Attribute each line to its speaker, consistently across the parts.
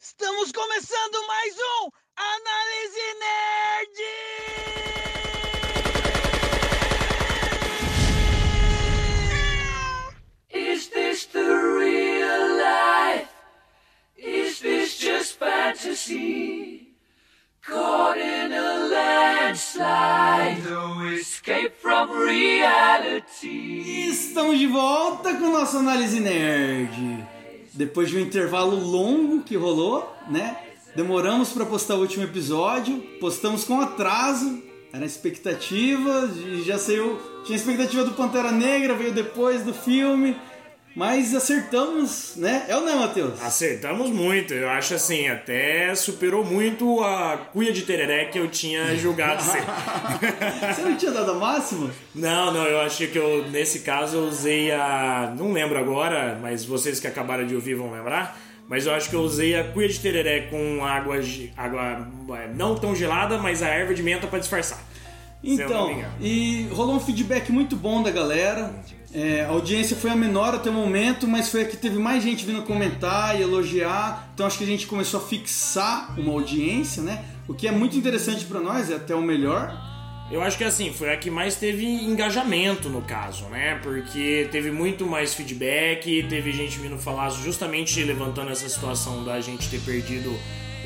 Speaker 1: Estamos começando mais um Análise Nerd!
Speaker 2: Is this the real life? Is this just fantasy? Caught in a landslide, no escape from reality.
Speaker 3: Estamos de volta com nossa análise nerd. Depois de um intervalo longo que rolou, né? Demoramos para postar o último episódio, postamos com atraso, era expectativa, e já saiu, tinha expectativa do Pantera Negra, veio depois do filme, mas acertamos, né? É ou não, é, Matheus?
Speaker 4: Acertamos muito, eu acho assim, até superou muito a cuia de tereré que eu tinha julgado ser.
Speaker 3: Você não tinha dado a máxima?
Speaker 4: Não, não, eu achei que eu, nesse caso, eu usei a. Não lembro agora, mas vocês que acabaram de ouvir vão lembrar. Mas eu acho que eu usei a cuia de tereré com água, ge- água é, não tão gelada, mas a erva de menta pra disfarçar. Se eu não
Speaker 3: Então,
Speaker 4: me engano.
Speaker 3: e rolou um feedback muito bom da galera. É, a audiência foi a menor até o momento, mas foi a que teve mais gente vindo comentar e elogiar. Então acho que a gente começou a fixar uma audiência, né? O que é muito interessante pra nós, é até o melhor.
Speaker 4: Eu acho que assim, foi a que mais teve engajamento no caso, né? Porque teve muito mais feedback, teve gente vindo falar justamente levantando essa situação da gente ter perdido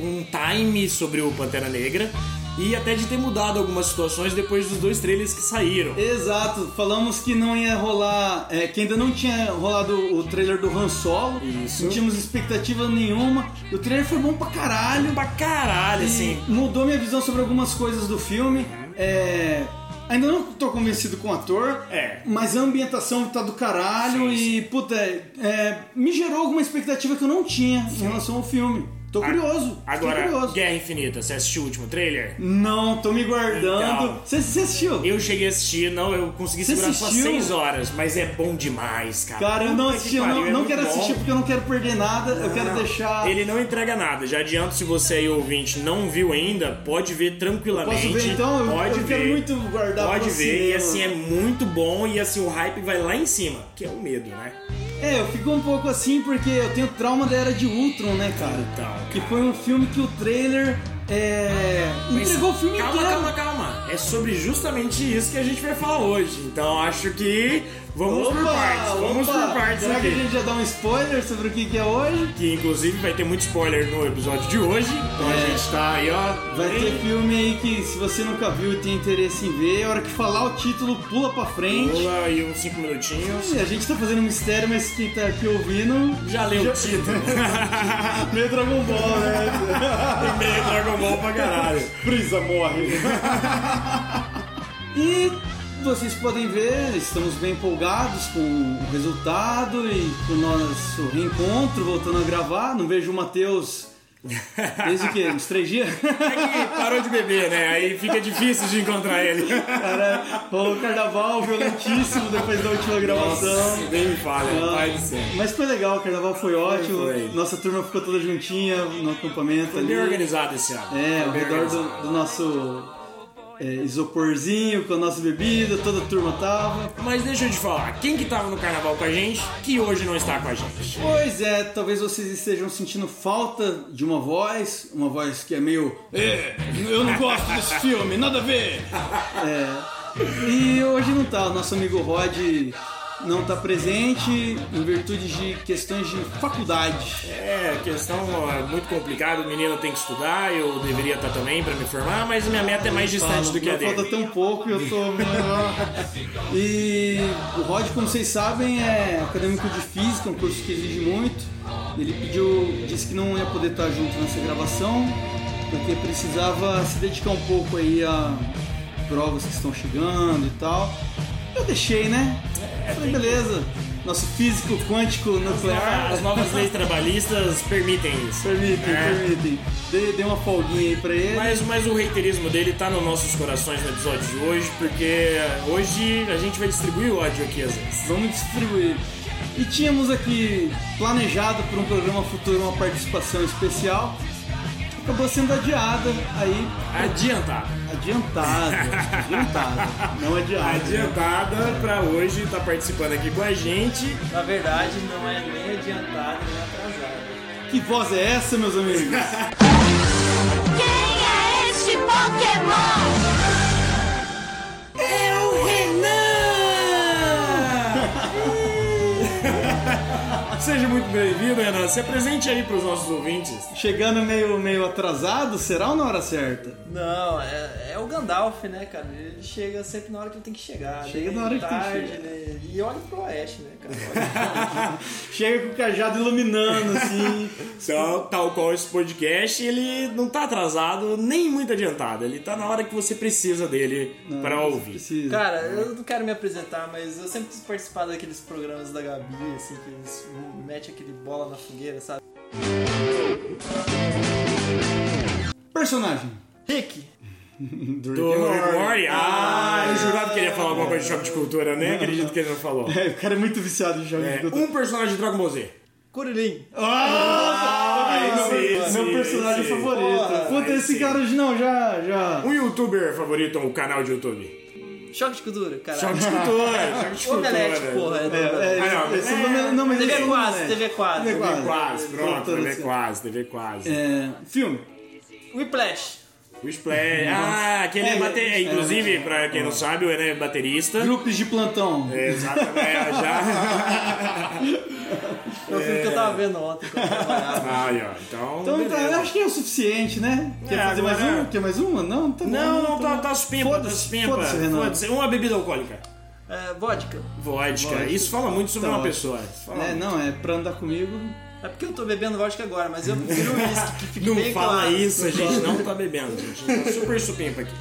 Speaker 4: um time sobre o Pantera Negra e até de ter mudado algumas situações depois dos dois trailers que saíram.
Speaker 3: Exato, falamos que não ia rolar, é, que ainda não tinha rolado o trailer do Han Solo.
Speaker 4: Isso.
Speaker 3: Não tínhamos expectativa nenhuma. O trailer foi bom pra caralho.
Speaker 4: Pra caralho, assim.
Speaker 3: E mudou minha visão sobre algumas coisas do filme. É, Ainda não tô convencido com o ator,
Speaker 4: É.
Speaker 3: mas a ambientação tá do caralho
Speaker 4: Sim,
Speaker 3: e, puta, é, me gerou alguma expectativa que eu não tinha em relação ao filme. Tô curioso. fiquei
Speaker 4: Agora,
Speaker 3: curioso.
Speaker 4: Guerra Infinita, você assistiu o último trailer?
Speaker 3: Não, tô me guardando.
Speaker 4: Então.
Speaker 3: Você assistiu?
Speaker 4: Eu cheguei a assistir, não, eu consegui
Speaker 3: Você
Speaker 4: segurar só
Speaker 3: assistiu?
Speaker 4: 6 horas, mas é bom demais, cara.
Speaker 3: Cara, eu não
Speaker 4: Puta que
Speaker 3: assisti, eu não,
Speaker 4: pariu, é
Speaker 3: não
Speaker 4: muito
Speaker 3: quero
Speaker 4: bom.
Speaker 3: assistir porque eu não quero perder nada, eu quero deixar.
Speaker 4: Ele não entrega nada. Já adianto, se você aí ouvinte não viu ainda, pode ver tranquilamente.
Speaker 3: Posso ver então? Eu-
Speaker 4: Pode
Speaker 3: eu
Speaker 4: ver.
Speaker 3: quero muito guardar
Speaker 4: Pode
Speaker 3: pro
Speaker 4: ver. E
Speaker 3: cinema.
Speaker 4: assim, é muito bom. E assim, o hype vai lá em cima. Que é o medo, né?
Speaker 3: É, eu fico um pouco assim porque eu tenho trauma da era de Ultron, né, cara?
Speaker 4: Então,
Speaker 3: Que foi um filme que o trailer é, entregou o filme
Speaker 4: calma,
Speaker 3: inteiro.
Speaker 4: Calma, calma, É sobre justamente isso que a gente vai falar hoje. Então acho que vamos por partes. Vamos
Speaker 3: opa.
Speaker 4: por partes
Speaker 3: Será
Speaker 4: aqui.
Speaker 3: que a gente já dá um spoiler sobre o que, que é hoje?
Speaker 4: Que inclusive vai ter muito spoiler no episódio de hoje. Então
Speaker 3: É.
Speaker 4: a gente tá aí, ó.
Speaker 3: Vai
Speaker 4: bem-
Speaker 3: ter filme aí que se você nunca viu e tem interesse em ver, a hora que falar o título, pula pra frente.
Speaker 4: Pula aí uns 5 minutinhos.
Speaker 3: E a gente tá fazendo mistério, mas quem tá aqui ouvindo.
Speaker 4: Já leu o título.
Speaker 3: Meio Dragon Ball, né?
Speaker 4: Meio Dragon Ball pra caralho.
Speaker 3: Prisa morre. e vocês podem ver, estamos bem empolgados com o resultado e com o nosso reencontro, voltando a gravar. Não vejo o Matheus desde o quê? Uns três dias?
Speaker 4: É que parou de beber, né? Aí fica difícil de encontrar ele.
Speaker 3: Cara, rolou um carnaval violentíssimo depois da última gravação.
Speaker 4: nem me fala,
Speaker 3: Ah,
Speaker 4: pai do céu.
Speaker 3: Mas foi legal, o carnaval foi ótimo.
Speaker 4: foi.
Speaker 3: Nossa turma ficou toda juntinha no acampamento
Speaker 4: Foi
Speaker 3: ali.
Speaker 4: bem organizado esse ano.
Speaker 3: É, ao
Speaker 4: Foi bem
Speaker 3: redor
Speaker 4: organizado.
Speaker 3: do, do nosso é, isoporzinho com a nossa bebida, toda a turma tava.
Speaker 4: Mas deixa eu te falar, quem que tava no carnaval com a gente, que hoje não está com a gente?
Speaker 3: Pois é, talvez vocês estejam sentindo falta de uma voz, uma voz que é meio. É, eu não gosto desse filme, nada a ver! É. E hoje não tá, o nosso amigo Rod não tá presente em virtude de questões de faculdade.
Speaker 4: É, questão ó, muito complicada, o menino tem que estudar, eu deveria estar também pra me formar, mas minha meta é mais distante do que a
Speaker 3: Não falta
Speaker 4: dele.
Speaker 3: tão pouco e eu tô. e o Rod, como vocês sabem, é acadêmico de física, um curso que exige muito. Ele pediu, disse que não ia poder estar junto nessa gravação, porque precisava se dedicar um pouco aí a provas que estão chegando e tal. Eu deixei, né? Falei, beleza. Nosso físico quântico nuclear.
Speaker 4: Ah, As novas leis trabalhistas permitem isso.
Speaker 3: Permitem,
Speaker 4: É.
Speaker 3: permitem. Dei, dei uma folguinha aí pra ele.
Speaker 4: Mas, mas o reiterismo dele tá nos nossos corações no episódio de hoje, porque hoje a gente vai distribuir ódio aqui às vezes.
Speaker 3: Vamos distribuir. E tínhamos aqui planejado para um programa futuro uma participação especial. Acabou sendo adiada aí,
Speaker 4: Adiantada.
Speaker 3: adiantada. adiantada, não adiada.
Speaker 4: Adiantada pra hoje, tá participando aqui com a gente.
Speaker 5: Na verdade, não é nem adiantado nem atrasado.
Speaker 3: Que voz é essa, meus amigos?
Speaker 5: Quem é este Pokémon?
Speaker 4: É o Renan! Seja muito bem-vindo, Renan. Se apresente aí para os nossos ouvintes.
Speaker 3: Chegando meio, meio atrasado, será ou na hora certa?
Speaker 6: Não, é, é o Gandalf, né, cara? Ele chega sempre na hora que ele tem que chegar. né?
Speaker 3: Chega na hora que tem que
Speaker 6: tarde,
Speaker 3: chegar.
Speaker 6: Né? E olha pro oeste, né, cara?
Speaker 3: Chega com o cajado iluminando, assim.
Speaker 4: Então, tal qual esse podcast, ele não tá atrasado nem muito adiantado. Ele tá na hora que você precisa dele para ouvir.
Speaker 3: Precisa.
Speaker 6: cara, eu não quero me apresentar, mas eu sempre quis participar daqueles programas da Gabi, assim, que eles metem aquele bola na fogueira, sabe?
Speaker 3: Personagem.
Speaker 6: Rick,
Speaker 3: Do
Speaker 4: Do Rick Morty? Ah, eu jurava que ele ia falar alguma coisa de choque de cultura, né? Acredito que ele não falou.
Speaker 3: É, o cara é muito viciado em jogos
Speaker 4: É,
Speaker 3: de cultura.
Speaker 4: um personagem de Dragon Ball Z.
Speaker 6: Curirim.
Speaker 3: Ah,
Speaker 4: sim,
Speaker 3: meu,
Speaker 4: sim,
Speaker 3: meu personagem
Speaker 4: sim.
Speaker 3: favorito.
Speaker 6: Porra,
Speaker 3: Puta, esse cara hoje não, já, já.
Speaker 4: Um youtuber favorito ou canal de YouTube?
Speaker 6: Choque de cultura, cara.
Speaker 4: Choque de cultura, choque de cultura.
Speaker 6: Omelete, é porra. É,
Speaker 3: É, é,
Speaker 4: Ah, não,
Speaker 3: esse
Speaker 4: é.
Speaker 3: nome- não, mas
Speaker 6: TV
Speaker 3: esse
Speaker 6: quase,
Speaker 3: nome é-
Speaker 6: TV quase.
Speaker 3: TV
Speaker 4: TV quase, pronto,
Speaker 3: Voltando
Speaker 4: TV
Speaker 3: assim.
Speaker 4: quase, TV quase.
Speaker 3: É, filme.
Speaker 6: É, Whiplash.
Speaker 4: O Splash, ah, aquele
Speaker 3: É,
Speaker 4: é, bate...
Speaker 3: é,
Speaker 4: inclusive, pra quem não sabe, o Ené é baterista.
Speaker 3: Grupos de plantão.
Speaker 4: É, Exatamente, é, já.
Speaker 6: É o filme que eu tava vendo ontem quando eu trabalhava.
Speaker 4: Aí, ó, então.
Speaker 3: Então, tá, eu
Speaker 4: beleza.
Speaker 3: acho que é o suficiente, né? Quer
Speaker 4: É,
Speaker 3: fazer mais
Speaker 4: agora-
Speaker 3: um? Quer mais uma? Não, tá bom.
Speaker 4: Não, não,
Speaker 3: tá
Speaker 4: tá,
Speaker 3: bom.
Speaker 4: tá suspensa, tá
Speaker 3: Foda-se,
Speaker 4: suspensa.
Speaker 3: foda-se, Renan.
Speaker 4: Foda-se, uma bebida alcoólica.
Speaker 6: É, vodka.
Speaker 4: Vodka. Isso fala muito sobre
Speaker 3: Tá
Speaker 4: uma
Speaker 3: ótimo.
Speaker 4: pessoa. Isso fala
Speaker 3: É,
Speaker 4: muito.
Speaker 3: não, é pra andar comigo.
Speaker 6: É porque eu tô bebendo vodka agora, mas eu prefiro uísque, que fique
Speaker 4: Não
Speaker 6: bem
Speaker 4: fala
Speaker 6: claro.
Speaker 4: isso, a gente não tá bebendo, gente. Tá super supimpa aqui.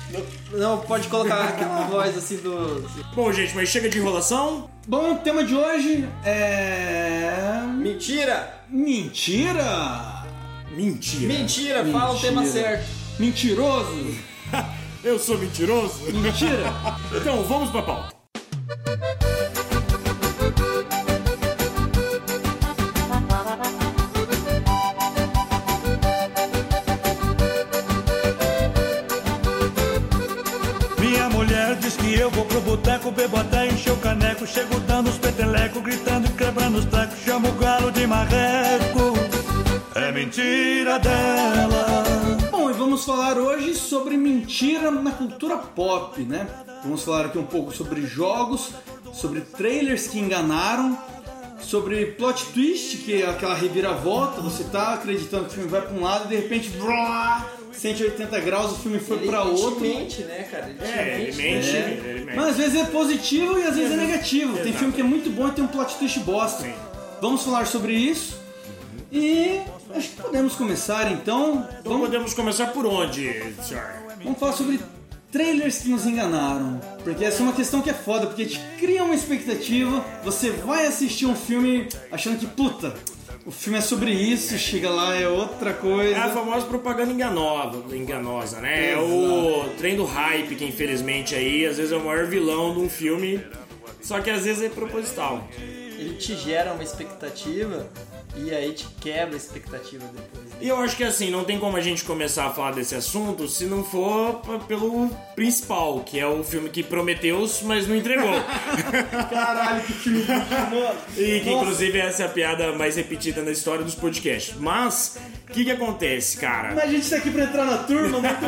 Speaker 6: Não, pode colocar aquela voz assim do.
Speaker 4: Bom, gente, mas chega de enrolação.
Speaker 3: Bom, o tema de hoje é.
Speaker 6: Mentira!
Speaker 3: Mentira!
Speaker 4: Mentira.
Speaker 6: Mentira, fala o tema
Speaker 3: Mentira.
Speaker 6: certo.
Speaker 3: Mentiroso!
Speaker 4: Eu sou mentiroso?
Speaker 3: Mentira!
Speaker 4: Então, vamos pra pauta.
Speaker 7: Minha mulher diz que eu vou pro boteco, bebo até encher o caneco. Chego dando os peteleco, gritando e quebrando os tecos. Chamo o galo de marreco. É mentira dela.
Speaker 3: Bom, e vamos falar hoje sobre mentira na cultura pop, né? Vamos falar aqui um pouco sobre jogos, sobre trailers que enganaram, sobre plot twist, que é aquela reviravolta, você tá acreditando que o filme vai pra um lado e de repente, brá, 180 graus, o filme foi pra
Speaker 6: ele te
Speaker 3: outro.
Speaker 6: mente, né, cara? Ele te né?
Speaker 4: É, ele
Speaker 6: mente.
Speaker 4: mente,
Speaker 3: É.
Speaker 4: ele mente.
Speaker 3: Mas às vezes é positivo e às vezes é negativo. Tem
Speaker 4: Exato.
Speaker 3: filme que é muito bom e tem um plot twist bosta.
Speaker 4: Sim.
Speaker 3: Vamos falar sobre isso. E acho que podemos começar então.
Speaker 4: Então
Speaker 3: Vamos,
Speaker 4: podemos começar por onde, senhor?
Speaker 3: vamos falar sobre trailers que nos enganaram. Porque essa é uma questão que é foda, porque te cria uma expectativa, você vai assistir um filme achando que, puta, o filme é sobre isso, chega lá, é outra
Speaker 4: É a
Speaker 3: coisa.
Speaker 4: famosa propaganda enganosa, enganosa né? É o trem do hype, que infelizmente aí, às vezes é o maior vilão de um filme, só que às vezes é proposital.
Speaker 6: Ele te gera uma expectativa e aí te quebra a expectativa depois.
Speaker 4: E eu acho que assim, não tem como a gente começar a falar desse assunto se não for p- pelo principal, que é o filme que prometeu, mas não entregou.
Speaker 3: Ah, Caralho, que filme
Speaker 4: e que inclusive essa é a piada mais repetida na história dos podcasts. Mas, o que que acontece, cara?
Speaker 3: A gente tá aqui pra entrar na turma, muito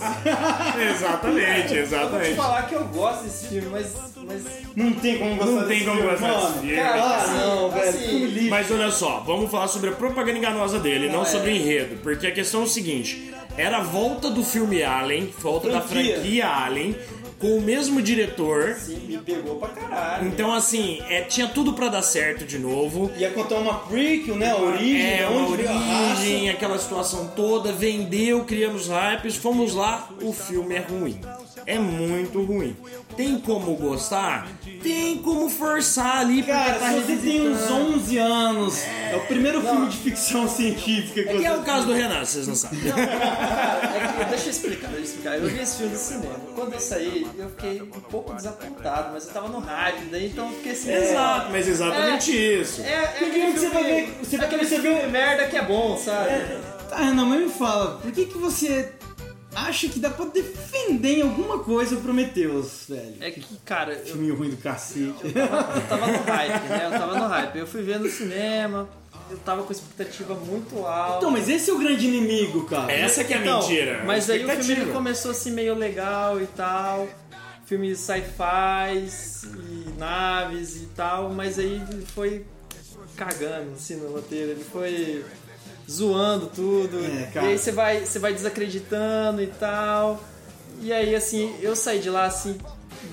Speaker 3: foda-se.
Speaker 4: exatamente,
Speaker 6: Eu vou te
Speaker 4: exatamente.
Speaker 6: falar que eu gosto desse filme, mas. mas
Speaker 3: Não tem como gostar
Speaker 4: Não tem
Speaker 3: desse
Speaker 4: como
Speaker 3: filme,
Speaker 4: gostar desse
Speaker 3: mano.
Speaker 4: filme.
Speaker 6: cara,
Speaker 3: Ah, não, velho, filme
Speaker 6: assim,
Speaker 3: lixo.
Speaker 4: Mas olha só, vamos falar sobre a propaganda enganosa dele, não, sobre o enredo, porque a questão é o seguinte: era a volta do filme Alien, volta da
Speaker 3: Franquia.
Speaker 4: franquia Alien, com o mesmo diretor.
Speaker 6: assim, me pegou pra caralho.
Speaker 4: Então, assim, é, tinha tudo pra dar certo de novo.
Speaker 3: Ia contar uma prequel, né? A origem,
Speaker 4: É,
Speaker 3: da
Speaker 4: uma
Speaker 3: onde veio a raça.
Speaker 4: origem, aquela situação toda, vendeu, criamos hypes, fomos lá, o filme é ruim. É muito ruim. Tem como gostar? Tem como forçar ali, porque
Speaker 3: Cara,
Speaker 4: tá
Speaker 3: se você tem
Speaker 6: um
Speaker 3: uns
Speaker 4: revisitando.
Speaker 3: 11 anos, é, o primeiro filme de ficção científica que
Speaker 4: Que é o
Speaker 3: você... tá.
Speaker 4: caso do Renan, vocês não sabem.
Speaker 6: Cara, é que- deixa eu explicar, deixa eu explicar. Eu vi esse filme no cinema. Quando eu saí, eu fiquei um pouco desapontado, mas eu tava no hype, daí então eu fiquei assim.
Speaker 4: Exato, mas é exatamente isso.
Speaker 6: É, é aquele
Speaker 3: que você vai
Speaker 6: filme-
Speaker 3: ver- você vai
Speaker 6: aquele
Speaker 3: perceber
Speaker 6: filme merda que é bom, sabe?
Speaker 3: Tá, Renan, mas me fala, por que que você acha que dá pra defender em alguma coisa o Prometheus, velho?
Speaker 6: É que, cara, eu
Speaker 3: Filminho ruim do cacete.
Speaker 6: eu tava no hype, né? Eu tava no hype. Eu fui ver no cinema, eu tava com expectativa muito alta.
Speaker 3: Então, mas esse é o grande inimigo, cara.
Speaker 4: Essa que é a
Speaker 6: Então,
Speaker 4: mentira.
Speaker 6: Mas aí o filme
Speaker 4: expectativa.
Speaker 6: ele começou assim meio legal e tal. Filme sci-fi e naves e tal, mas aí ele foi cagando assim no roteiro, ele foi zoando tudo.
Speaker 3: É, cara.
Speaker 6: E aí você vai, você vai desacreditando e tal. E aí assim, eu saí de lá assim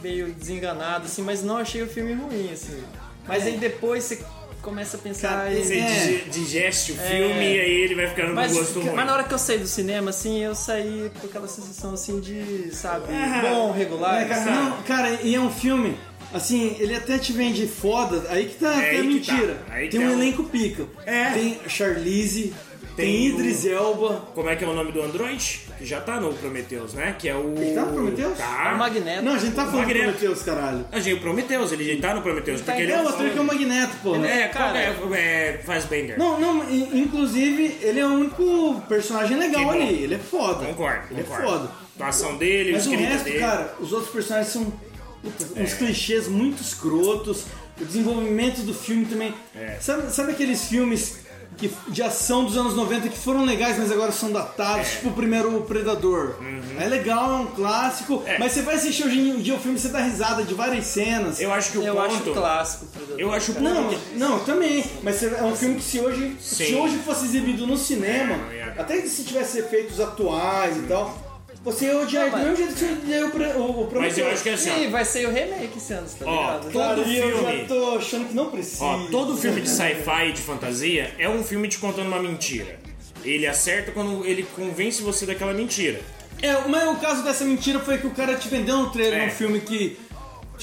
Speaker 6: meio desenganado assim, mas não achei o filme ruim assim. Mas aí depois você começa a pensar
Speaker 3: Cara,
Speaker 6: "Ai,
Speaker 3: esse
Speaker 4: Você
Speaker 3: É.
Speaker 4: dig- digeste o filme e aí ele vai ficando
Speaker 6: É. mas,
Speaker 4: com gosto ruim.
Speaker 6: mas na hora que eu saí do cinema, assim, eu saí com aquela sensação assim de, sabe, bom, regular. assim,
Speaker 3: É, cara,
Speaker 6: sabe?
Speaker 3: não, cara, e é um filme, assim, ele até te vende foda, aí que tá
Speaker 4: É
Speaker 3: até
Speaker 4: aí que
Speaker 3: mentira.
Speaker 4: tá, aí
Speaker 3: tem
Speaker 4: que
Speaker 3: um
Speaker 4: é um-
Speaker 3: elenco pica.
Speaker 4: É.
Speaker 3: Tem a Charlize, tem,
Speaker 4: Tem o-
Speaker 3: Idris Elba.
Speaker 4: Como é que é o nome do android? Que já tá no Prometheus, né? Que é o...
Speaker 3: Ele tá no Prometheus?
Speaker 4: Tá.
Speaker 6: É o Magneto.
Speaker 3: Não, a gente tá falando
Speaker 4: Magneto.
Speaker 3: do Prometheus, caralho.
Speaker 4: A gente, o Prometheus, ele já tá no Prometheus.
Speaker 6: tá
Speaker 4: porque
Speaker 6: em
Speaker 4: ele
Speaker 3: É,
Speaker 4: é
Speaker 3: o ator que é o Magneto, pô.
Speaker 4: É,
Speaker 6: Cara,
Speaker 4: cara, é, é, faz Bender.
Speaker 3: Não, não, i- inclusive, ele é o único personagem legal
Speaker 4: Que bom.
Speaker 3: ali. Ele é foda.
Speaker 4: Concordo,
Speaker 3: Ele
Speaker 4: concordo.
Speaker 3: é foda.
Speaker 4: A atuação dele,
Speaker 3: Mas
Speaker 4: o
Speaker 3: o
Speaker 4: escrita
Speaker 3: resto,
Speaker 4: dele. É.
Speaker 3: cara, os outros personagens são puta, uns clichês muito escrotos. O desenvolvimento do filme também.
Speaker 4: É.
Speaker 3: Sabe, sabe aqueles filmes que, de ação dos anos 90 que foram legais, mas agora são
Speaker 4: É.
Speaker 3: datados? Tipo o primeiro Predador. É legal, é um clássico,
Speaker 4: Uhum. É.
Speaker 3: mas você vai assistir hoje em dia o filme e você dá risada de várias cenas.
Speaker 4: Eu acho que o
Speaker 6: eu
Speaker 4: ponto...
Speaker 6: acho clássico. Predador,
Speaker 4: eu acho o
Speaker 6: cara.
Speaker 4: ponto
Speaker 3: Não,
Speaker 4: que-
Speaker 3: não, também. Mas se- é um filme que se hoje, se
Speaker 4: Sim. É,
Speaker 3: hoje fosse exibido no cinema,
Speaker 4: Não, ia dar.
Speaker 3: até se tivesse efeitos atuais e tal, você ia odiar
Speaker 6: Não,
Speaker 3: do mesmo jeito que você odia o, pre- o, o
Speaker 4: Mas eu
Speaker 3: Prometheus.
Speaker 4: acho que é assim, ó.
Speaker 6: E aí, vai sair o remake esse ano, você tá
Speaker 4: Ó,
Speaker 6: ligado?
Speaker 4: todo
Speaker 3: Cara, e eu
Speaker 4: filme-
Speaker 3: já tô achando que não precisa.
Speaker 4: Ó, todo filme de sci-fi e de fantasia é um filme te contando uma mentira. Ele acerta quando ele convence você daquela mentira.
Speaker 3: É, mas o caso dessa mentira foi que o cara te vendeu um trailer,
Speaker 4: É.
Speaker 3: um filme que... Te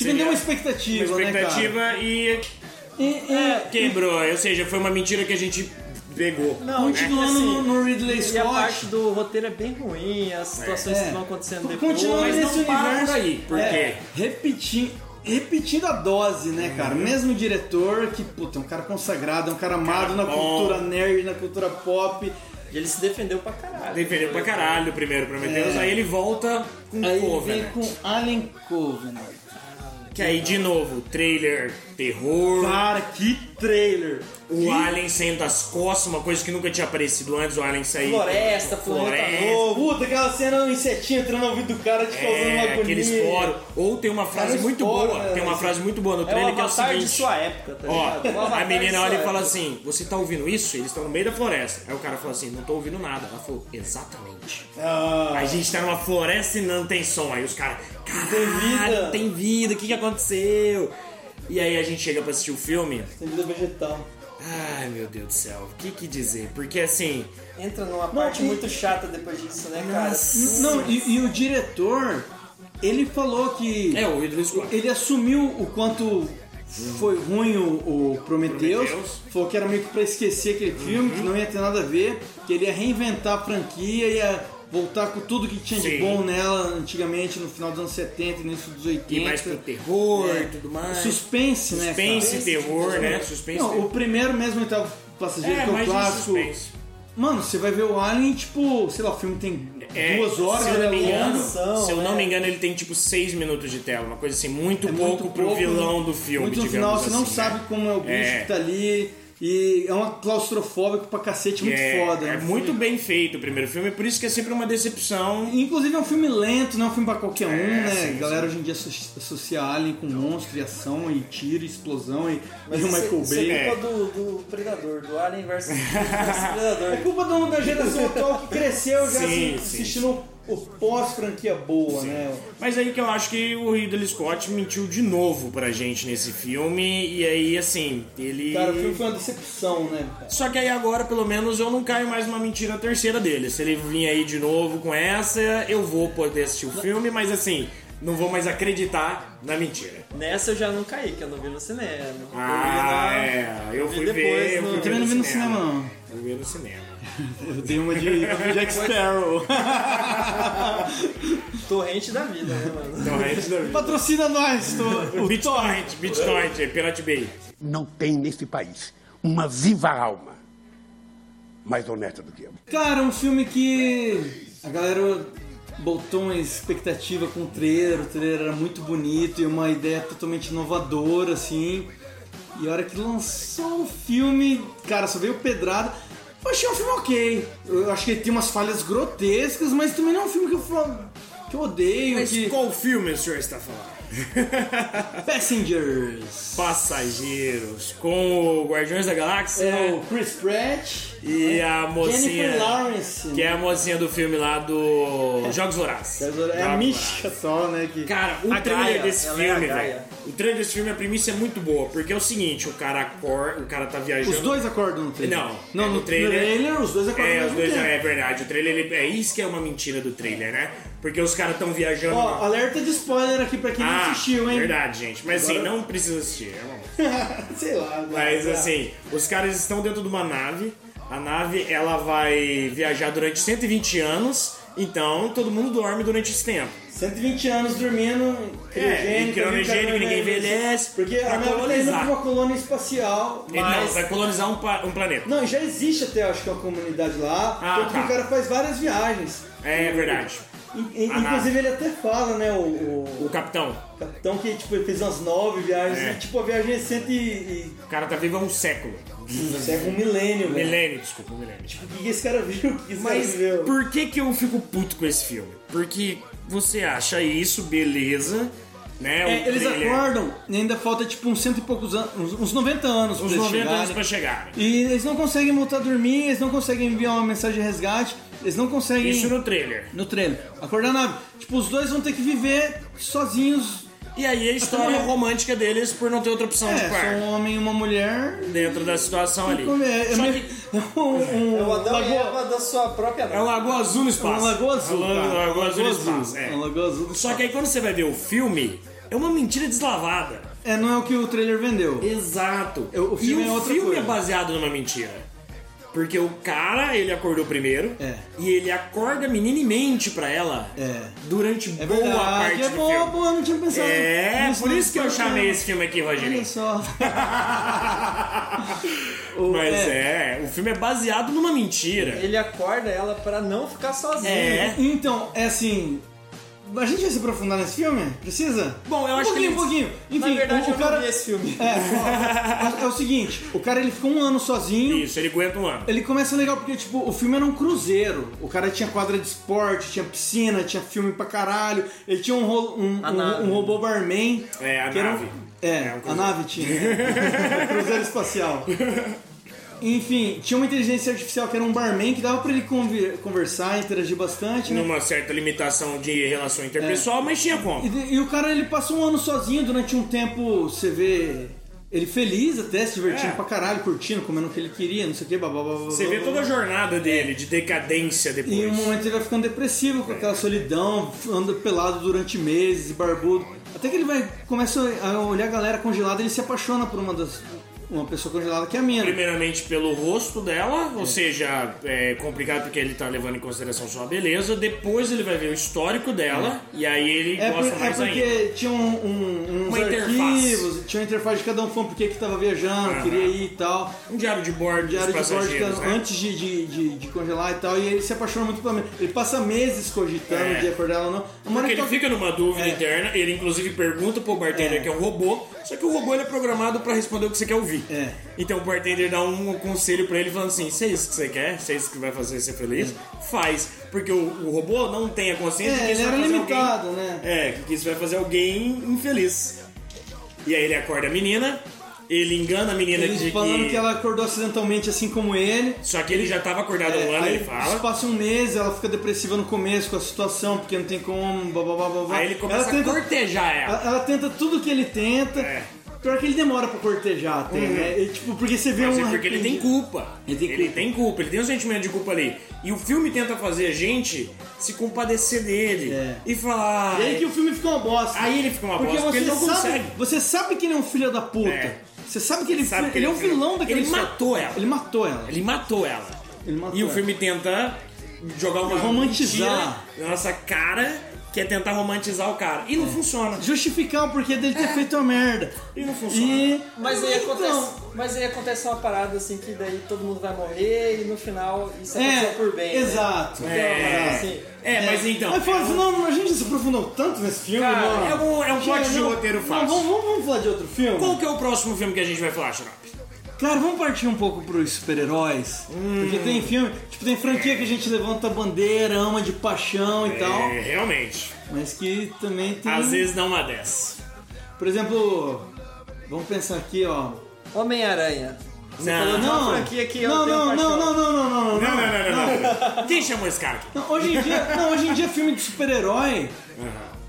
Speaker 4: Seria
Speaker 3: vendeu uma
Speaker 4: Uma
Speaker 3: expectativa, né, cara?
Speaker 4: expectativa e
Speaker 3: E- e-
Speaker 6: É,
Speaker 4: quebrou. Ou seja, foi uma mentira que a gente pegou.
Speaker 6: Não,
Speaker 3: continuando
Speaker 6: assim,
Speaker 3: no, no Ridley
Speaker 6: E a parte
Speaker 3: Scott...
Speaker 6: do roteiro é bem ruim, as situações
Speaker 3: É.
Speaker 6: que vão acontecendo depois.
Speaker 3: Continuando
Speaker 6: mas
Speaker 3: nesse
Speaker 4: não para por
Speaker 3: universo
Speaker 4: aí, por
Speaker 3: é,
Speaker 4: quê? Uhum.
Speaker 3: repetindo, repetindo a dose, né, cara? Mesmo diretor que, puta, é um cara consagrado, é um cara amado na
Speaker 4: bom.
Speaker 3: cultura nerd, na cultura pop.
Speaker 6: E ele se defendeu pra caralho.
Speaker 4: Defendeu pra caralho o primeiro Prometheus,
Speaker 3: É.
Speaker 4: aí ele volta com né?
Speaker 3: Aí vem
Speaker 4: Covenant.
Speaker 3: com Alien Covenant.
Speaker 4: Que aí, de novo, trailer terror,
Speaker 3: Cara, que trailer!
Speaker 4: o
Speaker 3: Que
Speaker 4: Alien saindo das costas, uma coisa que nunca tinha aparecido antes, o Alien sair...
Speaker 6: Floresta, planeta
Speaker 4: Floresta,
Speaker 3: Ô, puta, aquela cena do insetinho entrando no ouvido do cara te causando uma
Speaker 4: é,
Speaker 3: agonia.
Speaker 4: aqueles foros. Ou tem uma frase
Speaker 3: Cara,
Speaker 4: muito
Speaker 3: esporo,
Speaker 4: boa,
Speaker 3: né,
Speaker 4: tem uma
Speaker 3: assim.
Speaker 4: frase muito boa no
Speaker 6: É o
Speaker 4: trailer que é o
Speaker 6: avatar
Speaker 4: seguinte...
Speaker 6: de sua época, tá ligado? O
Speaker 4: Ó,
Speaker 6: avatar
Speaker 4: a
Speaker 6: de
Speaker 4: menina
Speaker 6: sua
Speaker 4: olha e
Speaker 6: época.
Speaker 4: fala assim: Você tá ouvindo isso? Eles estão no meio da floresta. Aí o cara fala assim: Não tô ouvindo nada. Ela falou: Exatamente.
Speaker 3: Ah,
Speaker 4: A gente tá numa floresta e não tem som. Aí os caras,
Speaker 3: vida."
Speaker 4: caralho, tem vida, o que, que aconteceu? E aí a gente chega pra assistir o filme.
Speaker 3: tem vida vegetal.
Speaker 4: Ai meu Deus do céu, o que que dizer? Porque assim,
Speaker 6: Entra numa parte
Speaker 3: e-
Speaker 6: muito chata depois disso, né, cara?
Speaker 4: Nossa.
Speaker 3: Não, e, e o diretor, ele falou que...
Speaker 4: é o Ridley Scott.
Speaker 3: Ele assumiu o quanto foi ruim o, o Prometheus,
Speaker 4: Prometheus.
Speaker 3: falou que era meio que pra esquecer aquele filme, que não ia ter nada a ver, que ele ia reinventar a franquia, ia voltar com tudo que tinha de
Speaker 4: Sim.
Speaker 3: bom nela antigamente, no final dos anos 70, início dos 80.
Speaker 4: E mais pro terror e tudo mais.
Speaker 3: é, Suspense, né? cara?
Speaker 4: Suspense, terror, né? Suspense,
Speaker 3: Não, o
Speaker 4: terror.
Speaker 3: primeiro mesmo, oitavo passageiro,
Speaker 4: É,
Speaker 3: que é o
Speaker 4: mais de
Speaker 3: clássico.
Speaker 4: suspense.
Speaker 3: Mano, você vai ver o Alien, tipo, sei lá, o filme tem
Speaker 4: É,
Speaker 3: duas horas,
Speaker 4: se eu
Speaker 3: ele
Speaker 4: não
Speaker 3: é
Speaker 4: me engano,
Speaker 3: longo.
Speaker 6: ação,
Speaker 4: se eu não
Speaker 6: é.
Speaker 4: me engano, ele tem tipo 6 minutos de tela, uma coisa assim, muito
Speaker 3: É
Speaker 4: pouco pro vilão do filme,
Speaker 3: Muito no
Speaker 4: digamos
Speaker 3: final, você não
Speaker 4: assim, né?
Speaker 3: sabe como é o bicho
Speaker 4: É.
Speaker 3: que tá ali. E é uma claustrofóbico pra cacete, muito
Speaker 4: é,
Speaker 3: foda.
Speaker 4: É
Speaker 3: né?
Speaker 4: muito bem feito o primeiro filme, por isso que é sempre uma decepção.
Speaker 3: Inclusive é um filme lento, não é um filme pra qualquer um, né?
Speaker 4: sim,
Speaker 3: Galera hoje em dia asso- associa Alien com monstro e ação e tiro e explosão e,
Speaker 6: Mas
Speaker 3: e o
Speaker 6: isso-
Speaker 3: Michael
Speaker 6: isso
Speaker 3: Bay.
Speaker 6: É culpa do, do Predador, do Alien vs Predador.
Speaker 3: É culpa do, da geração atual que cresceu já
Speaker 4: Sim,
Speaker 3: assim,
Speaker 4: sim.
Speaker 3: assistindo o pós-franquia boa, né?
Speaker 4: Mas aí que eu acho que o Ridley Scott mentiu de novo pra gente nesse filme, e aí assim, ele.
Speaker 3: Cara, o filme foi uma decepção, né? cara?
Speaker 4: Só que aí agora, pelo menos, eu não caio mais numa mentira terceira dele. Se ele vir aí de novo com essa, eu vou poder assistir o filme, mas assim, não vou mais acreditar na mentira.
Speaker 6: Nessa eu já não caí, que eu não vi no cinema.
Speaker 4: Ah,
Speaker 6: eu vi
Speaker 4: é. Eu fui
Speaker 6: depois
Speaker 4: ver. Eu
Speaker 6: no-
Speaker 4: fui
Speaker 3: Eu não vi no cinema, não.
Speaker 4: Eu vi no cinema.
Speaker 3: Eu dei uma de Jack Sparrow.
Speaker 6: na torrente da vida, né, mano?
Speaker 4: Então, antes da
Speaker 3: Tá
Speaker 4: vida.
Speaker 3: Patrocina nós, tô...
Speaker 4: BitTorrent, BitTorrent, é Pirate Bay.
Speaker 8: não tem nesse país uma viva alma mais honesta do que eu.
Speaker 3: Cara, um filme que a galera botou uma expectativa com o trailer, o trailer era muito bonito e uma ideia totalmente inovadora, assim. E a hora que lançou o filme, cara, só veio pedrada. Eu achei um filme ok. Eu acho que ele tem umas falhas grotescas, mas também não é um filme que eu, falo- que eu odeio.
Speaker 4: Mas
Speaker 3: que...
Speaker 4: qual filme o senhor está falando?
Speaker 3: Passengers.
Speaker 4: Passageiros com o Guardiões da Galáxia
Speaker 3: É o Chris Pratt.
Speaker 4: e a mocinha.
Speaker 3: Jennifer Lawrence.
Speaker 4: Que é a mocinha do filme lá do Jogos Vorazes.
Speaker 3: É a
Speaker 4: Jogos
Speaker 3: Misha só, né? Que...
Speaker 4: Cara, o
Speaker 6: A
Speaker 4: trailer
Speaker 6: Gaia,
Speaker 4: desse
Speaker 6: ela é
Speaker 4: filme,
Speaker 6: a Gaia.
Speaker 4: velho. O trailer desse filme, a premissa é muito boa, porque é o seguinte, o cara acor, o cara tá viajando.
Speaker 3: Os dois acordam no trailer.
Speaker 4: Não,
Speaker 3: Não,
Speaker 4: é
Speaker 3: no
Speaker 4: no trailer-
Speaker 3: trailer os dois acordam
Speaker 4: É,
Speaker 3: no
Speaker 4: os
Speaker 3: mesmo
Speaker 4: dois,
Speaker 3: tempo.
Speaker 4: é verdade, o trailer ele- é isso que é uma mentira do trailer, né? Porque os caras estão viajando.
Speaker 3: Ó, alerta de spoiler aqui pra quem não
Speaker 4: é. ah,
Speaker 3: assistiu, hein?
Speaker 4: verdade, gente. Mas assim,
Speaker 3: Agora-
Speaker 4: não precisa assistir. É uma...
Speaker 3: Sei lá.
Speaker 4: Mas
Speaker 3: né?
Speaker 4: assim, os caras estão dentro de uma nave. A nave ela vai viajar durante 120 anos, então todo mundo dorme durante esse tempo.
Speaker 3: 120 anos dormindo,
Speaker 4: É,
Speaker 3: criogênico,
Speaker 4: e criogênico, ninguém envelhece,
Speaker 3: Porque
Speaker 4: pra
Speaker 3: a nave tá indo
Speaker 4: colonizar.
Speaker 3: pra uma colônia espacial.
Speaker 4: Ele não, vai colonizar um, pa- um planeta.
Speaker 3: Não, já existe até, acho que uma comunidade lá.
Speaker 4: Ah,
Speaker 3: tanto que
Speaker 4: tá.
Speaker 3: o cara faz várias viagens.
Speaker 4: É verdade.
Speaker 3: In- in-
Speaker 4: Ah,
Speaker 3: inclusive, ele até fala, né, o, o-
Speaker 4: O capitão,
Speaker 3: o capitão que tipo, ele fez umas nove viagens.
Speaker 4: É.
Speaker 3: E, tipo, a viagem é cento e... e
Speaker 4: o cara tá vivo há um século.
Speaker 3: isso é um milênio, velho.
Speaker 4: Milênio, desculpa, um milênio.
Speaker 3: O que que esse cara viu? O que esse
Speaker 4: Mas
Speaker 3: cara viu?
Speaker 4: por que que eu fico puto com esse filme? Porque você acha isso, beleza, né?
Speaker 3: É,
Speaker 4: o
Speaker 3: eles
Speaker 4: trailer-
Speaker 3: acordam e ainda falta tipo uns cento e poucos anos, uns, uns 90 anos pra
Speaker 4: Uns
Speaker 3: eles
Speaker 4: 90 anos
Speaker 3: chegarem.
Speaker 4: pra chegarem.
Speaker 3: E eles não conseguem voltar a dormir, eles não conseguem enviar uma mensagem de resgate, eles não conseguem.
Speaker 4: Isso no trailer.
Speaker 3: no treino. Acordar na nave. Tipo, os dois vão ter que viver sozinhos.
Speaker 4: E aí a história
Speaker 3: É.
Speaker 4: romântica deles por não ter outra opção de
Speaker 3: É,
Speaker 4: par.
Speaker 3: são um homem e uma mulher.
Speaker 4: Dentro da situação ali.
Speaker 3: Como é? É
Speaker 4: Só
Speaker 3: meio-
Speaker 4: que
Speaker 3: é um, um-
Speaker 6: É o Adão e
Speaker 3: lagoa-
Speaker 6: Eva da sua própria
Speaker 4: é um lagoa azul no espaço.
Speaker 3: uma lagoa azul.
Speaker 4: É um lago-
Speaker 3: cara.
Speaker 4: lagoa azul no espaço,
Speaker 3: Uma
Speaker 4: é.
Speaker 3: lagoa Um azul.
Speaker 4: Só que aí quando você vai ver o filme, é uma mentira deslavada.
Speaker 3: É, não é o que o trailer vendeu.
Speaker 4: Exato.
Speaker 3: Eu- o filme
Speaker 4: e
Speaker 3: é
Speaker 4: o
Speaker 3: outra
Speaker 4: filme
Speaker 3: coisa.
Speaker 4: é baseado numa mentira. Porque o cara, ele acordou primeiro.
Speaker 3: É.
Speaker 4: E ele acorda meninamente pra ela.
Speaker 3: É.
Speaker 4: Durante
Speaker 3: É
Speaker 4: boa
Speaker 3: verdade.
Speaker 4: parte
Speaker 3: É
Speaker 4: do
Speaker 3: boa,
Speaker 4: filme.
Speaker 3: boa, não tinha pensado.
Speaker 4: É,
Speaker 3: nisso,
Speaker 4: por
Speaker 3: não.
Speaker 4: isso que eu chamei esse filme aqui,
Speaker 3: Olha
Speaker 4: Rogerinho.
Speaker 3: só. O-
Speaker 4: Mas é. o filme é baseado numa
Speaker 3: É.
Speaker 4: mentira.
Speaker 6: Ele acorda ela pra não ficar sozinho.
Speaker 4: É.
Speaker 3: Então, é assim. A gente vai se aprofundar nesse filme? Precisa?
Speaker 4: Bom, eu
Speaker 3: um
Speaker 4: acho que
Speaker 3: pouquinho,
Speaker 4: eles-
Speaker 3: Um pouquinho,
Speaker 6: Na
Speaker 3: Enfim,
Speaker 6: verdade,
Speaker 3: o,
Speaker 6: eu
Speaker 3: o
Speaker 6: não
Speaker 3: cara.
Speaker 6: vi esse filme.
Speaker 3: É, é o seguinte: o cara ele ficou um ano sozinho.
Speaker 4: Isso, ele aguenta um ano.
Speaker 3: Ele começa legal porque, tipo, o filme era um cruzeiro. O cara tinha quadra de esporte, tinha piscina, tinha filme pra caralho. Ele tinha um, ro- um,
Speaker 6: A
Speaker 3: um-
Speaker 6: nave.
Speaker 3: um robô barman.
Speaker 4: É, a
Speaker 3: que era um-
Speaker 4: nave.
Speaker 3: é,
Speaker 4: É, um
Speaker 3: a
Speaker 4: cruzeiro.
Speaker 3: nave tinha. né? cruzeiro espacial. Enfim, tinha uma inteligência artificial que era um barman que dava pra ele conver- conversar, interagir bastante, né?
Speaker 4: Numa certa limitação de relação interpessoal, mas tinha como.
Speaker 3: É. E, e o cara, ele passou um ano sozinho durante um tempo, você vê... Ele feliz até, se divertindo
Speaker 4: É.
Speaker 3: pra caralho, curtindo, comendo o que ele queria, não sei o que, blá, blá, blá, blá,
Speaker 4: Você
Speaker 3: blá,
Speaker 4: vê
Speaker 3: blá,
Speaker 4: toda
Speaker 3: blá.
Speaker 4: a jornada dele, de decadência depois.
Speaker 3: E em um momento ele vai ficando depressivo com
Speaker 4: É.
Speaker 3: aquela solidão, anda pelado durante meses, barbudo. Até que ele vai começa a olhar a galera congelada, ele se apaixona por uma das uma pessoa congelada que é a mina.
Speaker 4: Primeiramente pelo rosto dela, ou seja, é complicado porque ele tá levando em consideração só a beleza. Depois ele vai ver o histórico dela, e aí ele
Speaker 3: É, por-
Speaker 4: gosta
Speaker 3: é
Speaker 4: mais
Speaker 3: porque
Speaker 4: ainda.
Speaker 3: tinha um, um, uns
Speaker 4: Uma interface.
Speaker 3: arquivos, tinha uma interface de cada um falando por que que tava viajando,
Speaker 4: Aham.
Speaker 3: queria ir e tal.
Speaker 4: Um diário de bordo
Speaker 3: Diário
Speaker 4: dos
Speaker 3: de bordo que
Speaker 4: passageiros,
Speaker 3: era
Speaker 4: né?
Speaker 3: antes de, de, de- de congelar e tal, e ele se apaixona muito pela mina. Ele passa meses cogitando
Speaker 4: É.
Speaker 3: de acordar ela ou não. Uma
Speaker 4: Porque
Speaker 3: hora que
Speaker 4: ele
Speaker 3: toca-
Speaker 4: fica numa dúvida
Speaker 3: É.
Speaker 4: interna, ele inclusive pergunta pro bartender
Speaker 3: É.
Speaker 4: que é um robô, só que o robô ele é programado pra responder o que você quer ouvir.
Speaker 3: É.
Speaker 4: Então o bartender dá um conselho pra ele falando assim: se é isso que você quer, se é isso que vai fazer você feliz, faz. Porque o, o robô não tem a consciência
Speaker 3: É,
Speaker 4: de que
Speaker 3: ele
Speaker 4: isso
Speaker 3: era
Speaker 4: vai fazer
Speaker 3: limitado,
Speaker 4: alguém,
Speaker 3: né?
Speaker 4: É, que isso vai fazer alguém infeliz. E aí ele acorda a menina, ele engana a menina
Speaker 3: ele
Speaker 4: de
Speaker 3: falando
Speaker 4: que.
Speaker 3: que ela acordou acidentalmente assim como ele.
Speaker 4: Só que ele já tava acordado há um
Speaker 3: É,
Speaker 4: ano,
Speaker 3: aí
Speaker 4: ele fala.
Speaker 3: Passa um mês, ela fica depressiva no começo com a situação, porque não tem como, blá blá blá blá, blá.
Speaker 4: Aí ele começa
Speaker 3: ela tenta,
Speaker 4: a cortejar ela.
Speaker 3: ela- ela tenta tudo que ele tenta.
Speaker 4: É. Uhum.
Speaker 3: Pior que ele demora pra cortejar até, né? E, tipo, porque você vê
Speaker 4: Mas
Speaker 3: um.
Speaker 4: é porque ele tem
Speaker 3: arrependido.
Speaker 4: culpa.
Speaker 3: Ele tem
Speaker 4: Ele
Speaker 3: culpa.
Speaker 4: tem culpa, ele tem um sentimento de culpa ali. E o filme tenta fazer a gente se compadecer dele
Speaker 3: É.
Speaker 4: e falar.
Speaker 3: E aí que o filme fica uma bosta.
Speaker 4: né? Aí ele fica uma
Speaker 3: porque
Speaker 4: bosta, porque
Speaker 3: você
Speaker 4: ele não
Speaker 3: sabe,
Speaker 4: consegue.
Speaker 3: Você sabe que ele é um filho da puta.
Speaker 4: É.
Speaker 3: Você sabe que ele,
Speaker 4: Sabe que
Speaker 3: ele é um
Speaker 4: ele é filho-
Speaker 3: vilão daquele
Speaker 4: Ele matou ela.
Speaker 3: Ele matou ela.
Speaker 4: Ele matou ela.
Speaker 3: Ele matou
Speaker 4: e o
Speaker 3: ela.
Speaker 4: filme tenta jogar uma
Speaker 3: Romantizar.
Speaker 4: mentira na nossa cara que é tentar romantizar o cara.
Speaker 3: É.
Speaker 4: E não funciona.
Speaker 3: Justificar o porquê dele ter feito uma merda.
Speaker 4: E É. não funciona.
Speaker 3: E.
Speaker 6: Mas aí,
Speaker 3: Então,
Speaker 6: acontece, mas aí acontece uma parada assim que daí todo mundo vai morrer e no final isso aconteceu
Speaker 3: É,
Speaker 6: por bem. né?
Speaker 3: exato.
Speaker 6: Então,
Speaker 4: É,
Speaker 6: uma parada assim.
Speaker 4: é, mas então.
Speaker 3: Mas um- foda-se, não, a gente se aprofundou tanto nesse filme,
Speaker 4: Cara,
Speaker 3: mano.
Speaker 4: é um- é um
Speaker 3: Chega,
Speaker 4: plot de
Speaker 3: não-
Speaker 4: roteiro
Speaker 3: não,
Speaker 4: fácil.
Speaker 3: vamos, vamos- vamos falar de outro filme?
Speaker 4: Qual que é o próximo filme que a gente vai falar, Xarope?
Speaker 3: Claro, vamos partir um pouco pros super-heróis. Porque tem filme, tipo, tem franquia que a gente levanta a bandeira, ama de paixão e tal.
Speaker 4: É, realmente.
Speaker 3: Mas que também tem.
Speaker 4: Às vezes dá uma dessa.
Speaker 3: Por exemplo, vamos pensar aqui, ó.
Speaker 6: Homem-Aranha. Você
Speaker 4: Não.
Speaker 6: falou de uma
Speaker 3: Não,
Speaker 6: franquia que eu
Speaker 3: não,
Speaker 6: tenho
Speaker 3: não,
Speaker 6: paixão.
Speaker 3: não, não, não, não, não,
Speaker 4: Não,
Speaker 3: não,
Speaker 4: não, não, não. Quem chamou esse cara aqui?
Speaker 3: Não, hoje em dia, não, hoje em dia filme de super-herói,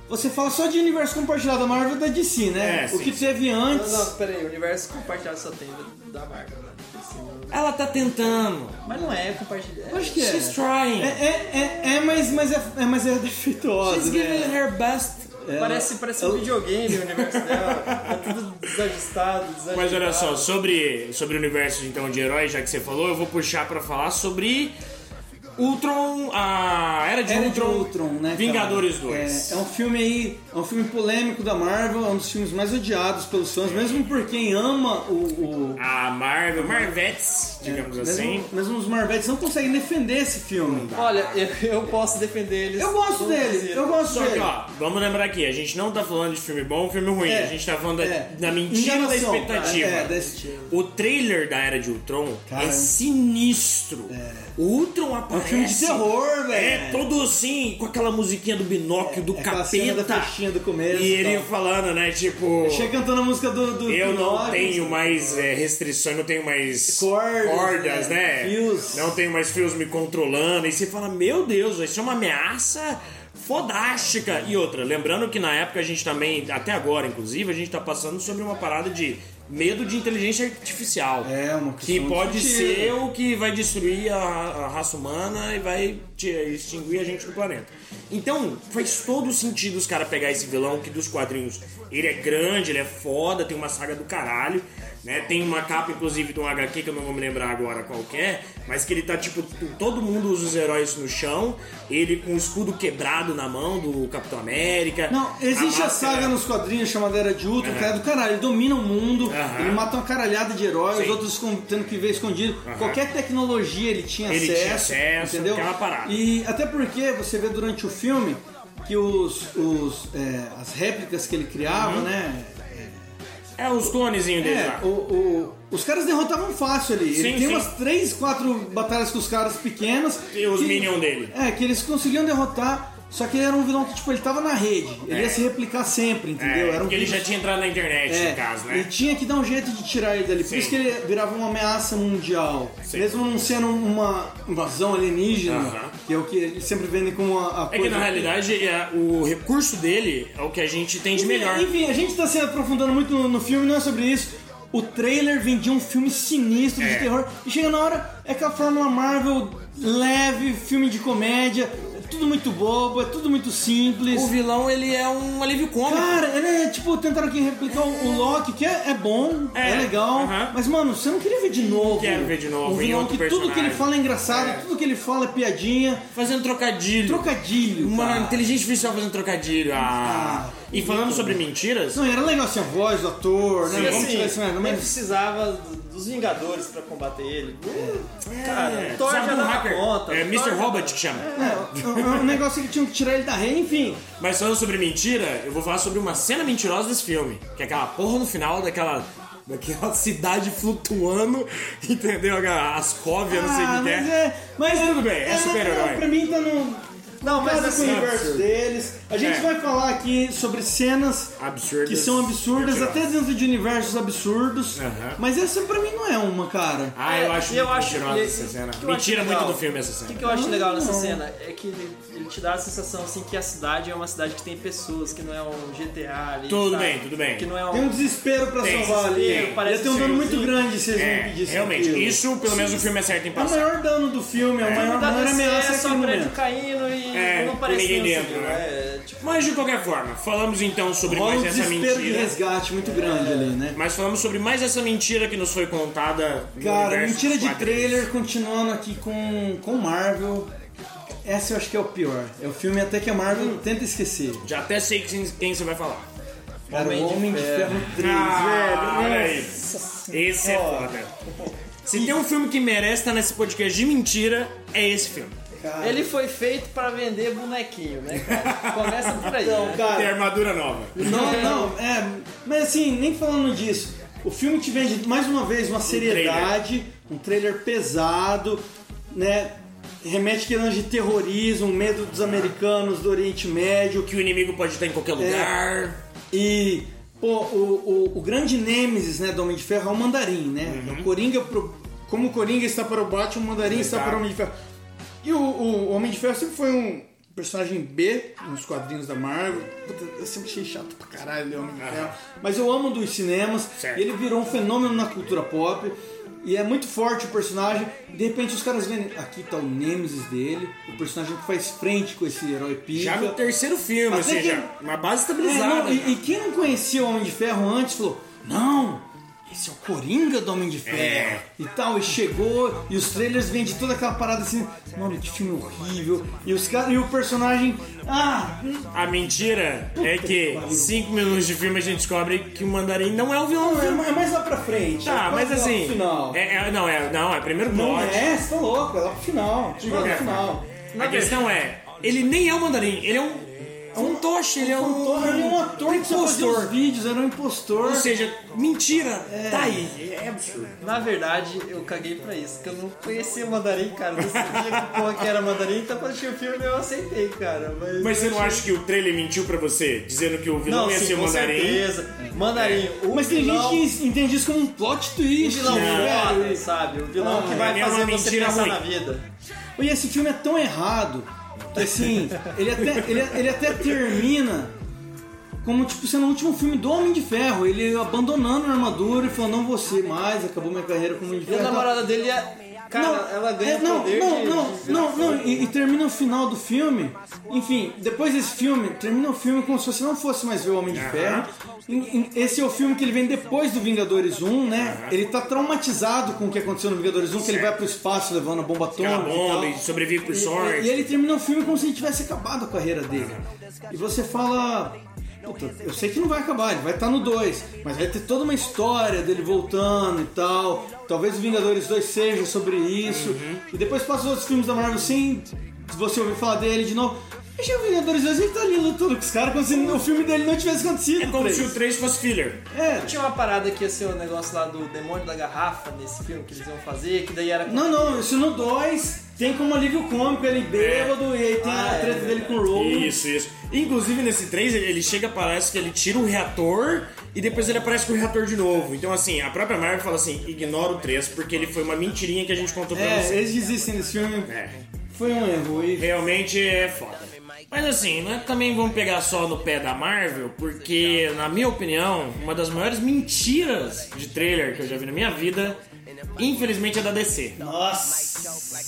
Speaker 3: você fala só de universo compartilhado, a Marvel da DC, né?
Speaker 4: É,
Speaker 3: o que
Speaker 4: sim.
Speaker 3: teve antes.
Speaker 6: Não, não, peraí, o universo compartilhado só tem da- da Marvel. né? Assim, não-
Speaker 4: Ela tá tentando.
Speaker 6: mas não é compartilhado.
Speaker 3: Acho que é.
Speaker 4: She's trying.
Speaker 3: É, é, é, é, mas, mas é, é, mas é defeituosa.
Speaker 4: She's
Speaker 3: né? É,
Speaker 4: giving her best.
Speaker 3: Ela-
Speaker 6: Parece, parece um videogame o universo dela. Tá tudo desajustado,
Speaker 3: é.
Speaker 6: desajustado.
Speaker 4: Mas olha só, sobre, sobre o universo então de heróis, já que você falou, eu vou puxar pra falar sobre Ultron, a Era de,
Speaker 3: Era de
Speaker 4: Ultron,
Speaker 3: Ultron, né? cara?
Speaker 4: Vingadores
Speaker 3: É,
Speaker 4: 2.
Speaker 3: é um filme aí, é um filme polêmico da Marvel, é um dos filmes mais odiados pelos fãs, mesmo por quem ama o. o-
Speaker 4: A Marvel, Marvettes, digamos assim.
Speaker 3: mesmo, mesmo os Marvettes não conseguem defender esse filme.
Speaker 6: Olha, eu, eu posso defender eles.
Speaker 3: Eu gosto
Speaker 6: Não
Speaker 3: dele,
Speaker 6: preciso.
Speaker 3: eu gosto
Speaker 4: Só que,
Speaker 3: dele.
Speaker 4: ó, vamos lembrar aqui, a gente não tá falando de filme bom ou filme ruim,
Speaker 3: É,
Speaker 4: a gente tá falando da,
Speaker 3: é.
Speaker 4: da mentira da
Speaker 3: Enganação, cara.
Speaker 4: expectativa.
Speaker 3: É, da expectativa.
Speaker 4: O trailer da Era de Ultron
Speaker 3: Cara,
Speaker 4: é sinistro. O Ultron
Speaker 3: É um
Speaker 4: aparece...
Speaker 3: filme de terror, velho.
Speaker 4: É, todo assim, com aquela musiquinha do binóquio, do
Speaker 3: é aquela cena
Speaker 4: capeta.
Speaker 3: da festinha do começo
Speaker 4: E
Speaker 3: e
Speaker 4: ele
Speaker 3: tal. É
Speaker 4: falando, né, tipo...
Speaker 3: Chega cantando a música do. assim. do
Speaker 4: Eu
Speaker 3: do
Speaker 4: não
Speaker 3: Norris.
Speaker 4: tenho mais é, restrições, não tenho mais
Speaker 3: Cordas,
Speaker 4: cordas,
Speaker 3: né?
Speaker 4: né?
Speaker 3: Fios.
Speaker 4: Não tenho mais fios me controlando. E você fala, meu Deus, isso é uma ameaça fodástica. E outra, lembrando que na época a gente também, até agora inclusive, a gente tá passando sobre uma parada de medo de inteligência artificial.
Speaker 3: É, uma
Speaker 4: Que
Speaker 3: questão
Speaker 4: pode
Speaker 3: de-
Speaker 4: ser É o que vai destruir a, a raça humana e vai te- extinguir a gente do planeta. Então, faz todo sentido os caras pegar esse vilão que dos quadrinhos ele é grande, ele é foda, tem uma saga do caralho, né? Tem uma capa, inclusive, de um HQ que eu não vou me lembrar agora qual que é, mas que ele tá, tipo, t- todo mundo usa os heróis no chão, ele com o escudo quebrado na mão do Capitão América.
Speaker 3: Não, existe a,
Speaker 4: máscara-
Speaker 3: saga nos quadrinhos chamada Era de Ultron, que é do caralho. Ele domina o mundo,
Speaker 4: Aham.
Speaker 3: ele mata uma caralhada de heróis, os
Speaker 4: Sim.
Speaker 3: outros escon- tendo que ver escondido.
Speaker 4: Aham.
Speaker 3: Qualquer tecnologia ele tinha
Speaker 4: Ele
Speaker 3: acesso.
Speaker 4: tinha acesso,
Speaker 3: entendeu?
Speaker 4: aquela parada.
Speaker 3: E até porque você vê durante o filme que os, os, é, as réplicas que ele
Speaker 4: Uhum.
Speaker 3: criava, né?
Speaker 4: É os clonezinhos dele lá.
Speaker 3: É, o, o- os caras derrotavam fácil ali. ele
Speaker 4: Sim,
Speaker 3: tem
Speaker 4: sim.
Speaker 3: umas 3, 4 batalhas com os caras pequenas.
Speaker 4: E os
Speaker 3: que-
Speaker 4: minion dele.
Speaker 3: É, que eles conseguiam derrotar. Só que ele era um vilão que, tipo, ele tava na rede. Ele
Speaker 4: É.
Speaker 3: ia se replicar sempre, entendeu?
Speaker 4: É,
Speaker 3: era um
Speaker 4: porque ele
Speaker 3: vírus
Speaker 4: já tinha entrado na internet,
Speaker 3: é,
Speaker 4: no caso,
Speaker 3: Ele
Speaker 4: né?
Speaker 3: tinha que dar um jeito de tirar ele dali. Por
Speaker 4: Sim.
Speaker 3: isso que ele virava uma ameaça mundial.
Speaker 4: Sim.
Speaker 3: Mesmo não sendo uma invasão alienígena,
Speaker 4: Aham.
Speaker 3: que é o que eles sempre vendem como a, a
Speaker 4: É que
Speaker 3: coisa
Speaker 4: na realidade é, o recurso dele é o que a gente tem de melhor.
Speaker 3: Enfim, a gente tá se aprofundando muito no, no filme, não é sobre isso. O trailer vendia um filme sinistro de
Speaker 4: É.
Speaker 3: terror. E chega na hora, é aquela fórmula Marvel leve, filme de comédia. É tudo muito bobo, é tudo muito simples.
Speaker 4: O vilão ele é um alívio cômico.
Speaker 3: Cara, ele é tipo, tentaram aqui replicar o o Loki, que é, é bom, é,
Speaker 4: É,
Speaker 3: legal,
Speaker 4: aham.
Speaker 3: mas mano, você não queria ver de novo.
Speaker 4: Quero ver de novo
Speaker 3: Um
Speaker 4: em
Speaker 3: vilão que
Speaker 4: outro
Speaker 3: tudo que ele
Speaker 4: personagem.
Speaker 3: fala é engraçado, tudo que ele fala é piadinha,
Speaker 4: Fazendo trocadilho.
Speaker 3: trocadilho.
Speaker 4: Uma
Speaker 6: Ah.
Speaker 3: cara.
Speaker 4: inteligência artificial fazendo trocadilho. Ah.
Speaker 3: Ah,
Speaker 4: e falando sobre mentiras,
Speaker 3: Não, e era legal assim, a voz do ator,
Speaker 6: E
Speaker 3: né?
Speaker 6: assim,
Speaker 3: Vamos tirar esse merda,
Speaker 6: nem
Speaker 3: mas-
Speaker 6: precisava do- dos Vingadores pra combater ele. Cara,
Speaker 4: é,
Speaker 6: o Thor
Speaker 4: sabe
Speaker 6: já
Speaker 4: um
Speaker 6: dava
Speaker 4: hacker?
Speaker 6: conta.
Speaker 4: É
Speaker 6: O
Speaker 4: Mr.
Speaker 6: Thor já
Speaker 4: Robot
Speaker 6: dava-
Speaker 4: que chama.
Speaker 3: É, o- o- o negócio é que tinham que tirar ele da rede, enfim.
Speaker 4: Mas falando sobre mentira, eu vou falar sobre uma cena mentirosa desse filme. Que é aquela porra no final daquela. Daquela cidade flutuando, entendeu? Aquela Ascovia, não sei o
Speaker 3: Ah,
Speaker 4: que que
Speaker 3: mas
Speaker 4: é.
Speaker 3: é. Mas
Speaker 4: tudo bem, é
Speaker 3: não,
Speaker 4: super-herói.
Speaker 3: não, Pra mim tá no.
Speaker 6: Não, mas
Speaker 3: casa com o
Speaker 6: assim,
Speaker 3: universo
Speaker 6: absurdo.
Speaker 3: deles. A gente
Speaker 4: É.
Speaker 3: vai falar aqui sobre cenas
Speaker 4: Absurdas.
Speaker 3: que são absurdas,
Speaker 4: mentirosas.
Speaker 3: até dentro de universos absurdos.
Speaker 4: Aham.
Speaker 3: Mas essa pra mim não é uma, cara.
Speaker 4: Ah, eu acho
Speaker 6: E eu
Speaker 4: muito
Speaker 6: acho-
Speaker 4: mentirosa
Speaker 6: e-
Speaker 4: essa cena.
Speaker 6: que eu acho
Speaker 4: Mentira muito
Speaker 6: legal.
Speaker 4: do filme essa
Speaker 6: O que,
Speaker 4: cena.
Speaker 6: que eu acho legal nessa
Speaker 3: Não.
Speaker 6: cena é que ele, ele te dá a sensação assim que a cidade é uma cidade que tem pessoas, que não é um GTA ali.
Speaker 4: Tudo
Speaker 6: sabe?
Speaker 4: bem, tudo bem.
Speaker 6: Que não é um.
Speaker 3: Tem um desespero pra
Speaker 4: Ah, Tem
Speaker 3: salvar ali.
Speaker 6: desespero,
Speaker 3: Ia
Speaker 6: parece
Speaker 3: ter um dano
Speaker 6: um
Speaker 3: muito
Speaker 6: senhorzinho.
Speaker 3: grande se eles não
Speaker 4: É,
Speaker 3: pedissem.
Speaker 4: realmente.
Speaker 3: aquilo.
Speaker 4: Isso, pelo menos, o filme acerta em
Speaker 3: É o
Speaker 4: passar.
Speaker 3: maior dano do filme, é o maior,
Speaker 6: Da
Speaker 3: maior ameaça
Speaker 6: DC é
Speaker 3: é aquele
Speaker 6: só prédio
Speaker 3: momento.
Speaker 6: caindo e
Speaker 4: assim É,
Speaker 6: não parece
Speaker 4: ninguém
Speaker 6: nenhum
Speaker 4: dentro, né?
Speaker 6: seguro. É, tipo,
Speaker 4: Mas de qualquer forma, falamos então sobre
Speaker 3: Rola um
Speaker 4: mais essa
Speaker 3: desespero de
Speaker 4: mentira. é
Speaker 3: resgate muito grande ali, né?
Speaker 4: Mas falamos sobre mais essa mentira que nos foi contada. no
Speaker 3: Cara,
Speaker 4: universo
Speaker 3: mentira
Speaker 4: dos
Speaker 3: de
Speaker 4: quadrinhos.
Speaker 3: trailer, continuando aqui com, com Marvel. Essa eu acho que é o pior. É o filme até que a
Speaker 4: Hum.
Speaker 3: Marvel tenta esquecer.
Speaker 4: Já até sei quem, quem você vai falar.
Speaker 3: Cara,
Speaker 6: Homem
Speaker 3: o
Speaker 6: de
Speaker 3: Homem de
Speaker 6: Ferro.
Speaker 3: Ferro 3,
Speaker 4: Ah,
Speaker 3: velho.
Speaker 4: olha aí. Esse é foda. Se tem um filme que merece estar nesse podcast de mentira, é esse filme.
Speaker 3: Cara,
Speaker 6: Ele foi feito pra vender bonequinho, né, cara? Começa por aí. né?
Speaker 3: cara,
Speaker 4: Tem armadura nova.
Speaker 3: Não, não, é. Mas assim, nem falando disso, o filme te vende mais uma vez uma seriedade, um trailer, pesado, né? Remete querendo de terrorismo, medo dos americanos, do Oriente Médio.
Speaker 4: Que o inimigo pode estar em
Speaker 3: É.
Speaker 4: qualquer lugar.
Speaker 3: E, pô, o, o, o grande nêmesis né, do Homem de Ferro é o Mandarim, né?
Speaker 4: Uhum.
Speaker 3: O Coringa, pro- como o Coringa está para o Batman, o Mandarim está
Speaker 4: Exato.
Speaker 3: para o Homem de Ferro. E o, o Homem de Ferro sempre foi um personagem B nos quadrinhos da Marvel. Puta, eu sempre achei chato pra caralho ele é o Homem de Ferro. Mas eu amo dos cinemas.
Speaker 4: Certo.
Speaker 3: E ele virou um fenômeno na cultura pop. E é muito forte o personagem. De repente os caras vêm. Aqui tá o Nemesis dele, o personagem que faz frente com esse herói pica.
Speaker 4: Já no terceiro filme, ou
Speaker 3: Até
Speaker 4: seja,
Speaker 3: que-
Speaker 4: uma base
Speaker 3: É,
Speaker 4: estabilizada.
Speaker 3: não, e, e quem não conhecia o Homem de Ferro antes falou: não, esse é o Coringa do Homem de Ferro.
Speaker 4: É.
Speaker 3: E tal, e chegou, e os trailers vêm de toda aquela parada assim, mano, que filme horrível. E os caras, e o personagem, ah,
Speaker 4: A mentira é que cinco minutos de filme a gente descobre que o Mandarim não é o vilão do
Speaker 3: é
Speaker 4: filme.
Speaker 3: ma- é mais lá pra frente. é
Speaker 4: Tá,
Speaker 3: quase
Speaker 4: mas
Speaker 3: lá pro
Speaker 4: assim.
Speaker 3: Final.
Speaker 4: É, é- não, é, não, é primeiro
Speaker 3: Não
Speaker 4: plot.
Speaker 3: é, você tá louco, é lá pro final. Chega lá
Speaker 4: qualquer
Speaker 3: pro final.
Speaker 4: A questão é, ele nem é o Mandarim, ele é um fantoche, ele é um.
Speaker 3: Fantoche, ele é um ator que só fazia os vídeos, era um impostor.
Speaker 4: Ou seja, mentira, tá aí. É absurdo.
Speaker 6: Na verdade, eu caguei pra isso, porque eu não conhecia mandarim, cara. Eu não sabia que porra que era mandarim, então quando achei o filme eu aceitei, cara. Mas,
Speaker 4: Mas você não
Speaker 6: achei-
Speaker 4: acha que o trailer mentiu pra você, dizendo que o vilão
Speaker 6: Não,
Speaker 4: ia
Speaker 6: sim,
Speaker 4: ser o
Speaker 6: com
Speaker 4: Mandarim?
Speaker 6: certeza. Mandarim, o
Speaker 3: É. Mas tem
Speaker 6: vilão,
Speaker 3: gente que entende isso como um plot twist. né?
Speaker 6: O vilão
Speaker 3: velho.
Speaker 6: foda, sabe? O vilão que vai
Speaker 4: é uma
Speaker 6: fazer você
Speaker 4: mentira
Speaker 6: pensar
Speaker 4: ruim.
Speaker 6: na vida.
Speaker 3: E esse filme é tão errado que assim, ele até, ele, ele até termina como tipo sendo o último filme do Homem de Ferro, ele abandonando a armadura e falando, não vou ser mais, acabou minha carreira como Homem de
Speaker 6: E a
Speaker 3: Ferro.
Speaker 6: namorada dele é. Cara, ela ganha
Speaker 3: é, não,
Speaker 6: poder
Speaker 3: não,
Speaker 6: de-
Speaker 3: não,
Speaker 6: de-
Speaker 3: não, não, e, e termina o final do filme. Enfim, depois desse filme, termina o filme como se você não fosse mais ver o Homem de Ferro. Em- em- Esse é o filme que ele vem depois do Vingadores 1, né? Ele tá traumatizado com o que aconteceu no Vingadores 1, que ele vai pro espaço levando a bomba
Speaker 4: Aquela
Speaker 3: atômica. e tal.
Speaker 4: bomba e sobrevive por
Speaker 3: então. E-
Speaker 4: sorte.
Speaker 3: É, E, e ele termina o filme como se ele tivesse acabado a carreira dele. E você fala. Puta, eu sei que não vai acabar, ele vai estar no 2, mas vai ter toda uma história dele voltando e tal. Talvez o Vingadores 2 seja sobre isso.
Speaker 4: Uhum.
Speaker 3: E depois passa os outros filmes da Marvel sem você ouvir falar dele de novo. Mas o Vingadores 2 ele tá ali lutando com os caras como se o filme dele não tivesse acontecido.
Speaker 4: É como
Speaker 3: três.
Speaker 4: se o 3 fosse filler.
Speaker 3: É,
Speaker 6: Tinha uma parada que ia ser o negócio lá do demônio da garrafa nesse filme que eles iam fazer, que daí era.
Speaker 3: não, não, isso no 2 tem como alívio cômico,
Speaker 4: É.
Speaker 3: ele bêbado, e aí tem
Speaker 6: Ah,
Speaker 3: a
Speaker 6: é,
Speaker 3: treta
Speaker 6: é
Speaker 3: dele com o Logan.
Speaker 4: Isso, isso. Inclusive nesse 3 ele ele chega, parece que ele tira o reator e depois ele aparece com o reator de novo. Então, assim, a própria Marvel fala assim: ignora o 3 porque ele foi uma mentirinha que a gente contou pra
Speaker 3: É,
Speaker 4: você.
Speaker 3: eles desistem desse filme.
Speaker 4: É.
Speaker 3: Foi um erro. E...
Speaker 4: Realmente é foda. Mas assim, não é que também vamos pegar só no pé da Marvel, porque, na minha opinião, uma das maiores mentiras de trailer que eu já vi na minha vida, infelizmente, é da DC.
Speaker 3: Nossa!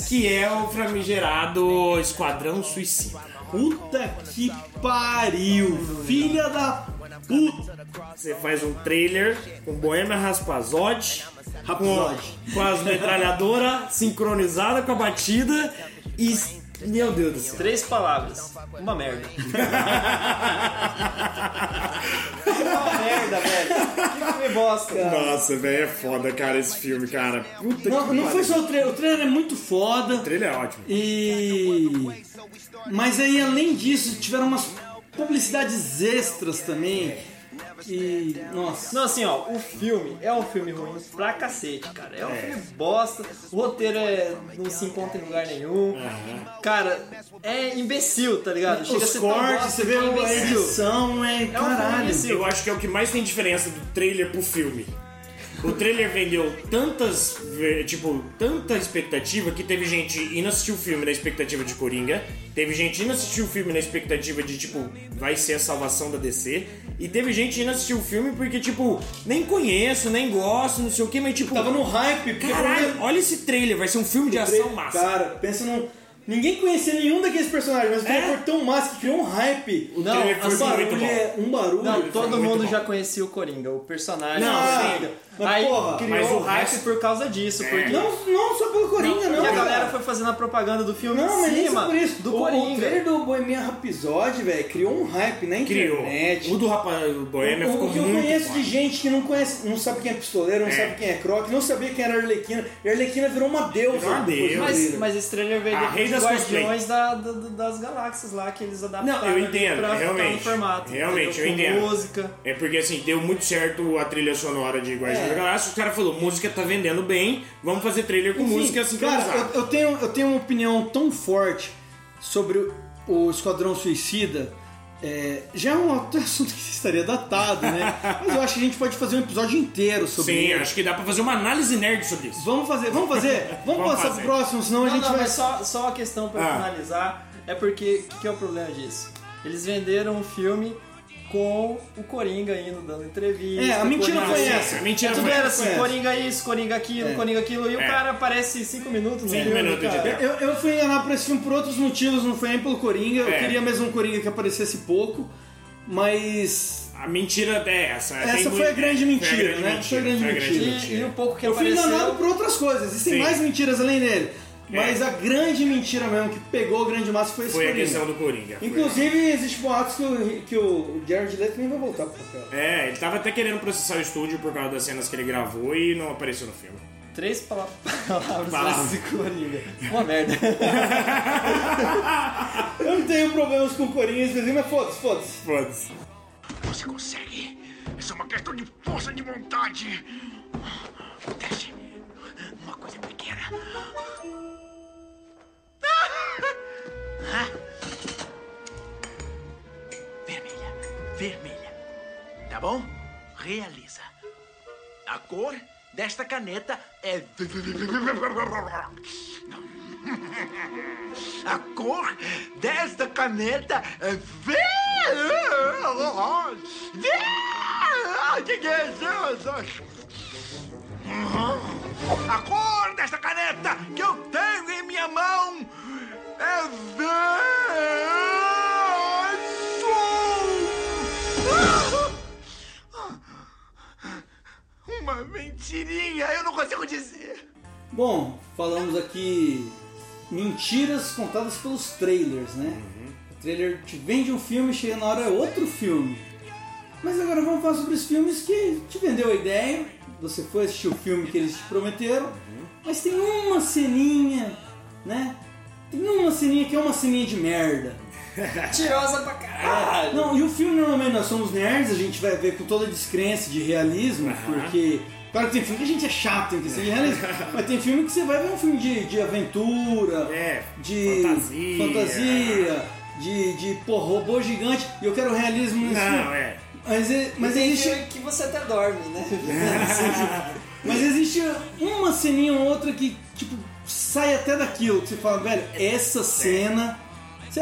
Speaker 4: Que é o famigerado Esquadrão Suicida.
Speaker 3: Puta que pariu! Filha da puta!
Speaker 4: Você faz um trailer com Bohemian Raspazote,
Speaker 3: Rapazode.
Speaker 4: com as metralhadoras sincronizada com a batida e. Meu Deus do céu.
Speaker 6: Três palavras. Uma merda. Uma merda, velho. Que filme bosta, cara.
Speaker 4: Nossa, velho, é foda, cara, esse filme, cara. Puta
Speaker 3: Não, não foi só o trailer, o trailer é muito foda
Speaker 4: O trailer é ótimo.
Speaker 3: e. Mas aí além disso, tiveram umas publicidades extras também. E. Nossa.
Speaker 6: Não, assim, ó, o filme é um filme ruim pra cacete, cara. É um filme bosta, o roteiro é, não se encontra em lugar nenhum. Cara, é imbecil, tá ligado? Chega a
Speaker 3: Os
Speaker 6: ser tão bosta
Speaker 3: cortes, você vê
Speaker 4: um
Speaker 6: que é
Speaker 3: a
Speaker 6: imbecil.
Speaker 3: edição, é.
Speaker 6: É um filme
Speaker 3: Caralho.
Speaker 6: imbecil.
Speaker 4: Eu acho que é o que mais tem diferença do trailer pro filme. O trailer vendeu tantas, eh, tipo, tanta expectativa que teve gente indo assistir o filme na expectativa de Coringa, teve gente indo assistir o filme na expectativa de, tipo, vai ser a salvação da DC, e teve gente indo assistir o filme porque, tipo, nem conheço, nem gosto, não sei o que, mas, tipo,
Speaker 3: Tava no hype, porque
Speaker 4: caralho, olha esse trailer, vai ser um filme de ação massa.
Speaker 3: Cara, pensa num. Ninguém conhecia nenhum daqueles personagens, mas o trailer
Speaker 4: É?
Speaker 3: foi tão massa que criou um hype.
Speaker 4: Não, trailer foi
Speaker 3: um barulho,
Speaker 4: muito bom.
Speaker 3: é- um barulho.
Speaker 6: Não, todo
Speaker 4: foi muito
Speaker 6: mundo
Speaker 4: bom.
Speaker 6: já conhecia o Coringa, o personagem.
Speaker 3: Não,
Speaker 6: do
Speaker 3: sim.
Speaker 6: Coringa.
Speaker 3: Mas,
Speaker 6: Aí
Speaker 3: porra,
Speaker 6: criou
Speaker 4: mas o
Speaker 6: o hype
Speaker 4: resto-
Speaker 6: por causa disso, porque
Speaker 3: Não, não só pelo Coringa, não.
Speaker 6: e a
Speaker 3: cara.
Speaker 6: galera foi fazendo a propaganda do filme
Speaker 3: Não, mas
Speaker 6: em
Speaker 3: nem
Speaker 6: cima
Speaker 3: só por isso.
Speaker 6: do
Speaker 3: o, O trailer
Speaker 6: Coringa.
Speaker 3: do Bohemian Rhapsody, velho, criou um hype na
Speaker 4: Criou.
Speaker 3: internet.
Speaker 4: O do rapaz do Boêmia
Speaker 3: O
Speaker 4: ficou
Speaker 3: que eu
Speaker 4: muito
Speaker 3: conheço
Speaker 4: foda.
Speaker 3: de gente que não conhece, não sabe quem é pistoleiro, não
Speaker 4: É.
Speaker 3: sabe quem é croc, não sabia quem era Arlequina. E a Arlequina virou uma deusa.
Speaker 4: Virou uma
Speaker 3: depois do
Speaker 4: deusa.
Speaker 3: trailer.
Speaker 6: Mas, mas esse trailer veio
Speaker 4: A
Speaker 6: depois
Speaker 4: rei
Speaker 6: dos
Speaker 4: das
Speaker 6: Guardiões da, da- da- das Galáxias lá, que eles adaptaram
Speaker 4: Não, eu entendo,
Speaker 3: tá
Speaker 6: pra ficar no
Speaker 4: realmente.
Speaker 6: formato.
Speaker 4: Realmente,
Speaker 6: entendeu?
Speaker 4: eu
Speaker 6: Com
Speaker 4: entendo.
Speaker 6: música.
Speaker 4: É porque assim, deu muito certo a trilha sonora de Guardiões
Speaker 3: É.
Speaker 4: da Galáxia. Os caras falaram, música tá vendendo bem, vamos fazer trailer com
Speaker 3: Enfim,
Speaker 4: música assim
Speaker 3: cara, eu, eu tenho, eu tenho uma opinião tão forte sobre o, o Esquadrão Suicida. É, já é um outro assunto que estaria datado, né? Mas eu acho que a gente pode fazer um episódio inteiro sobre
Speaker 4: Sim,
Speaker 3: ele.
Speaker 4: acho que dá pra fazer uma análise nerd sobre isso.
Speaker 3: Vamos fazer, vamos fazer? Vamos,
Speaker 4: Vamos
Speaker 3: passar
Speaker 4: fazer.
Speaker 3: pro próximo, senão a
Speaker 6: Não,
Speaker 3: gente
Speaker 6: não,
Speaker 3: vai.
Speaker 6: mas só, só a questão pra
Speaker 4: Ah.
Speaker 6: finalizar é porque o que, que é o problema disso? Eles venderam o filme com o Coringa indo dando entrevista.
Speaker 3: É, a mentira
Speaker 6: Coringa-
Speaker 3: foi
Speaker 4: Não,
Speaker 3: essa.
Speaker 4: sim, a mentira
Speaker 6: Tudo
Speaker 4: foi
Speaker 6: era
Speaker 4: essa.
Speaker 6: assim,
Speaker 3: Conhece.
Speaker 6: Coringa isso, Coringa aquilo,
Speaker 3: É.
Speaker 6: Coringa aquilo, e o
Speaker 4: É.
Speaker 6: cara aparece 5 minutos no
Speaker 4: Cinco
Speaker 6: filme,
Speaker 4: minutos de
Speaker 6: cara.
Speaker 4: tela.
Speaker 3: Eu, eu fui enganar pra esse filme por outros motivos, não foi nem pelo Coringa. Eu
Speaker 4: É.
Speaker 3: queria mesmo um Coringa que aparecesse pouco, mas.
Speaker 4: A mentira é essa. Tem
Speaker 3: Essa
Speaker 4: muito-
Speaker 3: foi a grande mentira,
Speaker 4: foi a grande
Speaker 3: né?
Speaker 4: mentira,
Speaker 3: Foi a grande
Speaker 6: E,
Speaker 3: mentira.
Speaker 6: e o pouco que
Speaker 3: Eu fui
Speaker 6: apareceu...
Speaker 3: enganado por outras coisas, existem
Speaker 4: Sim. É.
Speaker 3: mais mentiras além dele. Mas a grande mentira mesmo que pegou o grande massa foi esse
Speaker 4: Foi a
Speaker 3: Coringa.
Speaker 4: questão do Coringa. foi.
Speaker 3: Inclusive, existe boatos que o, que o Jared Leto nem vai voltar pro papel.
Speaker 4: É, ele tava até querendo processar o estúdio por causa das cenas que ele gravou e não apareceu no filme.
Speaker 6: Três pala- palavras
Speaker 4: Palavra.
Speaker 6: desse Coringa. Uma merda.
Speaker 3: Eu não tenho problemas com o Coringa, esse desenho, mas foda-se, foda-se.
Speaker 4: Foda-se.
Speaker 7: Você consegue. Isso é uma questão de força de vontade. Teste. Uma coisa pequena. Ah! Vermelha. Vermelha. Tá bom? Realiza. A cor desta caneta é. A cor desta caneta é verde. A cor desta caneta que eu tenho em minha mão é verde. Uma mentirinha, eu não consigo dizer.
Speaker 3: Bom, falamos aqui mentiras contadas pelos trailers, né? O trailer te vende um filme, chega na hora é outro filme. Mas agora vamos falar sobre os filmes que te vendeu a ideia, você foi assistir o filme que eles te prometeram, mas tem uma ceninha, né? Tem uma ceninha que é uma ceninha de merda.
Speaker 6: Tirosa pra caralho.
Speaker 3: Não, e o filme normalmente nós somos nerds, a gente vai ver com toda a descrença de realismo, porque. Claro que tem filme que a gente é chato em questão de realismo, mas tem filme que você vai ver um filme de, de aventura,
Speaker 4: É,
Speaker 3: de
Speaker 4: fantasia.
Speaker 3: fantasia, de, de pô, robô gigante, e eu quero realismo nesse
Speaker 4: Não,
Speaker 3: filme.
Speaker 4: é.
Speaker 3: Mas, é- mas
Speaker 6: Tem
Speaker 3: existe.
Speaker 6: filme que você até dorme, né?
Speaker 3: Mas existe uma ceninha ou outra que, tipo, sai até daquilo. Que você fala, velho,
Speaker 4: É.
Speaker 3: essa cena.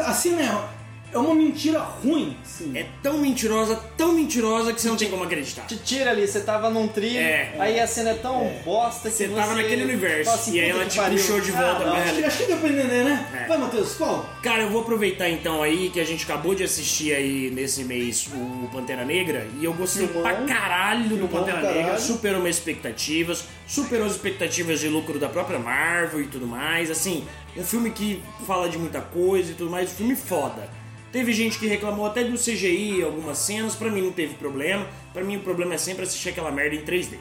Speaker 3: A cena é, é uma mentira ruim, assim.
Speaker 4: É tão mentirosa, tão mentirosa que você não tem como acreditar.
Speaker 6: Te tira ali, você tava num trilho,
Speaker 4: É.
Speaker 6: aí a cena é tão bosta que
Speaker 4: Você
Speaker 6: você...
Speaker 4: tava naquele universo,
Speaker 6: fala assim,
Speaker 4: e aí
Speaker 6: puta
Speaker 4: ela
Speaker 6: que
Speaker 4: te
Speaker 6: pariu.
Speaker 4: puxou de volta né?
Speaker 6: Ah, não.
Speaker 4: pra
Speaker 3: Então, Acho que, acho que deu pra entender, né?
Speaker 4: É.
Speaker 3: Vai, Matheus, qual?
Speaker 4: Cara, eu vou aproveitar então aí que a gente acabou de assistir aí nesse mês o Pantera Negra e eu gostei
Speaker 3: Filmão.
Speaker 4: pra caralho do
Speaker 3: Filmão,
Speaker 4: Pantera
Speaker 3: caralho.
Speaker 4: Negra, superou minhas expectativas, superou as expectativas de lucro da própria Marvel e tudo mais. Assim, um filme que fala de muita coisa e tudo mais, um filme foda. Teve gente que reclamou até do CGI, algumas cenas, pra mim não teve problema. Pra mim o problema é sempre assistir aquela merda em 3D.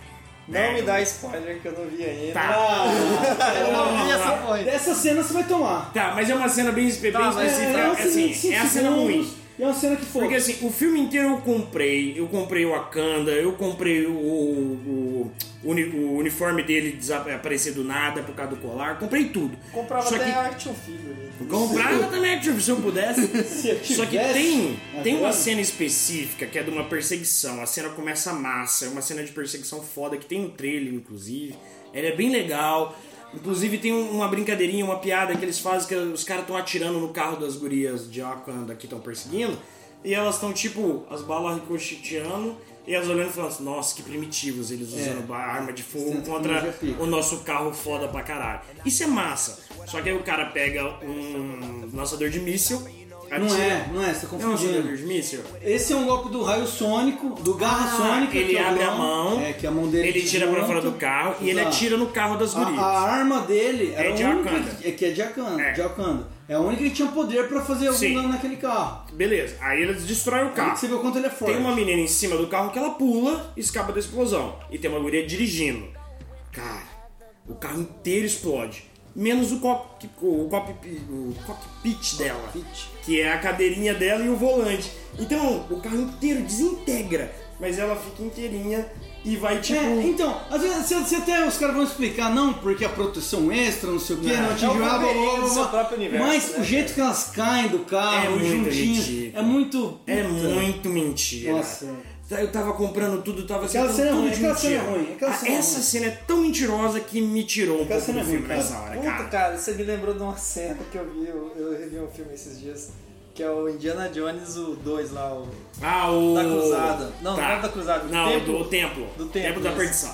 Speaker 6: Não me dá spoiler que eu não vi ainda.
Speaker 4: É.
Speaker 6: Ah,
Speaker 4: Tá,
Speaker 6: eu não vi essa porra.
Speaker 3: Dessa cena você vai tomar.
Speaker 4: tá, mas é uma cena bem, bem
Speaker 6: Tá, mas
Speaker 4: específica.
Speaker 3: uma
Speaker 4: assim,
Speaker 3: de um cinco
Speaker 4: é a cena
Speaker 3: segundos,
Speaker 4: ruim.
Speaker 3: E é uma cena que foi.
Speaker 4: Porque assim, o filme inteiro eu comprei. Eu comprei o Wakanda, eu comprei o, o, o uni- o uniforme dele desaparecer do nada por causa do colar. Comprei tudo.
Speaker 6: Comprava
Speaker 4: Só
Speaker 6: até
Speaker 4: que
Speaker 6: Action Figure.
Speaker 4: comprava também, tipo, se eu pudesse.
Speaker 3: Se
Speaker 4: Só que
Speaker 3: tivesse
Speaker 4: tem, tem uma
Speaker 3: agora-
Speaker 4: cena específica que é de uma perseguição. A cena começa massa, é uma cena de perseguição foda que tem um trailer, inclusive. Ela é bem legal. Inclusive tem um- uma brincadeirinha, uma piada que eles fazem que os caras estão atirando no carro das gurias de Wakanda que estão perseguindo. E elas estão tipo, as balas ricocheteando. E elas olhando e falando assim, nossa, que primitivos eles usando ba- arma de fogo
Speaker 3: É. Tecnologia é
Speaker 4: contra
Speaker 3: pica.
Speaker 4: o nosso carro foda pra caralho. Isso é massa. Só que aí o cara pega um lançador de míssil, atira...
Speaker 3: Não é, não é, você tá
Speaker 4: É um lançador
Speaker 3: confundindo.
Speaker 4: de míssil?
Speaker 3: Esse é um golpe do raio sônico, do garra
Speaker 4: Ah,
Speaker 3: sônica.
Speaker 4: ele
Speaker 3: que é o
Speaker 4: abre a
Speaker 3: Grom,
Speaker 4: mão,
Speaker 3: é, que a mão dele
Speaker 4: Ele tira pra fora
Speaker 3: desmonta.
Speaker 4: do carro e ele
Speaker 3: Exato. Ah,
Speaker 4: atira no carro das gurias.
Speaker 3: A, a arma dele era
Speaker 4: É de
Speaker 3: a única
Speaker 4: Wakanda.
Speaker 3: que, é, que é de Wakanda,
Speaker 4: É.
Speaker 3: de Wakanda. É a única que tinha poder pra fazer algum
Speaker 4: Sim.
Speaker 3: dano naquele carro.
Speaker 4: Beleza, aí eles destroem o
Speaker 3: Aí
Speaker 4: carro.
Speaker 3: que você vê o quanto ele é forte.
Speaker 4: Tem uma menina em cima do carro que ela pula e escapa da explosão. E tem uma guria dirigindo. Cara, o carro inteiro explode. Menos o, cock, o, cockpit- o cockpit dela. Que é a cadeirinha dela e o volante. Então, o carro inteiro desintegra. Mas ela fica inteirinha e vai tipo.
Speaker 3: É, então, às vezes se, se até os caras vão explicar, não, porque a proteção extra, não sei o que, não,
Speaker 6: Não,
Speaker 3: atingiu
Speaker 6: é o
Speaker 3: nada, blá, blá,
Speaker 6: conveniente do
Speaker 3: blá,
Speaker 6: seu
Speaker 3: blá.
Speaker 6: próprio universo,
Speaker 3: Mas
Speaker 6: né,
Speaker 3: o jeito que elas caem do
Speaker 4: É
Speaker 3: carro,
Speaker 4: muito
Speaker 3: juntinhos,
Speaker 4: ridículo.
Speaker 3: é muito.
Speaker 4: É
Speaker 3: puta.
Speaker 4: muito mentira. Tá,
Speaker 3: Nossa.
Speaker 4: Eu tava comprando tudo, tava
Speaker 3: Aquela
Speaker 4: sendo
Speaker 3: cena é
Speaker 4: tudo
Speaker 3: ruim,
Speaker 4: de
Speaker 3: aquela cena
Speaker 4: mentira.
Speaker 3: é ruim, aquela
Speaker 4: Ah,
Speaker 3: cena é
Speaker 4: Essa
Speaker 3: ruim.
Speaker 4: cena é tão mentirosa que me tirou um
Speaker 3: Aquela
Speaker 4: pouco
Speaker 3: cena
Speaker 4: do
Speaker 3: é ruim,
Speaker 4: filme
Speaker 3: cara.
Speaker 4: nessa hora,
Speaker 6: Puta,
Speaker 4: cara.
Speaker 6: cara, você me lembrou de uma cena que eu vi, eu, eu revi um filme esses dias, que é o Indiana Jones, o 2 lá, o
Speaker 4: Ah, o...
Speaker 6: Da Cruzada. Não,
Speaker 4: Tá.
Speaker 6: não é da Cruzada, do
Speaker 4: Não,
Speaker 6: Templo-
Speaker 4: do Templo.
Speaker 6: do Templo, né?
Speaker 4: Templo da
Speaker 6: isso.
Speaker 4: Perdição.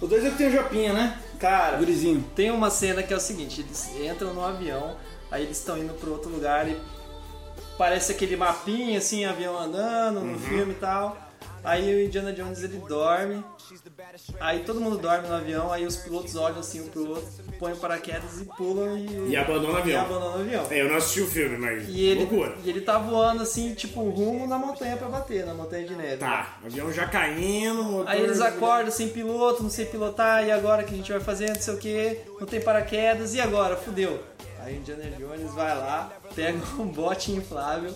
Speaker 3: O dois é que tem o Japinha, né?
Speaker 6: Cara,
Speaker 3: Gurizinho.
Speaker 6: tem uma cena que é o seguinte, eles entram no avião, aí eles estão indo para outro lugar e parece aquele mapinha assim, avião andando
Speaker 4: Uhum.
Speaker 6: no filme e tal. Aí o Indiana Jones ele dorme. Aí todo mundo dorme no avião, aí os pilotos olham assim um pro outro, põem paraquedas e pulam e,
Speaker 4: E abandona o
Speaker 6: e
Speaker 4: avião.
Speaker 6: abandonam o avião.
Speaker 4: É, eu não assisti o filme, mas
Speaker 6: E ele,
Speaker 4: loucura.
Speaker 6: e ele tá voando assim, tipo, rumo na montanha pra bater, na montanha de neve.
Speaker 4: Tá, o avião já caindo, motor...
Speaker 6: Aí eles acordam sem piloto, não sei pilotar, e agora o que a gente vai fazer, não sei o que, não tem paraquedas, e agora? Fudeu. Aí o Indiana Jones vai lá, pega um bote inflável,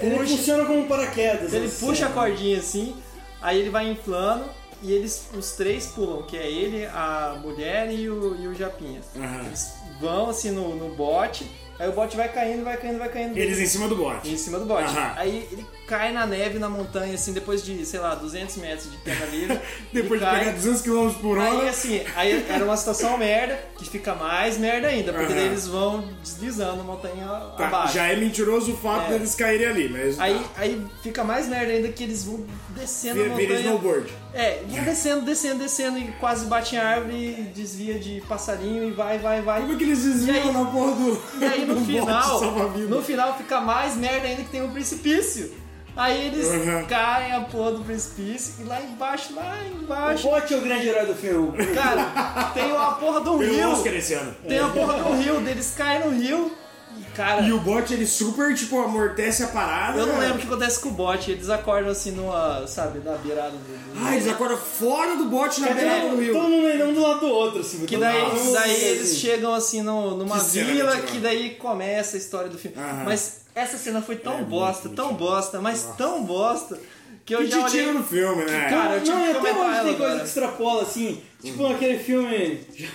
Speaker 3: Ele funciona como um paraquedas.
Speaker 6: ele
Speaker 3: assim.
Speaker 6: puxa a cordinha assim, aí ele vai inflando, e eles, os três pulam, que é ele, a mulher e o, e o Japinha.
Speaker 4: Aham.
Speaker 6: Eles vão assim no, no bote, aí o bote vai caindo, vai caindo, vai caindo.
Speaker 4: Eles em cima do bote.
Speaker 6: em cima do bote.
Speaker 4: Aham.
Speaker 6: Aí ele cai na neve, na montanha, assim, depois de, sei lá, 200 metros de queda livre.
Speaker 4: Depois de
Speaker 6: ele cai.
Speaker 4: pegar 200 km por hora...
Speaker 6: Aí assim, aí era uma situação merda, que fica mais merda ainda, porque
Speaker 4: Aham.
Speaker 6: daí eles vão deslizando a montanha
Speaker 4: tá,
Speaker 6: abaixo.
Speaker 4: já é mentiroso o fato
Speaker 6: É.
Speaker 4: deles caírem ali, mas... tá,
Speaker 6: Aí, aí fica mais merda ainda que eles vão descendo a
Speaker 4: Vira, vira
Speaker 6: montanha.
Speaker 4: snowboard.
Speaker 6: É, vão descendo, descendo, descendo e quase bate em árvore, desvia de passarinho e vai, vai, vai.
Speaker 4: Como é que eles desviam
Speaker 6: E aí-
Speaker 4: na porra do...
Speaker 6: E aí
Speaker 4: do
Speaker 6: no
Speaker 4: bote
Speaker 6: final,
Speaker 4: salva-vida?
Speaker 6: no final fica mais merda ainda que tem um precipício. Aí eles
Speaker 4: Uhum.
Speaker 6: caem a porra do precipício e lá embaixo, lá embaixo,
Speaker 3: O bote é o grande herói do filme.
Speaker 6: cara, tem uma porra de um
Speaker 4: Ganhou o
Speaker 6: rio.
Speaker 4: Oscar esse ano. É.
Speaker 6: Tem a porra do rio, deles caem no rio. E, cara,
Speaker 4: E o bot ele super, tipo, amortece a parada.
Speaker 6: eu não lembro o que acontece com o bot. Eles acordam assim numa, sabe, na beirada do. do-
Speaker 4: Ah, eles acordam fora do bote na
Speaker 3: Todo
Speaker 4: beirada do
Speaker 3: mundo-
Speaker 4: rio.
Speaker 3: Todo mundo andando um do lado do outro, assim.
Speaker 6: Que
Speaker 3: todo
Speaker 6: daí,
Speaker 3: mundo-
Speaker 6: daí eles chegam assim no- numa
Speaker 4: Ah, Que cena
Speaker 6: vila,
Speaker 4: mentirosa.
Speaker 6: que daí começa a história do filme.
Speaker 4: Aham. É
Speaker 6: Mas essa cena foi tão bosta, tão bosta, mas tão bosta, que eu
Speaker 4: E
Speaker 6: já
Speaker 4: te
Speaker 6: olhei.
Speaker 4: tira no filme, né?
Speaker 6: Cara, eu tive
Speaker 3: não,
Speaker 6: que
Speaker 3: até
Speaker 6: comentar
Speaker 3: hoje
Speaker 6: ela
Speaker 3: tem coisa
Speaker 6: agora. Uhum.
Speaker 3: que extrapola, assim. Tipo aquele filme. Já,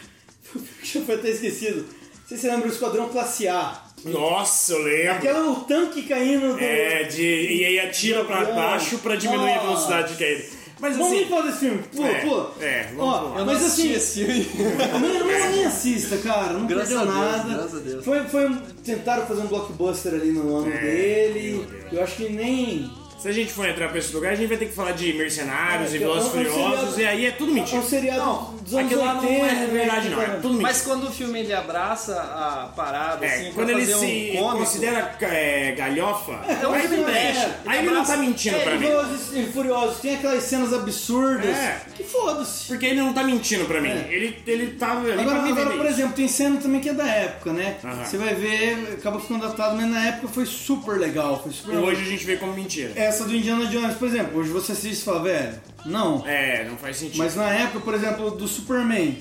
Speaker 3: já foi até esquecido. Não sei se você lembra o Esquadrão Classe A.
Speaker 4: Nossa, eu lembro.
Speaker 3: Aquela é o tanque caindo do.
Speaker 4: É, de, e aí atira pra
Speaker 3: Nossa.
Speaker 4: baixo pra diminuir a velocidade de caída. Mas
Speaker 3: Vamos
Speaker 4: assim,
Speaker 3: limpar desse filme. Pula,
Speaker 4: É,
Speaker 3: pula.
Speaker 4: é, vamos
Speaker 3: Ó,
Speaker 4: pular.
Speaker 6: Eu não
Speaker 3: Mas
Speaker 6: assisti
Speaker 3: assim,
Speaker 6: esse filme.
Speaker 3: nem, nem, nem assista, cara. Não
Speaker 6: Graças
Speaker 3: perdeu
Speaker 6: a Deus,
Speaker 3: nada.
Speaker 6: graças a Deus.
Speaker 3: Foi, foi um- tentaram fazer um blockbuster ali no ano
Speaker 4: É, meu
Speaker 3: dele.
Speaker 4: Deus.
Speaker 3: Eu acho que nem.
Speaker 4: se a gente for entrar pra esse lugar, a gente vai ter que falar de mercenários
Speaker 3: É,
Speaker 4: e
Speaker 3: que é
Speaker 4: Velozes
Speaker 3: um-
Speaker 4: e
Speaker 3: é um
Speaker 4: Furiosos,
Speaker 3: seriado-
Speaker 4: e aí é tudo
Speaker 3: É um
Speaker 4: mentira.
Speaker 3: seriado dos anos
Speaker 4: Aquilo lá
Speaker 3: 80.
Speaker 4: não é verdade, não. É
Speaker 3: né?
Speaker 4: tudo mentira.
Speaker 6: Mas quando o filme ele abraça a parada,
Speaker 4: É,
Speaker 6: assim, pra
Speaker 4: quando ele
Speaker 6: fazer
Speaker 4: se
Speaker 6: um cômico,
Speaker 4: considera é, galhofa,
Speaker 3: é um
Speaker 4: aí ele
Speaker 3: filme,
Speaker 4: mexe.
Speaker 3: é.
Speaker 4: Aí ele não tá mentindo pra
Speaker 3: É,
Speaker 4: mim.
Speaker 3: Velozes e Furiosos, tem aquelas cenas absurdas.
Speaker 4: É.
Speaker 3: Que foda-se.
Speaker 4: Porque ele não tá mentindo pra mim. Ele, ele tá ali pra
Speaker 3: É. Agora,
Speaker 4: me
Speaker 3: agora,
Speaker 4: vender
Speaker 3: por
Speaker 4: isso.
Speaker 3: exemplo, tem cena também que é da época, né?
Speaker 4: Aham.
Speaker 3: Você vai ver, acaba ficando datado, mas na época foi super legal. Foi super legal.
Speaker 4: Hoje a gente vê como mentira.
Speaker 3: Essa do Indiana Jones, por exemplo, hoje você assiste e fala, velho, não.
Speaker 4: É, não faz sentido.
Speaker 3: Mas na época, por exemplo, do Superman,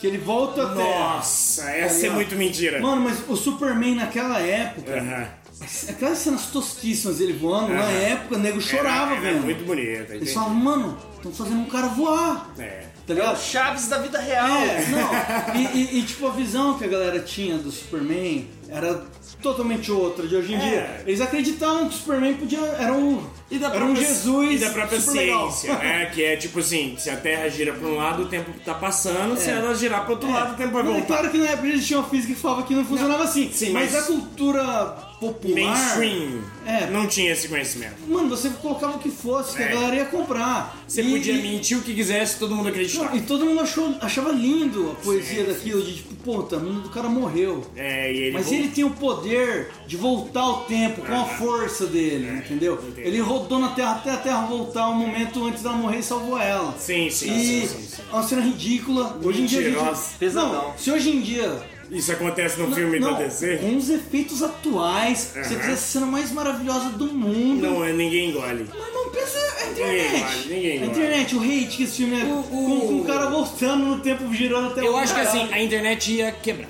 Speaker 3: que ele volta à Terra.
Speaker 4: Nossa, essa é
Speaker 3: Aliás,
Speaker 4: muito mentira.
Speaker 3: Mano, mas o Superman naquela época,
Speaker 4: Aham.
Speaker 3: aquelas cenas tosquíssimas ele voando, na
Speaker 4: É. Aham.
Speaker 3: época, o nego
Speaker 4: Era-
Speaker 3: chorava,
Speaker 4: era
Speaker 3: velho.
Speaker 4: É, muito bonito.
Speaker 3: Eles
Speaker 4: entendi.
Speaker 3: falavam, mano, estão fazendo um cara voar,
Speaker 4: É.
Speaker 3: tá ligado?
Speaker 6: Chaves da vida real.
Speaker 3: É, não. E, e- e, tipo, a visão que a galera tinha do Superman era totalmente outra de hoje em
Speaker 4: É.
Speaker 3: dia. Eles acreditavam que o Superman podia. Era um.
Speaker 9: E da
Speaker 3: era um
Speaker 9: própria-
Speaker 3: Jesus.
Speaker 4: E da própria
Speaker 3: super legal.
Speaker 4: ciência, né? Que é tipo assim, se a Terra gira pra um lado, o tempo tá passando, se ela girar pro outro lado, o tempo vai
Speaker 3: Não, é
Speaker 4: voltar.
Speaker 3: claro que na época eles tinham uma física que falava que não funcionava assim.
Speaker 4: sim,
Speaker 3: mas,
Speaker 4: mas-
Speaker 3: a cultura popular.
Speaker 4: Mainstream
Speaker 3: É.
Speaker 4: não tinha esse conhecimento.
Speaker 3: Mano, você colocava o que fosse, que
Speaker 4: É.
Speaker 3: a galera ia comprar.
Speaker 4: Você
Speaker 3: E-
Speaker 4: podia
Speaker 3: e-
Speaker 4: mentir o que quisesse, todo mundo
Speaker 3: Não,
Speaker 4: acreditava.
Speaker 3: e todo mundo achou, achava lindo a poesia daquilo, de tipo, puta, o cara morreu.
Speaker 4: É, e ele
Speaker 3: Mas
Speaker 4: vol-
Speaker 3: ele tem o poder de voltar o tempo com a força dele,
Speaker 4: É,
Speaker 3: entendeu?
Speaker 4: entendi.
Speaker 3: Ele rodou na Terra até a Terra voltar um momento antes dela morrer e salvou ela.
Speaker 4: Sim, sim,
Speaker 3: E
Speaker 4: sim, sim, sim.
Speaker 3: é uma cena ridícula. Hoje em dia. a gente-
Speaker 4: Mentirosa.
Speaker 6: Pesadão.
Speaker 3: Não, se hoje em dia.
Speaker 4: Isso acontece no
Speaker 3: Não,
Speaker 4: filme
Speaker 3: não,
Speaker 4: da DC?
Speaker 3: Com os efeitos atuais, se você
Speaker 4: Aham.
Speaker 3: quiser a cena mais maravilhosa do mundo.
Speaker 4: Não, é ninguém engole.
Speaker 3: Mas não pensa a
Speaker 4: Ninguém
Speaker 3: internet.
Speaker 4: vale, ninguém
Speaker 3: a
Speaker 4: vale.
Speaker 3: internet, o hate que esse filme é.
Speaker 4: O- o-
Speaker 3: Com, com o cara voltando no tempo, girando até
Speaker 4: Eu
Speaker 3: o
Speaker 4: acho que
Speaker 3: caralho.
Speaker 4: assim, a internet ia quebrar.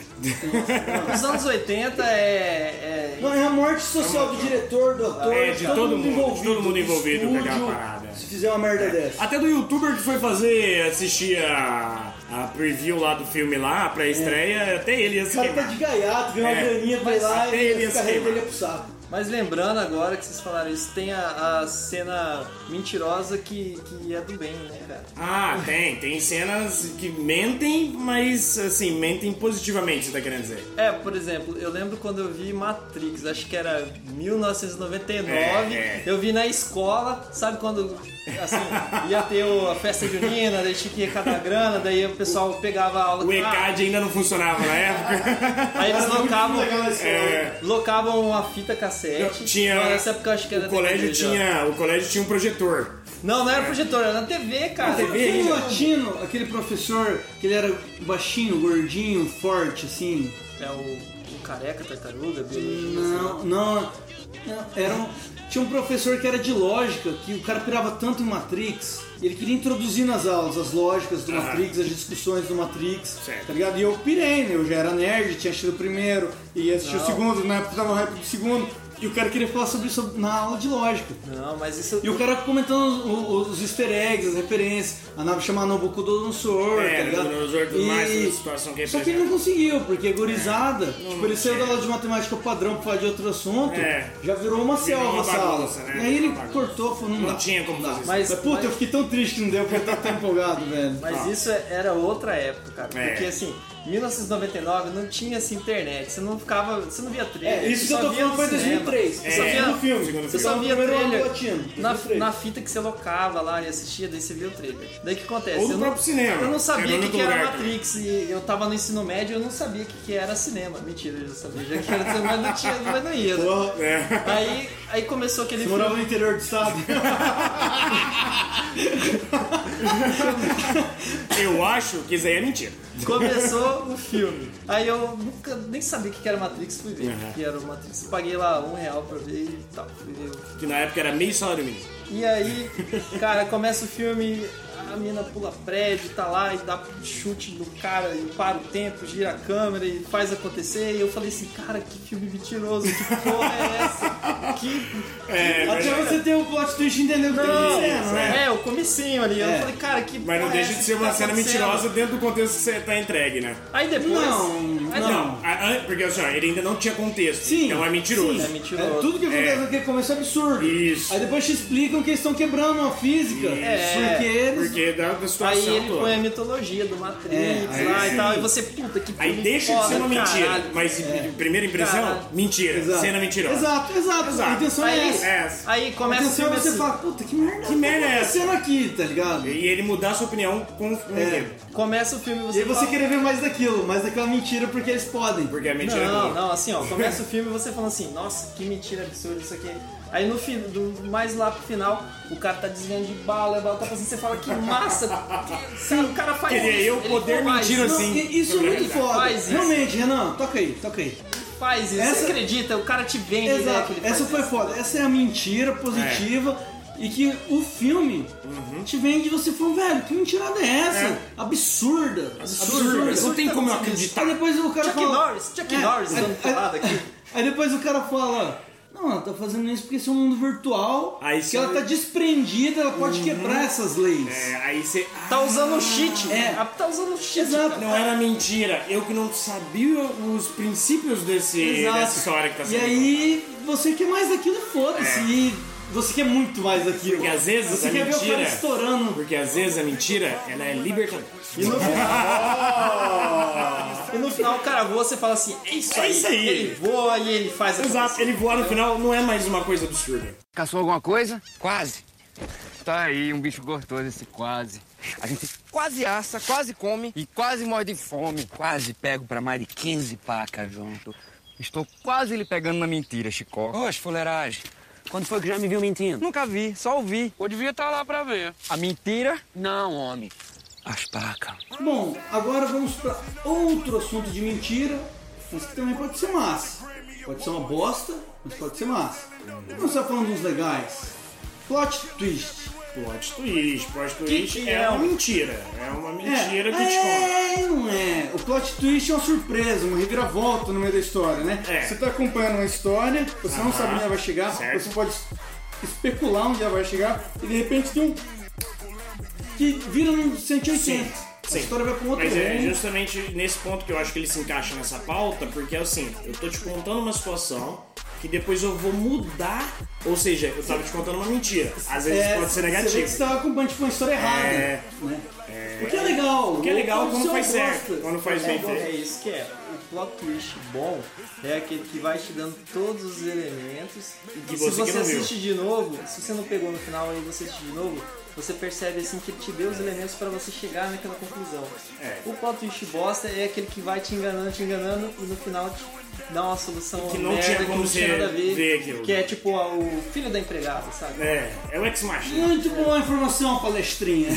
Speaker 6: Os anos 80 é. é-
Speaker 3: Não, é a morte social do diretor, do ator, tá
Speaker 4: É, de todo mundo, de todo mundo envolvido
Speaker 3: do
Speaker 4: com aquela
Speaker 3: estúdio,
Speaker 4: parada. É. Ah,
Speaker 3: Se fizer uma merda dessa.
Speaker 4: Até do youtuber que foi fazer, assistir a, a preview lá do filme lá, pra estreia, até ele ia
Speaker 3: O
Speaker 4: se
Speaker 3: cara tá
Speaker 4: queimar.
Speaker 3: de gaiato, ganhou
Speaker 4: É.
Speaker 3: uma graninha, vai lá
Speaker 4: Até ele
Speaker 3: e
Speaker 4: ia
Speaker 3: a
Speaker 4: se
Speaker 3: carreira
Speaker 4: queimar.
Speaker 3: dele é pro saco.
Speaker 6: Mas lembrando agora que vocês falaram isso, tem a, a cena mentirosa que, que é do bem, né, cara?
Speaker 4: Ah, tem. Tem cenas que mentem, mas assim, mentem positivamente, você tá querendo dizer.
Speaker 6: É, por exemplo, eu lembro quando eu vi Matrix, acho que era 1999,
Speaker 4: É, é.
Speaker 6: eu vi na escola, sabe quando assim, ia ter o- a festa junina, daí tinha que arrecadar grana, daí o pessoal pegava a aula.
Speaker 4: O
Speaker 6: ah,
Speaker 4: ECAD ainda não funcionava na época.
Speaker 6: aí eles locavam,
Speaker 4: É.
Speaker 6: locavam uma fita cassete.
Speaker 4: Tinha.
Speaker 6: Não, nessa época eu acho que era
Speaker 4: o colégio
Speaker 6: DVD Ah, já. tá
Speaker 4: tinha, o colégio tinha um projetor.
Speaker 6: Não, não era projetor, era na TV, cara.
Speaker 4: TV?
Speaker 3: Aquele
Speaker 4: Veja.
Speaker 3: latino, aquele professor que ele era baixinho, gordinho, forte, assim.
Speaker 6: É o, o careca, tartaruga, biologia.
Speaker 3: Não, não. não, Era um, tinha um professor que era de lógica, que o cara pirava tanto em Matrix, e ele queria introduzir nas aulas as lógicas do
Speaker 4: Aham.
Speaker 3: Matrix, as discussões do Matrix,
Speaker 4: Certo.
Speaker 3: tá ligado? E eu pirei, né? Eu já era nerd, tinha assistido o primeiro, e assisti o segundo, na época tava hype do segundo, e o cara queria falar sobre isso na aula de lógica.
Speaker 6: Não, mas isso.
Speaker 3: E o cara comentando os, os- os easter eggs, as referências, a nave chamada Nabucodonosor,
Speaker 4: É,
Speaker 3: tá ligado?
Speaker 4: Nabucodonosor, tudo mais, essa situação que é
Speaker 3: Só que ele não conseguiu, porque é gurizada, tipo, ele saiu da aula de matemática padrão pra falar de outro assunto,
Speaker 4: É.
Speaker 3: já virou uma
Speaker 4: Virou
Speaker 3: selva
Speaker 4: uma
Speaker 3: essa aula.
Speaker 4: bagunça, né?
Speaker 3: E aí ele
Speaker 4: Uma bagunça.
Speaker 3: cortou, falou, não,
Speaker 4: Não
Speaker 3: dá.
Speaker 4: tinha como fazer isso.
Speaker 3: Mas,
Speaker 6: Mas-
Speaker 3: puta,
Speaker 6: mas-
Speaker 3: eu fiquei tão triste que não deu, porque eu tava tão empolgado, velho.
Speaker 4: Tá.
Speaker 6: Mas isso era outra época, cara.
Speaker 4: É.
Speaker 6: Porque assim, 1999 não tinha essa internet, você não ficava. Você não via trailer.
Speaker 3: É, isso
Speaker 6: você
Speaker 3: que eu
Speaker 6: só
Speaker 3: tô
Speaker 6: via
Speaker 3: falando
Speaker 6: no
Speaker 3: foi em
Speaker 6: cinema.
Speaker 3: 2003.
Speaker 6: Você só
Speaker 4: É,
Speaker 6: via
Speaker 4: no filme, segundo
Speaker 6: Você
Speaker 4: filme.
Speaker 6: só via
Speaker 3: No primeiro
Speaker 6: trailer
Speaker 3: ano latino,
Speaker 6: na,
Speaker 3: 2003.
Speaker 6: na fita que você locava lá e assistia, daí você via o trailer. Daí o que acontece?
Speaker 4: Ou no
Speaker 6: eu não-
Speaker 4: próprio cinema.
Speaker 6: Eu não
Speaker 4: Era
Speaker 6: sabia o
Speaker 4: no
Speaker 6: que, que era
Speaker 4: lugar também.
Speaker 6: Matrix. E eu tava no ensino médio eu não sabia o que, que era cinema. Mentira, eu já sabia. Já que era cinema, mas não, tinha, mas não ia. né?
Speaker 4: É.
Speaker 6: Aí, aí começou aquele
Speaker 3: Eu
Speaker 6: filme.
Speaker 3: morava no interior do estado.
Speaker 4: Eu acho que isso aí é mentira.
Speaker 6: Começou o filme. Aí eu nunca nem sabia o que que era Matrix, fui ver o que que era o Matrix. Paguei lá um real pra ver e tal. Fui ver. o filme.
Speaker 4: Que na época era meio salário mínimo.
Speaker 6: E aí, cara, começa o filme, a mina pula prédio, tá lá e dá chute no cara e para o tempo, gira a câmera e faz acontecer. E eu falei assim, cara, que filme mentiroso, que porra é essa? Que.
Speaker 4: É, mas,
Speaker 3: Até você ter o plot twist e entender o que tá acontecendo, né?
Speaker 6: É, o comecinho ali.
Speaker 3: É.
Speaker 6: Eu falei, cara, que.
Speaker 4: mas não
Speaker 6: porra é
Speaker 4: deixa
Speaker 6: essa
Speaker 4: de
Speaker 6: que
Speaker 4: ser uma
Speaker 6: tá
Speaker 4: cena
Speaker 6: acontecendo?
Speaker 4: mentirosa dentro do contexto que você tá entregue, né?
Speaker 6: Aí depois.
Speaker 3: Não,
Speaker 6: aí
Speaker 3: não.
Speaker 4: A- a- Porque assim, ó, ele ainda não tinha contexto.
Speaker 3: Sim,
Speaker 4: Então é mentiroso.
Speaker 6: É mentiroso.
Speaker 3: É, tudo que acontece aqui começo é absurdo.
Speaker 4: Isso.
Speaker 3: Aí depois te explicam que eles estão quebrando a física.
Speaker 6: É.
Speaker 3: Porque eles.
Speaker 4: Porque da, da situação
Speaker 6: Aí ele
Speaker 4: toda.
Speaker 6: põe a mitologia do Matrix
Speaker 3: É, aí
Speaker 6: lá
Speaker 4: sim.
Speaker 6: e tal, e você, puta, que
Speaker 4: Aí
Speaker 6: filme
Speaker 4: deixa de ser
Speaker 6: foda,
Speaker 4: uma mentira.
Speaker 6: caralho. É.
Speaker 4: Mas em primeira impressão,
Speaker 6: Caralho.
Speaker 4: mentira.
Speaker 3: Exato.
Speaker 4: Cena mentirosa.
Speaker 3: Exato, exato.
Speaker 4: Exato.
Speaker 3: A intenção é
Speaker 6: Aí,
Speaker 3: essa.
Speaker 4: É essa.
Speaker 6: aí
Speaker 3: A
Speaker 6: começa o
Speaker 3: intenção
Speaker 6: filme
Speaker 3: é você
Speaker 6: assim,
Speaker 3: falar, puta, que merda.
Speaker 4: Que merda é essa?
Speaker 3: acontecendo aqui, tá ligado? E
Speaker 4: É, E ele mudar sua opinião com com o
Speaker 6: É.
Speaker 4: medo.
Speaker 6: começa o filme e você
Speaker 3: aí você
Speaker 6: fala,
Speaker 3: querer ver mais daquilo, mais daquela mentira, porque eles podem.
Speaker 4: Porque a mentira é
Speaker 6: Não,
Speaker 4: boa.
Speaker 6: não, assim, ó, começa o filme e você fala assim, nossa, que mentira absurda isso aqui. Aí no fim, do, mais lá pro final, o cara tá desviando de bala, a bala tá passando, você fala, que massa, que- cara, o cara faz
Speaker 4: Queria
Speaker 6: isso.
Speaker 4: eu
Speaker 6: ele
Speaker 4: poder
Speaker 6: faz
Speaker 4: mentir
Speaker 6: isso,
Speaker 3: Não,
Speaker 4: assim.
Speaker 3: e- isso é muito
Speaker 4: Verdade.
Speaker 3: foda.
Speaker 6: Faz isso.
Speaker 3: Realmente, Renan, toca aí, toca aí.
Speaker 6: Faz isso,
Speaker 3: Essa-
Speaker 6: você acredita, o cara te vende a ideia que
Speaker 3: Exato,
Speaker 6: ele faz
Speaker 3: essa foi
Speaker 6: isso.
Speaker 3: foda. Essa é a mentira positiva. E que o filme te vende e você fala, velho, que mentirada é essa?
Speaker 4: Uhum. É.
Speaker 3: Absurda.
Speaker 4: Absurdo. Não tem como eu acreditar.
Speaker 3: Aí depois o cara
Speaker 6: Chuck
Speaker 3: fala... É.
Speaker 6: Norris, Chuck Norris dando
Speaker 3: aí,
Speaker 6: porrada aqui.
Speaker 3: aí depois o cara fala... "Não, Não, ela tá fazendo isso porque esse é um mundo virtual.
Speaker 4: Aí Uhum.
Speaker 3: que
Speaker 4: você-
Speaker 3: ela tá desprendida, ela pode quebrar essas leis.
Speaker 4: É, aí você. Ah,
Speaker 6: Tá usando o cheat.
Speaker 3: É.
Speaker 6: Ah, Tá usando o cheat.
Speaker 3: Exato.
Speaker 6: cara.
Speaker 4: não era mentira. Eu que não sabia os princípios desse,
Speaker 3: Exato.
Speaker 4: É, dessa história que tá
Speaker 3: E
Speaker 4: sendo. É.
Speaker 3: aí, você quer mais daquilo, foda-se. E você quer muito mais daquilo.
Speaker 4: Porque às vezes
Speaker 3: você
Speaker 4: a
Speaker 3: quer ver o cara
Speaker 4: mentira-
Speaker 3: estourando.
Speaker 4: Porque às vezes a mentira, ela é libertadora.
Speaker 6: E no final o cara voa, você fala assim, é isso
Speaker 4: É
Speaker 6: aí.
Speaker 4: isso aí.
Speaker 6: Ele voa e ele faz a
Speaker 4: Exato, ele voar no final não é mais uma coisa absurda.
Speaker 10: Caçou alguma coisa? Quase. Tá aí, um bicho gostoso esse quase. A gente quase assa, quase come e quase morre de fome. Quase pego pra mais de 15 pacas junto. Estou quase lhe pegando na mentira, Chicó. Ô, fuleiragem. Quando foi que já me viu mentindo? Nunca vi, só ouvi. Eu devia estar lá pra ver. A mentira? Não, homem. As pacas.
Speaker 3: Bom, agora vamos pra outro assunto de mentira, mas que também pode ser massa. Pode ser uma bosta, mas pode ser massa. Vamos só falando dos legais. Plot twist.
Speaker 4: Plot twist. Plot twist
Speaker 6: que
Speaker 4: é,
Speaker 6: é
Speaker 4: uma
Speaker 6: um-
Speaker 4: mentira. É uma
Speaker 3: É,
Speaker 4: mentira que te conta.
Speaker 3: é, não é. O plot twist é uma surpresa, uma reviravolta no meio da história, né?
Speaker 4: É.
Speaker 3: Você tá acompanhando uma história, você não
Speaker 4: Aham,
Speaker 3: sabe onde ela vai chegar,
Speaker 4: certo.
Speaker 3: você pode especular onde ela vai chegar, e de repente tem um. que vira um 180.
Speaker 4: Sim.
Speaker 3: A história vai pra um outro
Speaker 4: Mas é
Speaker 3: rumo.
Speaker 4: justamente nesse ponto que eu acho que ele se encaixa nessa pauta, porque é assim, eu tô te contando uma situação que depois eu vou mudar, ou seja, eu tava te contando uma mentira. Às vezes
Speaker 3: É,
Speaker 4: pode ser
Speaker 3: Você vê que você
Speaker 4: negativo.
Speaker 3: tava acompanhando tipo, uma história errada.
Speaker 4: É.
Speaker 3: Né? o que é legal.
Speaker 4: O que é legal
Speaker 3: Ou
Speaker 4: quando
Speaker 3: você
Speaker 4: faz
Speaker 3: gosta.
Speaker 4: certo, quando faz
Speaker 6: É,
Speaker 4: bem
Speaker 6: bom, é
Speaker 4: feito.
Speaker 6: isso que é. O plot twist bom é aquele que vai te dando todos os elementos. E
Speaker 4: Que
Speaker 6: se
Speaker 4: você que
Speaker 6: você
Speaker 4: não viu.
Speaker 6: assiste de novo, se você não pegou no final e você assiste de novo, você percebe assim que ele te deu os elementos pra você chegar naquela conclusão.
Speaker 4: É.
Speaker 6: O plot twist bosta é aquele que vai te enganando, te enganando e no final te dá uma solução
Speaker 4: Que não
Speaker 6: merda,
Speaker 4: tinha
Speaker 6: que
Speaker 4: como
Speaker 6: não tinha
Speaker 4: você
Speaker 6: nada a ver,
Speaker 4: ver aquilo.
Speaker 6: que é tipo ó, o filho da empregada, sabe?
Speaker 4: É, é o ex-machina.
Speaker 3: Muito boa informação, palestrinha.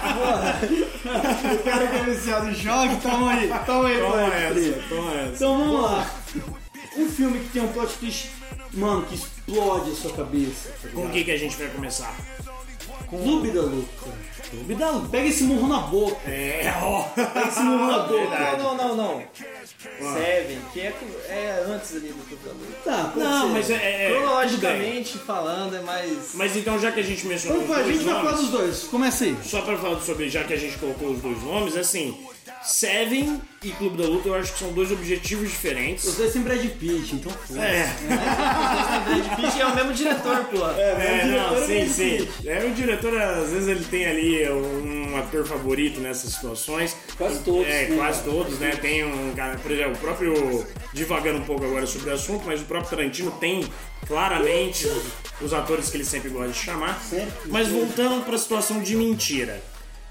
Speaker 3: Porra. o cara que é viciado em jogos, toma aí, toma aí,
Speaker 4: Toma Então é
Speaker 3: palestrinha.
Speaker 4: essa, toma essa.
Speaker 3: Então vamos lá. Um filme que tem um plot twist, mano, que explode a sua cabeça. tá
Speaker 4: Com o
Speaker 3: ligado?
Speaker 4: que, que a gente vai começar?
Speaker 3: Clube da Luta. Clube da Luta. Pega esse murro na boca.
Speaker 4: É, ó.
Speaker 3: Pega esse murro
Speaker 4: Ah,
Speaker 3: na boca.
Speaker 6: Não, não, não, não. Seven, que é, é antes ali do Clube da Luta.
Speaker 3: Tá, pode
Speaker 4: Não,
Speaker 3: ser.
Speaker 4: mas é- é. é, tudo bem.
Speaker 6: Cronologicamente falando, é mais.
Speaker 4: Mas então, já que a gente mencionou.
Speaker 3: Vamos falar, a
Speaker 4: dois
Speaker 3: gente vai falar
Speaker 4: nomes,
Speaker 3: dos dois. Começa aí.
Speaker 4: Só pra falar sobre, já que a gente colocou os dois nomes, assim, Seven e Clube da Luta eu acho que são dois objetivos
Speaker 3: Os
Speaker 4: diferentes.
Speaker 3: dois têm Brad Pitt, então foda.
Speaker 4: É,
Speaker 6: Brad Pitt é o mesmo diretor, pô.
Speaker 4: é,
Speaker 3: diretor
Speaker 4: não,
Speaker 3: é
Speaker 4: sim,
Speaker 3: Brad
Speaker 4: sim. É, o diretor, às vezes, ele tem ali um ator favorito nessas situações.
Speaker 3: Quase todos,
Speaker 4: É,
Speaker 3: né?
Speaker 4: quase todos, né? Tem um cara, por exemplo, o próprio. Divagando um pouco agora sobre o assunto, mas o próprio Tarantino tem claramente os atores que ele sempre gosta de chamar.
Speaker 3: Certo.
Speaker 4: Mas voltando pra situação de mentira.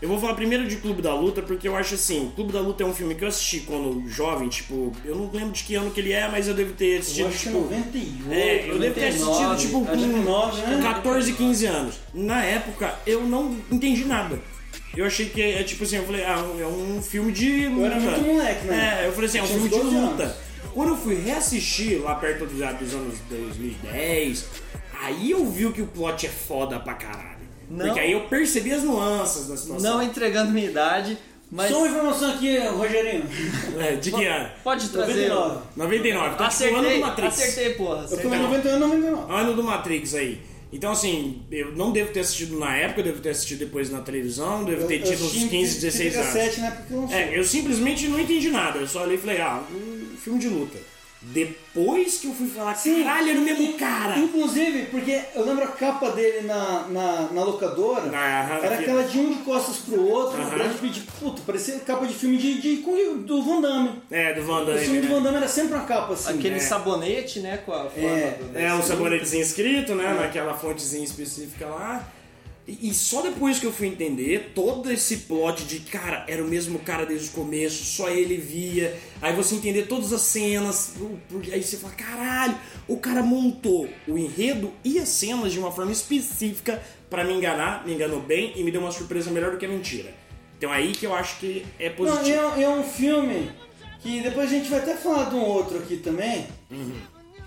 Speaker 4: Eu vou falar primeiro de Clube da Luta, porque eu acho assim, Clube da Luta é um filme que eu assisti quando jovem, tipo, eu não lembro de que ano que ele é, mas eu devo ter assistido,
Speaker 3: Eu acho que é
Speaker 4: tipo,
Speaker 3: 91.
Speaker 4: é, eu devo ter assistido,
Speaker 3: 99,
Speaker 4: tipo,
Speaker 3: acho que
Speaker 4: com
Speaker 3: 9, né?
Speaker 4: 14, 15 anos. Na época, eu não entendi nada. Eu achei que é tipo assim, eu falei, ah, é um filme de luta.
Speaker 3: era muito moleque, né?
Speaker 4: É, eu falei assim, é um
Speaker 3: Tinha
Speaker 4: filme
Speaker 3: uns
Speaker 4: de
Speaker 3: 12
Speaker 4: luta.
Speaker 3: anos.
Speaker 4: Quando eu fui reassistir lá perto dos, dos anos 2010, aí eu vi que o plot é foda pra caralho.
Speaker 6: Não.
Speaker 4: Porque aí eu percebi as nuances da situação.
Speaker 6: Não entregando minha idade, mas.
Speaker 3: Só uma informação aqui, Rogerinho.
Speaker 4: É, de que ano?
Speaker 6: Pode trazer.
Speaker 3: 99.
Speaker 4: 99. Então, tipo, ano do
Speaker 6: Acertei,
Speaker 4: Matrix.
Speaker 6: acertei, porra.
Speaker 3: um, Eu tô
Speaker 6: Acertei.
Speaker 3: em 91, 99.
Speaker 4: Ano do Matrix aí. Então, assim, eu não devo ter assistido na época, eu devo ter assistido depois na televisão, devo ter tido uns 15, 16 anos.
Speaker 3: 17 na época que lançou.
Speaker 4: É, eu simplesmente não entendi nada. Eu só olhei e falei, ah, um filme de luta. Depois que eu fui falar, caralho, era o mesmo cara.
Speaker 3: Inclusive, porque eu lembro a capa dele na, na, na locadora,
Speaker 4: Na- na-
Speaker 3: era
Speaker 4: na-
Speaker 3: aquela de um de costas pro outro,
Speaker 4: Aham.
Speaker 3: Brad Pitt, puta, parecia capa de filme de, de, com- do Van Damme.
Speaker 4: É, do Van
Speaker 3: O
Speaker 4: Damme.
Speaker 3: filme do
Speaker 4: né?
Speaker 3: Van Damme era sempre uma capa assim.
Speaker 6: Aquele
Speaker 3: É.
Speaker 6: sabonete, né? Com a forma
Speaker 3: É,
Speaker 6: do.
Speaker 4: É, um sabonetezinho escrito, né? Naquela fontezinha específica lá. E e só depois que eu fui entender todo esse plot de, cara, era o mesmo cara desde o começo, só ele via. Aí você entender todas as cenas, o- por- aí você fala, caralho, o cara montou o enredo e as cenas de uma forma específica pra me enganar, me enganou bem e me deu uma surpresa melhor do que a mentira. Então aí que eu acho que é
Speaker 3: Não, e
Speaker 4: positivo.
Speaker 3: é, e é um filme que depois a gente vai até falar de um
Speaker 4: Uhum.
Speaker 3: outro aqui também.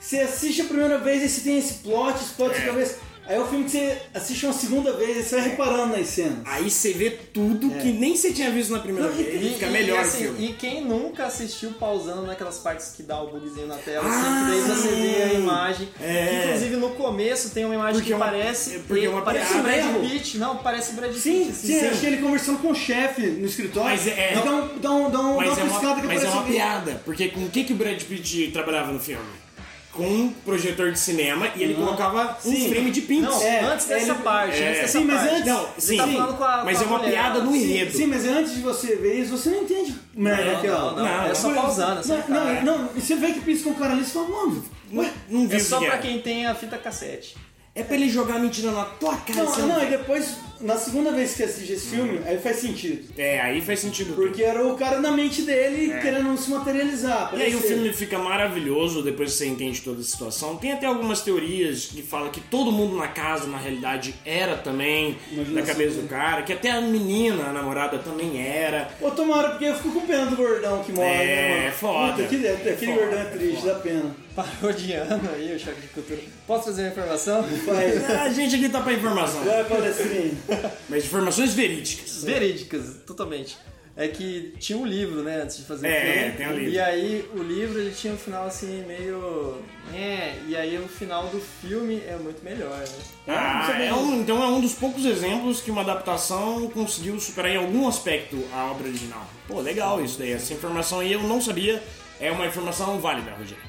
Speaker 3: Você assiste a primeira vez e você tem esse plot, esse plot de cabeça. Aí é o filme que você assiste uma segunda vez e você vai reparando nas cenas.
Speaker 4: Aí você vê tudo que nem você tinha visto na primeira
Speaker 6: Não,
Speaker 4: vez. E fica melhor
Speaker 6: e,
Speaker 4: o
Speaker 6: assim,
Speaker 4: filme.
Speaker 6: e quem nunca assistiu pausando naquelas partes que dá o bugzinho na tela,
Speaker 4: Ah,
Speaker 6: assim, que daí você vê a
Speaker 4: sim.
Speaker 6: imagem.
Speaker 4: É.
Speaker 6: Inclusive no começo tem uma imagem
Speaker 4: Porque é
Speaker 6: que
Speaker 4: uma-
Speaker 6: parece.
Speaker 4: é porque é uma
Speaker 6: parece o
Speaker 4: piada.
Speaker 6: Brad Pitt. Não, parece o Brad Pitt.
Speaker 3: Sim,
Speaker 6: assim,
Speaker 3: sim,
Speaker 4: sim.
Speaker 3: acho que ele conversando com o chefe no escritório.
Speaker 4: Mas é-
Speaker 3: E dá, um, dá, um, dá, um,
Speaker 4: Mas
Speaker 3: dá
Speaker 4: é
Speaker 3: uma piscada
Speaker 4: uma,
Speaker 3: que
Speaker 4: mas
Speaker 3: aparece
Speaker 4: é uma
Speaker 3: alguém.
Speaker 4: piada, porque com o que, que o Brad Pitt trabalhava no filme? Com um projetor de cinema e ele colocava um frame de pins.
Speaker 6: Não,
Speaker 3: É,
Speaker 6: antes dessa
Speaker 3: ele-
Speaker 6: parte.
Speaker 4: é.
Speaker 6: Antes dessa
Speaker 3: Sim, mas
Speaker 6: parte.
Speaker 3: antes-
Speaker 4: Não, sim,
Speaker 6: tá falando com a-
Speaker 4: mas
Speaker 6: com
Speaker 4: é
Speaker 6: a
Speaker 4: uma
Speaker 6: mulher,
Speaker 4: piada no
Speaker 6: sim,
Speaker 4: enredo.
Speaker 3: Sim, mas antes de você ver isso, você não entende. Merda
Speaker 6: Não,
Speaker 3: aquela.
Speaker 6: não, não,
Speaker 4: Não,
Speaker 6: é só
Speaker 4: não.
Speaker 6: pausando. assim,
Speaker 3: Não,
Speaker 6: cara.
Speaker 3: não, não, e você vê que pisca um cara ali e você fala, mano. ué.
Speaker 4: Não viu
Speaker 6: É
Speaker 4: o
Speaker 6: só
Speaker 4: que
Speaker 6: pra
Speaker 4: era.
Speaker 6: quem tem a fita cassete.
Speaker 4: É pra ele jogar mentira na tua cara. você
Speaker 3: Não,
Speaker 4: não- Hum.
Speaker 3: não, e depois, na segunda vez que assiste esse filme, aí faz sentido.
Speaker 4: É, aí faz sentido.
Speaker 3: Porque era o cara na mente dele querendo se materializar.
Speaker 4: É. E aí o
Speaker 3: aparecer.
Speaker 4: filme fica maravilhoso depois que você entende toda a situação. Tem até algumas teorias que falam que todo mundo na casa, na realidade, era também
Speaker 3: Imaginação,
Speaker 4: da cabeça do
Speaker 3: né?
Speaker 4: cara, que até a menina, a namorada, também era.
Speaker 3: Ô, tomara, porque eu fico com pena do gordão que morre,
Speaker 4: É,
Speaker 3: né, mano?
Speaker 4: é foda.
Speaker 3: Puta, que, aquele
Speaker 4: Foda,
Speaker 3: gordão é triste, dá pena.
Speaker 6: Parodiando aí o choque de cultura. Posso trazer uma informação?
Speaker 3: Vai,
Speaker 4: A gente aqui tá pra informação,
Speaker 3: vai, palestrinha.
Speaker 4: mas informações verídicas.
Speaker 6: verídicas, totalmente. É que tinha um livro, né, antes de fazer
Speaker 4: É,
Speaker 6: o filme.
Speaker 4: é, tem um livro.
Speaker 6: E aí o livro ele tinha um final assim meio. É, e aí o final do filme é muito melhor, né?
Speaker 4: Ah, é um- então é um dos poucos exemplos que uma adaptação conseguiu superar em algum aspecto a obra original. Pô, legal isso daí. Essa informação aí eu não sabia. É uma informação válida, Rogério.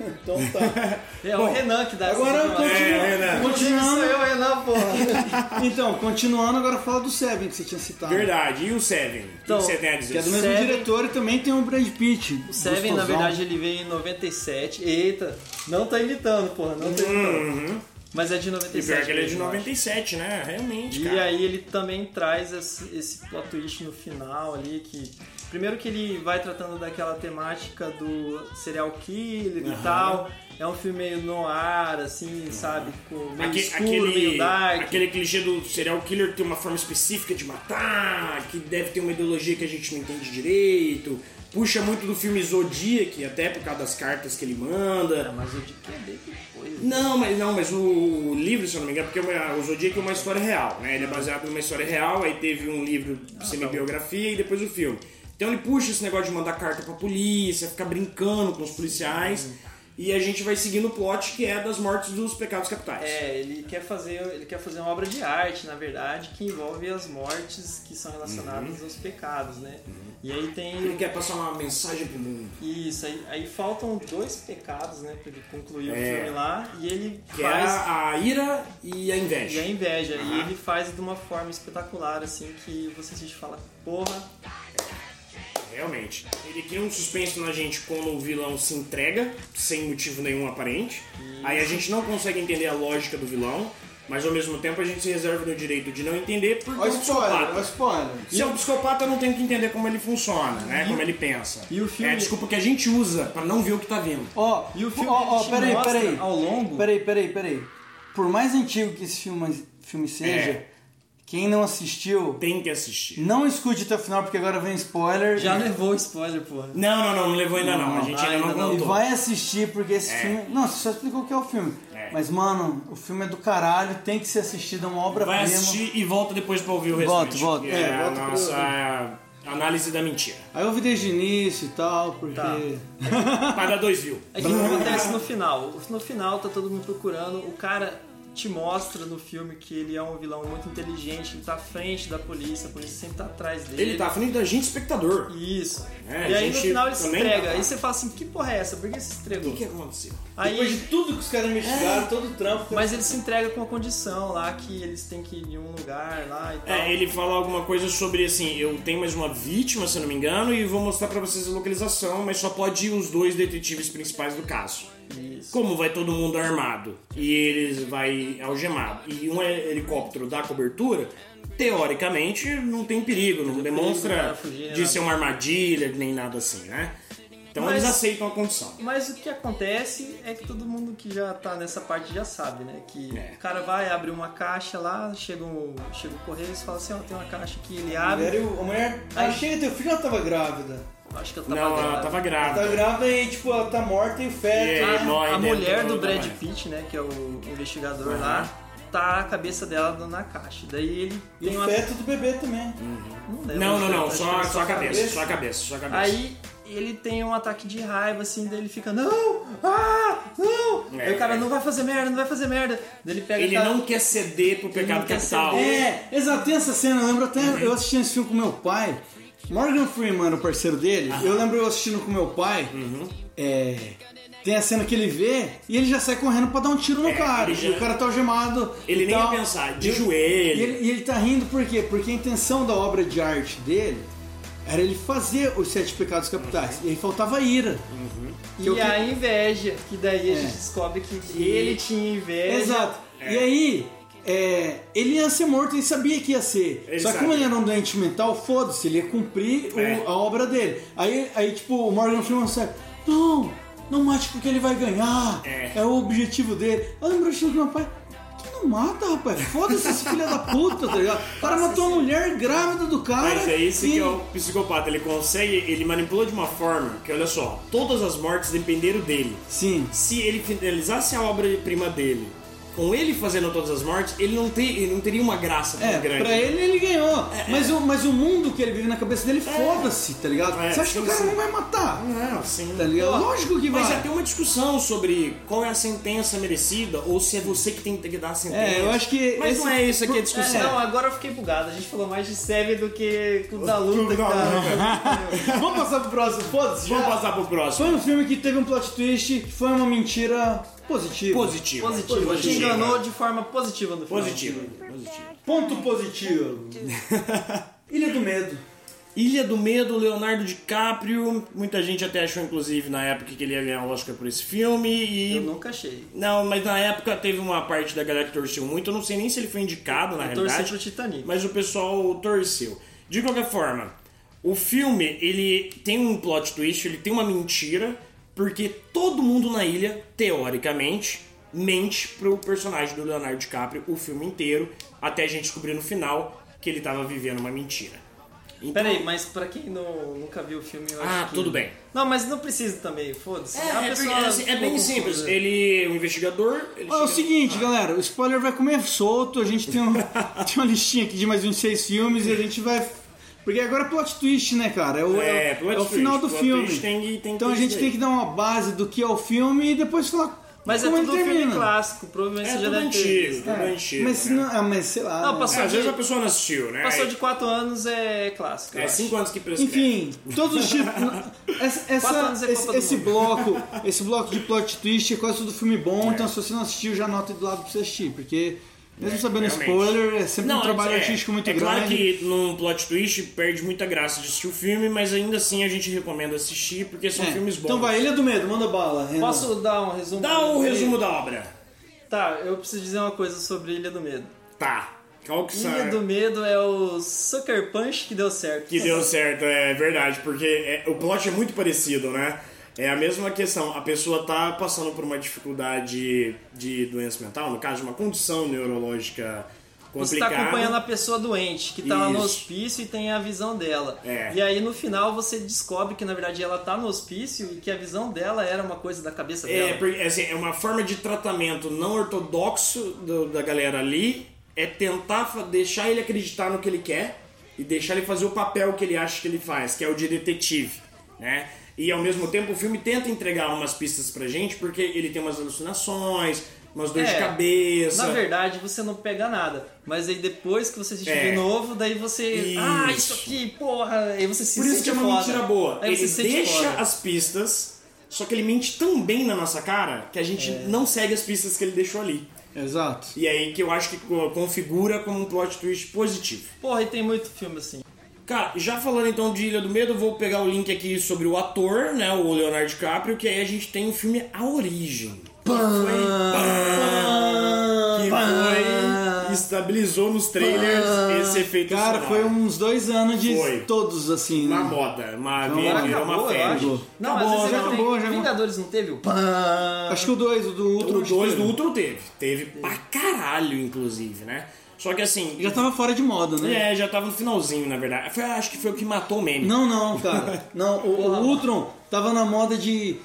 Speaker 3: Então tá.
Speaker 6: É o
Speaker 3: Bom,
Speaker 6: Renan que dá
Speaker 3: Agora
Speaker 6: essa informação.
Speaker 3: continua-
Speaker 4: É, Renan.
Speaker 6: Inclusive, sou
Speaker 3: continuando.
Speaker 6: eu, Renan, porra.
Speaker 3: Então, continuando, agora fala do Seven que você tinha citado.
Speaker 4: Verdade. E o Seven?
Speaker 6: Então,
Speaker 4: o que você tem a dizer?
Speaker 3: Que é do mesmo
Speaker 6: Seven.
Speaker 3: diretor e também tem o Brad Pitt.
Speaker 6: O Seven, na verdade, ele veio em 97. Eita, não tá imitando, porra, não tá imitando.
Speaker 4: Uhum.
Speaker 6: Mas é de
Speaker 4: E
Speaker 6: 97.
Speaker 4: pior que ele é de
Speaker 6: mesmo, eu acho.
Speaker 4: 97, né? Realmente,
Speaker 6: E
Speaker 4: cara.
Speaker 6: aí ele também traz esse, esse plot twist no final ali que primeiro que ele vai tratando daquela temática do serial killer e tal. É um filme meio no ar, assim, sabe? Com meio
Speaker 4: Aque-
Speaker 6: escuro, meio dark.
Speaker 4: aquele clichê do serial killer que tem uma forma específica de matar, que deve ter uma ideologia que a gente não entende direito. Puxa muito do filme Zodiac, até por causa das cartas que ele
Speaker 6: Ah,
Speaker 4: manda.
Speaker 6: Mas eu digo que é bem depois.
Speaker 4: Não, mas não, mas o livro, se eu não me engano, porque o Zodiac é uma história real, né? Ele é baseado numa história real, aí teve um livro
Speaker 6: Ah, tá.
Speaker 4: de semibiografia e depois o filme. Então ele puxa esse negócio de mandar carta pra polícia, ficar brincando com os policiais. E a gente vai seguindo o plot que é das mortes dos pecados capitais.
Speaker 6: É, ele quer fazer, ele quer fazer uma obra de arte, na verdade, que envolve as mortes que são
Speaker 4: Uhum.
Speaker 6: relacionadas aos pecados, né? E aí tem
Speaker 4: Ele quer passar uma mensagem pro mundo.
Speaker 6: isso, aí, aí faltam dois pecados, né, pra ele concluir o
Speaker 4: É.
Speaker 6: filme lá, e ele
Speaker 4: Que
Speaker 6: faz
Speaker 4: é a, a ira e a inveja.
Speaker 6: E a inveja.
Speaker 4: Aham.
Speaker 6: E ele faz de uma forma espetacular, assim, que você assiste e fala, porra,
Speaker 4: Realmente. Ele cria um suspense na gente quando o vilão se entrega, sem motivo nenhum aparente.
Speaker 6: Hum.
Speaker 4: Aí a gente não consegue entender a lógica do vilão, mas ao mesmo tempo a gente se reserva no direito de não entender porque é
Speaker 3: Olha
Speaker 4: um
Speaker 3: o spoiler, olha o
Speaker 4: psicopata.
Speaker 3: spoiler.
Speaker 4: Se é um psicopata, eu não tenho que entender como ele funciona, né? Como ele pensa.
Speaker 6: e o filme-
Speaker 4: É a desculpa que a gente usa pra não ver o que tá vindo.
Speaker 3: Ó,
Speaker 6: E o filme,
Speaker 3: ó, ó,
Speaker 6: ele te
Speaker 3: peraí,
Speaker 6: mostra
Speaker 3: peraí.
Speaker 6: ao longo-
Speaker 3: Peraí, peraí, peraí. Por mais antigo que esse filme, filme seja,
Speaker 4: É.
Speaker 3: quem não assistiu,
Speaker 4: Tem que assistir.
Speaker 3: não escute até o final, porque agora vem spoiler.
Speaker 6: já
Speaker 3: e,
Speaker 6: levou o spoiler, porra.
Speaker 4: Não, não, não, não levou ainda não.
Speaker 3: Não,
Speaker 4: A gente
Speaker 6: não,
Speaker 4: ainda não
Speaker 6: ainda não.
Speaker 3: e
Speaker 4: contou.
Speaker 3: vai assistir, porque esse
Speaker 4: É.
Speaker 3: filme. Não, você só explicou o que é o filme.
Speaker 4: É.
Speaker 3: Mas, mano, o filme é do caralho, tem que ser assistido, é uma
Speaker 4: Vai
Speaker 3: obra-prima.
Speaker 4: assistir e volta depois pra ouvir o
Speaker 3: Volta,
Speaker 4: restante.
Speaker 3: volta.
Speaker 4: que
Speaker 3: É,
Speaker 4: É, a
Speaker 3: volta pro-
Speaker 4: nossa análise da mentira.
Speaker 3: Aí eu vi desde o início e tal, porque.
Speaker 6: Tá.
Speaker 4: Vai dar dois views.
Speaker 6: É que o que acontece no final. No final tá todo mundo procurando, o cara te mostra no filme que ele é um vilão muito inteligente, ele tá à frente da polícia, a polícia sempre tá atrás dele.
Speaker 4: Ele tá à frente da gente, espectador.
Speaker 6: Isso.
Speaker 4: É,
Speaker 6: e
Speaker 4: a
Speaker 6: aí no
Speaker 4: gente
Speaker 6: final ele se
Speaker 4: também
Speaker 6: entrega.
Speaker 4: tá.
Speaker 6: Aí você fala assim, que porra é essa? Por que você se entregou?
Speaker 4: O que aconteceu?
Speaker 6: Aí,
Speaker 3: Depois de tudo que os caras investigaram, todo o trampo.
Speaker 6: Mas ele se entrega com a condição lá que eles têm que ir em um lugar lá e tal.
Speaker 4: É, ele fala alguma coisa sobre assim: eu tenho mais uma vítima, se eu não me engano, e vou mostrar pra vocês a localização, mas só pode ir os dois detetives principais do caso.
Speaker 6: Isso.
Speaker 4: Como vai todo mundo armado e eles vai algemado e um helicóptero dá cobertura, teoricamente não tem perigo, não
Speaker 6: perigo,
Speaker 4: demonstra
Speaker 6: cara, fugir, né?
Speaker 4: de
Speaker 6: nada.
Speaker 4: ser uma armadilha nem nada assim, né? Então
Speaker 6: Mas-
Speaker 4: eles aceitam a condição.
Speaker 6: Mas o que acontece é que todo mundo que já tá nessa parte já sabe, né? Que
Speaker 4: É.
Speaker 6: o cara vai abrir uma caixa lá, chega o, chega o correio e fala assim, ó, tem uma caixa aqui, ele abre.
Speaker 3: Velho, a mulher. Aí chega teu filho, ela tava grávida.
Speaker 6: Acho que eu tava
Speaker 4: Não, ela
Speaker 6: grávida.
Speaker 4: tava
Speaker 3: Tá
Speaker 4: grávida.
Speaker 3: grávida e, tipo, ela tá morta e o feto.
Speaker 4: É.
Speaker 6: A,
Speaker 4: morre
Speaker 6: a
Speaker 4: dentro tá
Speaker 6: mulher
Speaker 4: do
Speaker 6: do Brad
Speaker 4: trabalho. Uhum.
Speaker 6: Pitt, né? Que é o investigador lá. tá a cabeça dela na caixa. Daí ele.
Speaker 3: E
Speaker 6: tem
Speaker 3: o
Speaker 6: uma-
Speaker 3: feto do bebê também.
Speaker 6: Não, lembro,
Speaker 4: Uhum. Não, não, não,
Speaker 6: acho
Speaker 4: só,
Speaker 6: que é
Speaker 4: só a cabeça, só a cabeça, só a cabeça.
Speaker 6: Aí ele tem um ataque de raiva, assim, daí ele fica, não! Ah! Não!
Speaker 4: É,
Speaker 6: Aí o cara
Speaker 4: é.
Speaker 6: não vai fazer merda, não vai fazer merda. Daí ele pega
Speaker 4: ele
Speaker 6: e tá-
Speaker 4: não quer ceder pro pecado
Speaker 6: não quer
Speaker 4: capital.
Speaker 6: ceder.
Speaker 3: É, exato, tem essa cena, eu lembro até,
Speaker 4: Uhum.
Speaker 3: eu assisti esse filme com meu pai, Morgan Freeman era o parceiro dele, eu lembro eu assistindo com meu pai,
Speaker 4: Uhum.
Speaker 3: é, tem a cena que ele vê e ele já sai correndo pra dar um tiro no cara,
Speaker 4: É, ele já-
Speaker 3: e o cara tá algemado.
Speaker 4: Ele
Speaker 3: e
Speaker 4: nem
Speaker 3: tal.
Speaker 4: ia pensar, de
Speaker 3: E-
Speaker 4: joelho.
Speaker 3: E ele, e ele tá rindo por quê? Porque a intenção da obra de arte dele era ele fazer os sete pecados capitais,
Speaker 4: Uhum.
Speaker 3: e aí faltava ira. Que eu
Speaker 6: E
Speaker 3: que-
Speaker 6: a inveja, que daí a
Speaker 3: É.
Speaker 6: gente descobre que ele tinha inveja.
Speaker 3: Exato. E aí, é, ele ia ser morto, ele sabia que ia ser.
Speaker 4: Ele
Speaker 3: Só que
Speaker 4: sabe.
Speaker 3: como ele era um doente mental, foda-se, ele ia cumprir o-
Speaker 4: É.
Speaker 3: a obra dele. Aí, aí, tipo, o Morgan Freeman sai, não, não mate porque ele vai ganhar.
Speaker 4: É.
Speaker 3: o objetivo dele. Aí lembrou o meu pai. "Tu Não mata, rapaz. Foda-se esse filho da puta, tá ligado? O cara matou a mulher grávida do cara.
Speaker 4: Mas é isso
Speaker 3: e-
Speaker 4: que é o psicopata, ele consegue, ele manipula de uma forma que, olha só, todas as mortes dependeram dele.
Speaker 3: Sim.
Speaker 4: Se ele finalizasse a obra-prima dele, com ele fazendo todas as mortes, ele não, tem, ele não teria uma graça tão
Speaker 3: É,
Speaker 4: Um grande. É,
Speaker 3: pra ele ele ganhou. mas, O, mas o mundo que ele vive na cabeça dele, foda-se, tá ligado?
Speaker 4: É,
Speaker 3: Você acha que o
Speaker 4: sim,
Speaker 3: cara
Speaker 4: sim. Hum.
Speaker 3: não vai matar?
Speaker 4: Não, sim.
Speaker 3: Tá ligado? Lógico que
Speaker 4: Mas
Speaker 3: vai.
Speaker 4: já tem uma discussão sobre qual é a sentença merecida ou se é você que tem que dar a sentença.
Speaker 3: É, eu acho que
Speaker 4: Mas
Speaker 3: esse-
Speaker 4: não é isso aqui a
Speaker 6: É, não,
Speaker 4: discussão.
Speaker 6: agora eu fiquei bugado. A gente falou mais de Seven do que Clube da
Speaker 4: Clube
Speaker 6: Luta.
Speaker 4: da
Speaker 6: cara.
Speaker 3: Vamos passar pro próximo, foda-se.
Speaker 4: Vamos
Speaker 3: já.
Speaker 4: passar pro próximo.
Speaker 3: Foi um filme que teve um plot twist, que foi uma mentira positiva.
Speaker 4: Positivo.
Speaker 6: Positivo. A gente enganou de forma positiva no final.
Speaker 4: Positivo. Positivo.
Speaker 3: Ponto positivo. Ilha do Medo.
Speaker 4: Ilha do Medo, Leonardo DiCaprio. Muita gente até achou, inclusive, na época que ele ia ganhar o Oscar por esse filme. E.
Speaker 6: Eu nunca achei.
Speaker 4: Não, mas na época teve uma parte da galera que torceu muito. Eu não sei nem se ele foi indicado, na
Speaker 6: Torci
Speaker 4: realidade.
Speaker 6: pro Titanic.
Speaker 4: mas o pessoal torceu. De qualquer forma, o filme ele tem um plot twist, ele tem uma mentira, porque todo mundo na ilha, teoricamente, mente pro personagem do Leonardo DiCaprio o filme inteiro, até a gente descobrir no final que ele tava vivendo uma mentira. Então,
Speaker 6: Peraí, mas pra quem não, nunca viu o filme, eu
Speaker 4: Ah,
Speaker 6: acho que...
Speaker 4: tudo bem.
Speaker 6: Não, mas não precisa também, foda-se.
Speaker 4: É,
Speaker 6: A
Speaker 3: Ah,
Speaker 4: é,
Speaker 6: pessoa
Speaker 4: porque, assim, é bem
Speaker 6: ficou
Speaker 4: simples.
Speaker 6: confusa.
Speaker 4: Ele é um investigador. Ele
Speaker 3: Ó, é o
Speaker 4: chega-
Speaker 3: seguinte, galera, o spoiler vai comer solto, a gente tem, um- tem uma listinha aqui de mais uns seis filmes e a gente vai... Porque agora é plot twist, né, cara? É o,
Speaker 4: É,
Speaker 3: é o-
Speaker 4: plot
Speaker 3: é o final
Speaker 4: twist,
Speaker 3: do
Speaker 4: plot
Speaker 3: filme.
Speaker 4: twist tem que- tem que
Speaker 3: então a
Speaker 4: ter
Speaker 3: gente
Speaker 4: isso
Speaker 3: tem
Speaker 4: aí.
Speaker 3: que dar uma base do que é o filme e depois falar
Speaker 6: Mas é
Speaker 3: como
Speaker 6: tudo
Speaker 3: ele termina.
Speaker 6: filme clássico, provavelmente
Speaker 4: É
Speaker 6: você já
Speaker 4: tudo
Speaker 6: deve ter
Speaker 4: antigo,
Speaker 6: visto.
Speaker 4: tudo antigo.
Speaker 3: Mas, se
Speaker 4: um né? É,
Speaker 3: não, ah, mas sei lá...
Speaker 6: Não,
Speaker 3: né?
Speaker 6: passou,
Speaker 4: Às vezes a
Speaker 6: de,
Speaker 4: pessoa não assistiu, né?
Speaker 6: passou de 4 anos, é clássico. eu
Speaker 4: É
Speaker 6: acho.
Speaker 4: 5 anos que prescreve.
Speaker 3: Enfim, todos os tipos. essa- essa-
Speaker 6: Quatro anos é Copa
Speaker 3: esse,
Speaker 6: do
Speaker 3: esse
Speaker 6: Mundo.
Speaker 3: bloco, esse bloco de plot twist é quase todo filme bom, então se você não assistiu, já anota aí do lado pra você assistir, porque mesmo sabendo
Speaker 4: realmente.
Speaker 3: spoiler, é sempre um trabalho
Speaker 4: é-
Speaker 3: artístico muito
Speaker 4: é
Speaker 3: grande.
Speaker 4: claro que num plot twist perde muita graça de assistir o filme, mas ainda assim a gente recomenda assistir porque são
Speaker 3: É.
Speaker 4: filmes bons.
Speaker 3: Então vai, Ilha do Medo, manda bala, Renan.
Speaker 6: Posso dar um resumo?
Speaker 4: Dá o resumo da obra.
Speaker 6: Tá, eu preciso dizer uma coisa sobre Ilha do Medo.
Speaker 4: Tá. Qual que
Speaker 6: Ilha
Speaker 4: sa-
Speaker 6: do Medo é o Sucker Punch que deu certo.
Speaker 4: que deu certo, é verdade, porque é- o plot é muito parecido, né? É a mesma questão, a pessoa tá passando por uma dificuldade de doença mental, no caso, uma condição neurológica complicada.
Speaker 6: Você tá acompanhando a pessoa doente, que tá lá no
Speaker 4: Isso.
Speaker 6: hospício e tem a visão dela.
Speaker 4: É.
Speaker 6: E aí no final você descobre que na verdade ela tá no hospício e que a visão dela era uma coisa da cabeça dela.
Speaker 4: É, porque, assim, é uma forma de tratamento não ortodoxo do- da galera ali, é tentar fa- deixar ele acreditar no que ele quer e deixar ele fazer o papel que ele acha que ele faz, que é o de detetive, né? E ao mesmo tempo o filme tenta entregar umas pistas pra gente, porque ele tem umas alucinações, umas dores de
Speaker 6: É,
Speaker 4: cabeça.
Speaker 6: Na verdade, você não pega nada. Mas aí depois que você assiste
Speaker 4: É.
Speaker 6: de novo, daí você.
Speaker 4: Isso.
Speaker 6: Ah, isso aqui, porra! Aí você se
Speaker 4: Por
Speaker 6: sente
Speaker 4: isso que é uma
Speaker 6: foda.
Speaker 4: mentira boa.
Speaker 6: Aí
Speaker 4: ele
Speaker 6: você se sente
Speaker 4: deixa
Speaker 6: foda.
Speaker 4: as pistas, só que ele mente tão bem na nossa cara que a gente
Speaker 6: É.
Speaker 4: não segue as pistas que ele deixou ali.
Speaker 3: Exato.
Speaker 4: E aí que eu acho que co- configura como um plot twist positivo.
Speaker 6: Porra, e tem muito filme assim.
Speaker 4: Tá Cara, já falando então de Ilha do Medo, eu vou pegar o link aqui sobre o ator, né, o Leonardo DiCaprio, que aí a gente tem o filme A Origem. Que foi, que foi estabilizou nos trailers esse efeito
Speaker 3: Cara,
Speaker 4: sonoro.
Speaker 3: foi um uns dois anos de
Speaker 4: Foi.
Speaker 3: todos assim.
Speaker 4: uma
Speaker 3: né?
Speaker 4: moda, uma,
Speaker 3: agora
Speaker 4: virou uma
Speaker 6: Acabou, eu
Speaker 4: febre. né?
Speaker 6: acho. Não,
Speaker 3: Acabou,
Speaker 6: às vezes
Speaker 3: já
Speaker 6: ainda
Speaker 3: acabou,
Speaker 6: tem...
Speaker 3: já-
Speaker 6: Vingadores não teve o.
Speaker 3: Acho que o dois, o do Ultron.
Speaker 4: O 2
Speaker 3: teve.
Speaker 4: do Ultron teve. Teve pra caralho, inclusive, né? Só que assim.
Speaker 3: Já tava fora de moda, né?
Speaker 4: É, já tava no finalzinho, na verdade. Foi- acho que foi o que matou o meme.
Speaker 3: Não, não, cara. Não, o, o Ultron tava na moda de.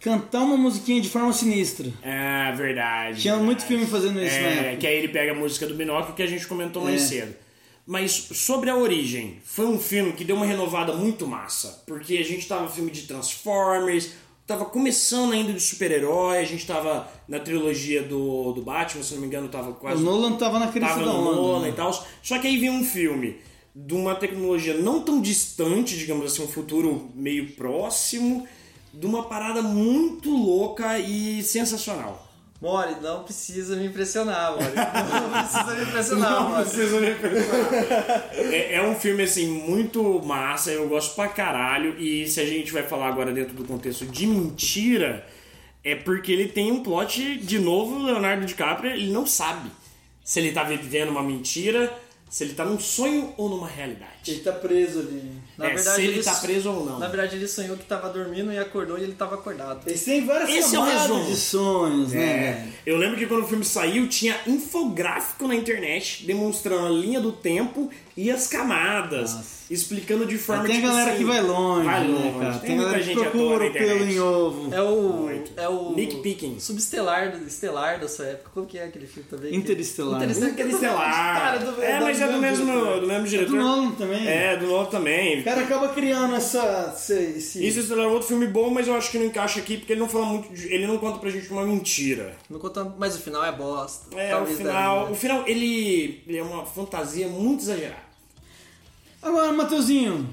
Speaker 3: cantar uma musiquinha de forma sinistra.
Speaker 4: É, verdade.
Speaker 3: Tinha
Speaker 4: verdade.
Speaker 3: muito filme fazendo isso na
Speaker 4: É,
Speaker 3: época.
Speaker 4: que aí ele pega a música do Binóculo que a gente comentou mais
Speaker 3: É.
Speaker 4: cedo. Mas sobre a origem, foi um filme que deu uma renovada muito massa. Porque a gente tava filme de Transformers, tava começando ainda de super-herói, a gente tava na trilogia do, do Batman, se não me engano, tava
Speaker 3: O
Speaker 4: quase.
Speaker 3: Nolan tava na crista
Speaker 4: tava
Speaker 3: da
Speaker 4: no
Speaker 3: onda.
Speaker 4: Nolan e
Speaker 3: né?
Speaker 4: tal. Só que aí vem um filme de uma tecnologia não tão distante, digamos assim, um futuro meio próximo, de uma parada muito louca e sensacional.
Speaker 6: Mori, não precisa me impressionar, Mori. Não precisa me impressionar, Mori.
Speaker 4: É, é um filme, assim, muito massa, eu gosto pra caralho. E se a gente vai falar agora dentro do contexto de mentira, é porque ele tem um plot, de novo, o Leonardo DiCaprio, ele não sabe se ele tá vivendo uma mentira, se ele tá num sonho ou numa realidade.
Speaker 3: Ele tá preso ali.
Speaker 6: Na
Speaker 4: É, se ele tá
Speaker 6: so-
Speaker 4: preso ou não.
Speaker 6: Na verdade, ele sonhou que tava dormindo e acordou e ele tava acordado.
Speaker 3: Eles têm várias
Speaker 4: Esse é o
Speaker 3: camadas
Speaker 4: resumo.
Speaker 3: de sonhos, né?
Speaker 4: É, eu lembro que quando o filme saiu, tinha infográfico na internet demonstrando a linha do tempo e as camadas, explicando de forma
Speaker 3: Tem a
Speaker 4: tipo
Speaker 3: galera
Speaker 4: assim,
Speaker 3: que vai longe,
Speaker 4: vai
Speaker 3: né,
Speaker 4: longe.
Speaker 3: cara?
Speaker 4: Tem,
Speaker 3: Tem, a
Speaker 4: muita
Speaker 3: galera que
Speaker 4: gente à toa na
Speaker 3: procura
Speaker 4: internet.
Speaker 3: pelo em ovo.
Speaker 6: É o.
Speaker 4: Muito.
Speaker 6: É o.
Speaker 4: Nick Pickens.
Speaker 6: Subestelar, estelar da sua época. Como que é aquele filme também?
Speaker 3: Interestelar.
Speaker 4: Interestelar. É, mas é do mesmo, do mesmo
Speaker 3: É do
Speaker 4: diretor.
Speaker 3: Nolan também.
Speaker 4: É, do novo também.
Speaker 3: O cara acaba criando essa. esse- esse-
Speaker 4: Interestelar é outro filme bom, mas eu acho que não encaixa aqui porque ele não fala muito. de- ele não conta pra gente uma mentira.
Speaker 6: Não conta, mas o final é bosta.
Speaker 4: É,
Speaker 6: Talvez
Speaker 4: o final.
Speaker 6: deve,
Speaker 4: O
Speaker 6: né?
Speaker 4: final, ele, ele é uma fantasia muito exagerada.
Speaker 3: Agora, Mateuzinho,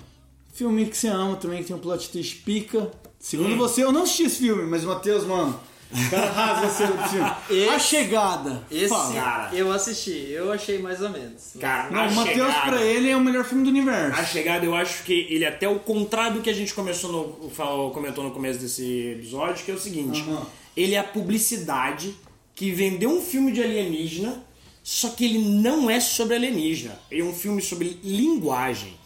Speaker 3: filme que você ama também, que tem um plot twist pica.
Speaker 4: Hum.
Speaker 3: Segundo você, eu não assisti esse filme, mas Matheus, mano, o cara rasga esse filme. A Chegada.
Speaker 6: Esse
Speaker 3: Fala.
Speaker 4: Cara.
Speaker 6: eu assisti, eu achei mais ou menos.
Speaker 4: Cara,
Speaker 3: Não,
Speaker 4: a
Speaker 3: o Matheus,
Speaker 4: chegada-
Speaker 3: pra ele, é o melhor filme do
Speaker 4: A
Speaker 3: universo.
Speaker 4: chegada, eu acho que ele até o contrário do que a gente começou no, falou- comentou no começo desse episódio, que é o seguinte:
Speaker 3: Aham.
Speaker 4: ele é a publicidade que vendeu um filme de alienígena, só que ele não é sobre alienígena. Ele é um filme sobre linguagem.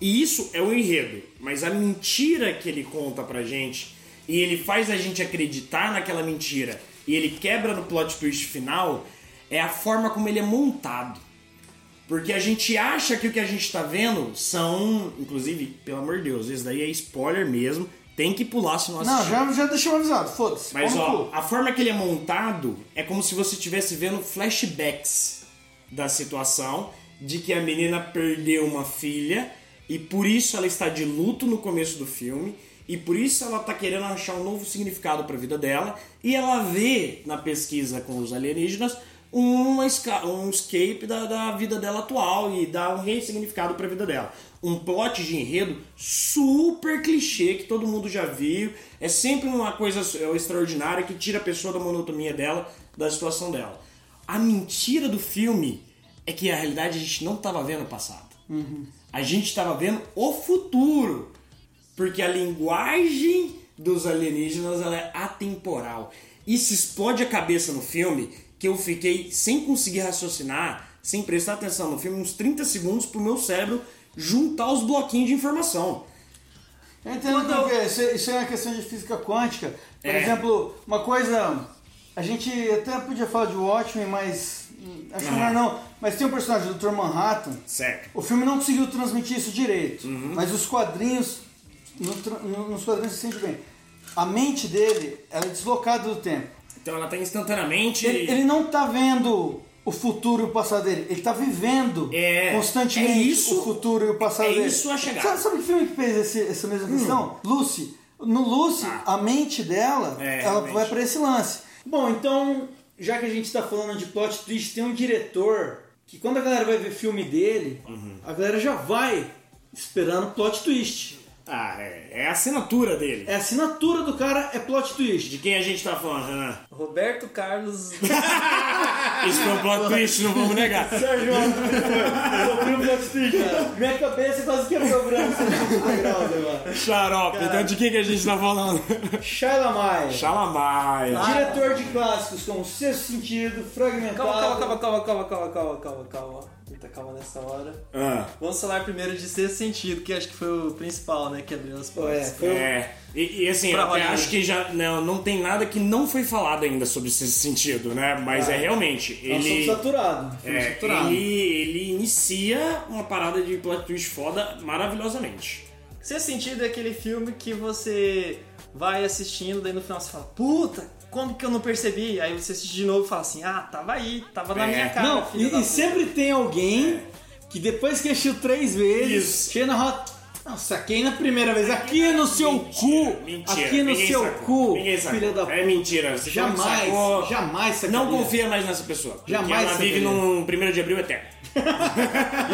Speaker 4: E isso é o enredo, mas a mentira que ele conta pra gente e ele faz a gente acreditar naquela mentira e ele quebra no plot twist final é a forma como ele é montado. Porque a gente acha que o que a gente tá vendo são. Inclusive, pelo amor de Deus, isso daí é spoiler mesmo. Tem que pular se não
Speaker 3: Não,
Speaker 4: assistir.
Speaker 3: já, já deixou avisado, foda-se.
Speaker 4: Mas
Speaker 3: Pau no
Speaker 4: ó,
Speaker 3: cu.
Speaker 4: a forma que ele é montado é como se você estivesse vendo flashbacks da situação de que a menina perdeu uma filha e por isso ela está de luto no começo do filme e por isso ela tá querendo achar um novo significado para a vida dela e ela vê na pesquisa com os alienígenas uma esca- um escape da, da vida dela atual e dá um ressignificado para a vida dela. Um plot de enredo super clichê que todo mundo já viu. É sempre uma coisa é, extraordinária que tira a pessoa da monotonia dela, da situação dela. A mentira do filme é que na realidade a gente não estava vendo o passado. A gente estava vendo o futuro. Porque a linguagem dos alienígenas ela é atemporal. Isso explode a cabeça no filme que eu fiquei sem conseguir raciocinar, sem prestar atenção no filme, uns 30 segundos pro meu cérebro juntar os bloquinhos de informação.
Speaker 3: Eu entendo que é, isso, é- isso é uma questão de física quântica. Por
Speaker 4: É.
Speaker 3: exemplo, uma coisa. A gente até podia falar de Watchmen, mas. hum, Acho que
Speaker 4: Aham.
Speaker 3: melhor não. Mas tem um personagem do Dr. Manhattan.
Speaker 4: Certo. Uhum.
Speaker 3: O filme não conseguiu transmitir isso direito, mas os quadrinhos, no tra- no- nos quadrinhos se sente bem. A mente dele ela é deslocada do tempo.
Speaker 4: Então ela tá instantaneamente.
Speaker 3: Ele, ele não tá vendo o futuro e o passado dele, ele tá vivendo
Speaker 4: É,
Speaker 3: constantemente
Speaker 4: é isso-
Speaker 3: o futuro e o passado
Speaker 4: é
Speaker 3: dele.
Speaker 4: isso a chegada.
Speaker 3: Sabe, sabe que filme que fez esse- essa mesma questão? Lucy. No Lucy, a mente dela,
Speaker 4: É,
Speaker 3: ela
Speaker 4: realmente.
Speaker 3: vai pra esse lance. Ah. Bom, então, já que a gente tá falando de plot twist, tem um diretor que quando a galera vai ver filme dele, a galera já vai esperando plot twist.
Speaker 4: Ah, é, é a assinatura dele.
Speaker 3: É a assinatura do cara, é plot twist.
Speaker 4: De quem a gente tá falando? Renan?
Speaker 6: Roberto Carlos.
Speaker 4: Isso foi um plot twist, não vamos negar.
Speaker 3: Sérgio, sofri um plot twist. Minha cabeça quase quebrou o braço.
Speaker 4: Xarope, então de quem que a gente tá falando?
Speaker 3: Shaila Maia.
Speaker 4: Xalamai.
Speaker 3: Diretor de clássicos como Sexto Sentido, Fragmentado...
Speaker 6: Calma, calma, calma, calma, calma, calma, calma, calma, calma. Muita calma nessa hora.
Speaker 4: Ah.
Speaker 6: Vamos falar primeiro de sexto sentido, que acho que foi o principal, né? Que abriu as
Speaker 3: É,
Speaker 6: portas.
Speaker 3: foi
Speaker 4: É. E, e, assim,
Speaker 6: Pra
Speaker 4: eu até
Speaker 6: Hollywood.
Speaker 4: acho que já não, não tem nada que não foi falado ainda sobre esse sentido, né? Mas é realmente.
Speaker 3: Nós somos
Speaker 4: Ele,
Speaker 3: saturados.
Speaker 4: é, ele, ele inicia uma parada de plot twist foda maravilhosamente.
Speaker 6: Sexto sentido é aquele filme que você vai assistindo, daí no final você fala, puta, como que eu não percebi? Aí você assiste de novo e fala assim, ah, tava aí, tava na
Speaker 4: É.
Speaker 6: minha cara.
Speaker 3: Não,
Speaker 6: filho da
Speaker 3: e, e
Speaker 6: puta."
Speaker 3: sempre tem alguém que depois que assistiu três vezes,
Speaker 4: Isso.
Speaker 3: chega na rota. Não, saquei na primeira vez. Aqui no seu cu!
Speaker 4: Mentira.
Speaker 3: aqui no
Speaker 4: ninguém
Speaker 3: seu
Speaker 4: sacou,
Speaker 3: cu,
Speaker 4: Ninguém sacou.
Speaker 3: filha da
Speaker 4: É mentira. Você
Speaker 3: Jamais,
Speaker 4: sacou.
Speaker 3: jamais sacaria.
Speaker 4: Não confia mais nessa pessoa. porque
Speaker 3: Jamais
Speaker 4: Ela vive
Speaker 3: sacaria.
Speaker 4: num primeiro de abril eterno.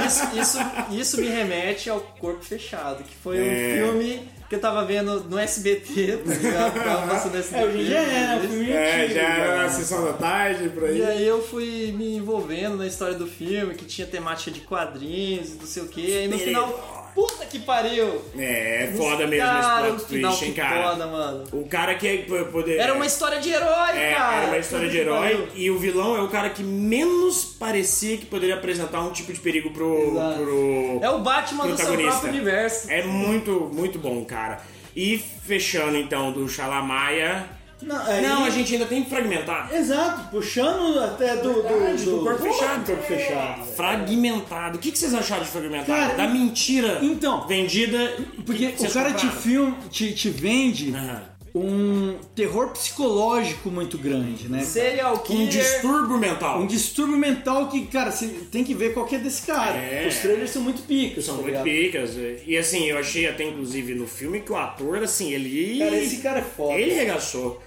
Speaker 6: Isso, isso, isso me remete ao Corpo Fechado, que foi
Speaker 4: É.
Speaker 6: um filme que eu tava vendo no SBT, tá ligado? Tava passando no SBT.
Speaker 3: É, hoje em dia é, né? O filme
Speaker 4: É,
Speaker 3: antigo,
Speaker 4: já era
Speaker 3: cara.
Speaker 4: na sessão da tarde, por aí.
Speaker 6: E aí eu fui me envolvendo na história do filme, que tinha temática de quadrinhos e não sei o que. E aí no final, puta que pariu!
Speaker 4: É, é foda mesmo esse
Speaker 6: Cara, o
Speaker 4: plot
Speaker 6: final
Speaker 4: twist, hein,
Speaker 6: que
Speaker 4: cara.
Speaker 6: Foda, mano.
Speaker 4: O cara que é p- poder.
Speaker 6: Era uma história de herói,
Speaker 4: é,
Speaker 6: cara!
Speaker 4: era uma história
Speaker 6: Puta
Speaker 4: de
Speaker 6: que
Speaker 4: herói
Speaker 6: pariu.
Speaker 4: e o vilão é o cara que menos parecia que poderia apresentar um tipo de perigo pro.
Speaker 3: Exato.
Speaker 4: pro-
Speaker 6: É o Batman do seu
Speaker 4: protagonista.
Speaker 6: próprio universo.
Speaker 4: É muito, muito bom, cara. E fechando então do Xalamaia.
Speaker 3: Não, aí-
Speaker 4: Não, a gente ainda tem que fragmentar.
Speaker 3: Exato, puxando até do, do,
Speaker 4: Verdade, do corpo fechado.
Speaker 3: do corpo fechado.
Speaker 4: Fragmentado. O que, que vocês acharam de fragmentado?
Speaker 3: Cara,
Speaker 4: da mentira
Speaker 3: então,
Speaker 4: vendida.
Speaker 3: Porque
Speaker 4: que vocês
Speaker 3: o cara te,
Speaker 4: compraram.
Speaker 3: filme, te, te vende
Speaker 4: Aham.
Speaker 3: um terror psicológico muito grande, né?
Speaker 6: Serial
Speaker 4: Um
Speaker 6: Killer.
Speaker 4: distúrbio mental.
Speaker 3: Um distúrbio mental que, cara, você tem que ver qual que é desse cara.
Speaker 4: É.
Speaker 3: Os trailers são muito picos.
Speaker 4: São
Speaker 3: tá
Speaker 4: muito
Speaker 3: ligado?
Speaker 4: picas. E assim, eu achei até inclusive no filme que o ator, assim, ele.
Speaker 3: Cara, esse cara é foda.
Speaker 4: Ele regaçou.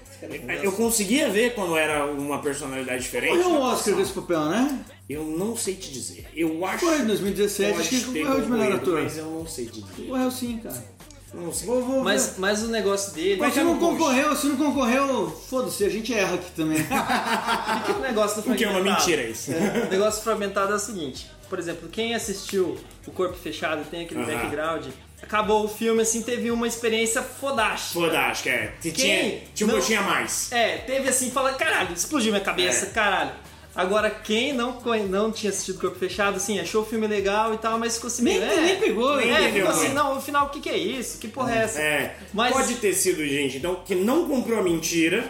Speaker 4: Eu conseguia ver quando era uma personalidade diferente.
Speaker 3: Ganhou um
Speaker 4: na
Speaker 3: Oscar
Speaker 4: atuação.
Speaker 3: desse papel, né?
Speaker 4: Eu não sei te dizer. Eu acho
Speaker 3: Foi em
Speaker 4: que
Speaker 3: 2017, acho
Speaker 4: pode
Speaker 3: que
Speaker 4: ter
Speaker 3: concorreu de melhor
Speaker 4: concorrido,
Speaker 3: ator.
Speaker 4: Mas eu não sei te dizer.
Speaker 3: Concorreu sim, cara.
Speaker 4: Não sei.
Speaker 3: Vou, vou, ver.
Speaker 6: Mas, mas o negócio dele.
Speaker 3: Mas se
Speaker 6: Qual
Speaker 3: não
Speaker 6: que é o negócio?
Speaker 3: concorreu, se não concorreu, foda-se, a gente erra aqui também.
Speaker 6: O que é o negócio do
Speaker 4: Porque é uma
Speaker 6: fragmentado?
Speaker 4: mentira isso.
Speaker 6: O negócio fragmentado é o seguinte: por exemplo, quem assistiu O Corpo Fechado e tem aquele
Speaker 4: Aham.
Speaker 6: background, acabou o filme assim, teve uma experiência fodástica.
Speaker 4: Foda-se, é. Se
Speaker 6: Quem?
Speaker 4: Tinha, tinha um
Speaker 6: Não.
Speaker 4: gostinho a mais.
Speaker 6: É, teve assim, fala, caralho, explodiu minha cabeça,
Speaker 4: É.
Speaker 6: caralho. Agora, quem não, conhe- não tinha assistido Corpo Fechado, assim, achou o filme legal e tal, mas ficou assim,
Speaker 3: Nem-
Speaker 6: meio, é,
Speaker 3: nem pegou,
Speaker 6: é,
Speaker 3: nem
Speaker 6: ficou
Speaker 4: entendeu,
Speaker 6: assim,
Speaker 4: né?
Speaker 6: não, afinal, o que, que é isso? Que porra é essa?
Speaker 4: É,
Speaker 6: Mas-
Speaker 4: pode ter sido gente então que não comprou a mentira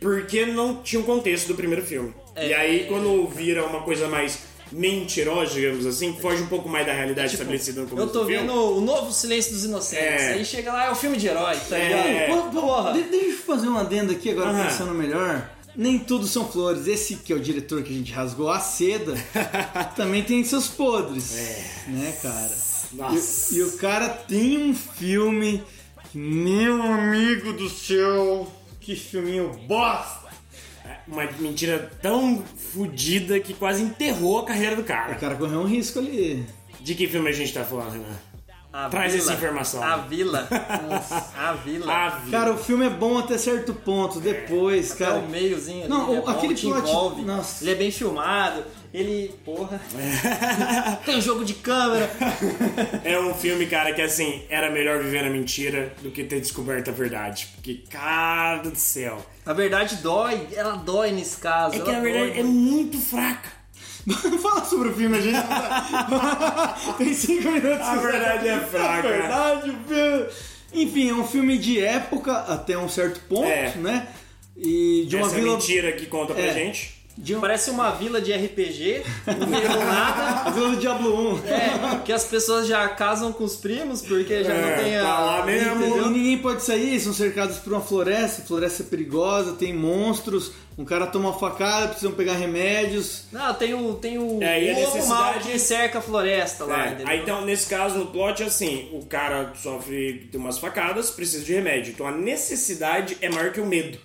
Speaker 4: porque não tinha o contexto do primeiro filme.
Speaker 3: É.
Speaker 4: E aí quando vira uma coisa mais mentirosa, digamos assim, que foge um pouco mais da realidade
Speaker 3: Tipo,
Speaker 4: estabelecida no
Speaker 6: Eu
Speaker 4: começo
Speaker 6: tô
Speaker 4: do filme.
Speaker 6: vendo o novo Silêncio dos Inocentes.
Speaker 4: É.
Speaker 6: Aí chega lá, é o filme de herói, tá
Speaker 4: É.
Speaker 6: ligado?
Speaker 4: É.
Speaker 3: Pô, pô,
Speaker 6: Porra.
Speaker 3: de- deixa eu fazer um adendo aqui agora,
Speaker 4: Aham.
Speaker 3: pensando melhor. Nem tudo são flores. Esse que é o diretor que a gente rasgou a seda, também tem seus podres.
Speaker 6: É.
Speaker 3: Né, cara?
Speaker 4: Nossa.
Speaker 3: E, e o cara tem um filme. que, Meu amigo do céu, que filminho bosta!
Speaker 4: Uma mentira tão fodida que quase enterrou a carreira do
Speaker 3: O
Speaker 4: cara.
Speaker 3: cara correu um risco ali.
Speaker 4: De que filme a gente tá falando, Renan?
Speaker 6: A
Speaker 4: Traz essa informação.
Speaker 6: A vila. a vila.
Speaker 4: Ave.
Speaker 3: Cara, o filme é bom até certo ponto, depois,
Speaker 6: É
Speaker 3: cara.
Speaker 6: o meiozinho ali.
Speaker 3: Não,
Speaker 6: ele é
Speaker 3: o-
Speaker 6: bom,
Speaker 3: aquele
Speaker 6: te
Speaker 3: plot-
Speaker 6: envolve.
Speaker 3: nossa.
Speaker 6: Ele é bem filmado. Ele. Porra. Tem jogo de câmera.
Speaker 4: É um filme, cara, que assim, era melhor viver na mentira do que ter descoberto a verdade. Porque, cara do céu.
Speaker 6: A verdade dói. Ela dói nesse caso.
Speaker 4: É que
Speaker 6: ela
Speaker 4: a verdade
Speaker 6: dói.
Speaker 4: é muito fraca.
Speaker 3: Fala sobre o filme, a gente. não tá- Tem cinco minutos.
Speaker 4: A verdade é fraca.
Speaker 3: A verdade, o filme- Enfim, é um filme de época até um certo ponto,
Speaker 4: É.
Speaker 3: né? E de uma
Speaker 4: Essa é
Speaker 3: vila.
Speaker 4: mentira que conta pra
Speaker 3: É.
Speaker 4: gente.
Speaker 3: De um...
Speaker 6: Parece uma vila de RPG. Não veio nada.
Speaker 3: A vila do Diablo 1.
Speaker 6: É, que as pessoas já casam com os primos porque já
Speaker 4: É,
Speaker 6: não tem a.
Speaker 4: tá lá mesmo.
Speaker 3: Entendeu? E ninguém pode sair, são cercados por uma floresta, floresta é perigosa, tem monstros, um cara toma uma facada, precisam pegar remédios.
Speaker 6: Não, tem o, tem o
Speaker 4: É, e a
Speaker 6: lobo mal
Speaker 4: necessidade-
Speaker 6: que cerca a floresta lá.
Speaker 4: É.
Speaker 6: entendeu?
Speaker 4: Aí, então, nesse caso, no plot, assim, o cara sofre de umas facadas, precisa de remédio. Então a necessidade é maior que o medo.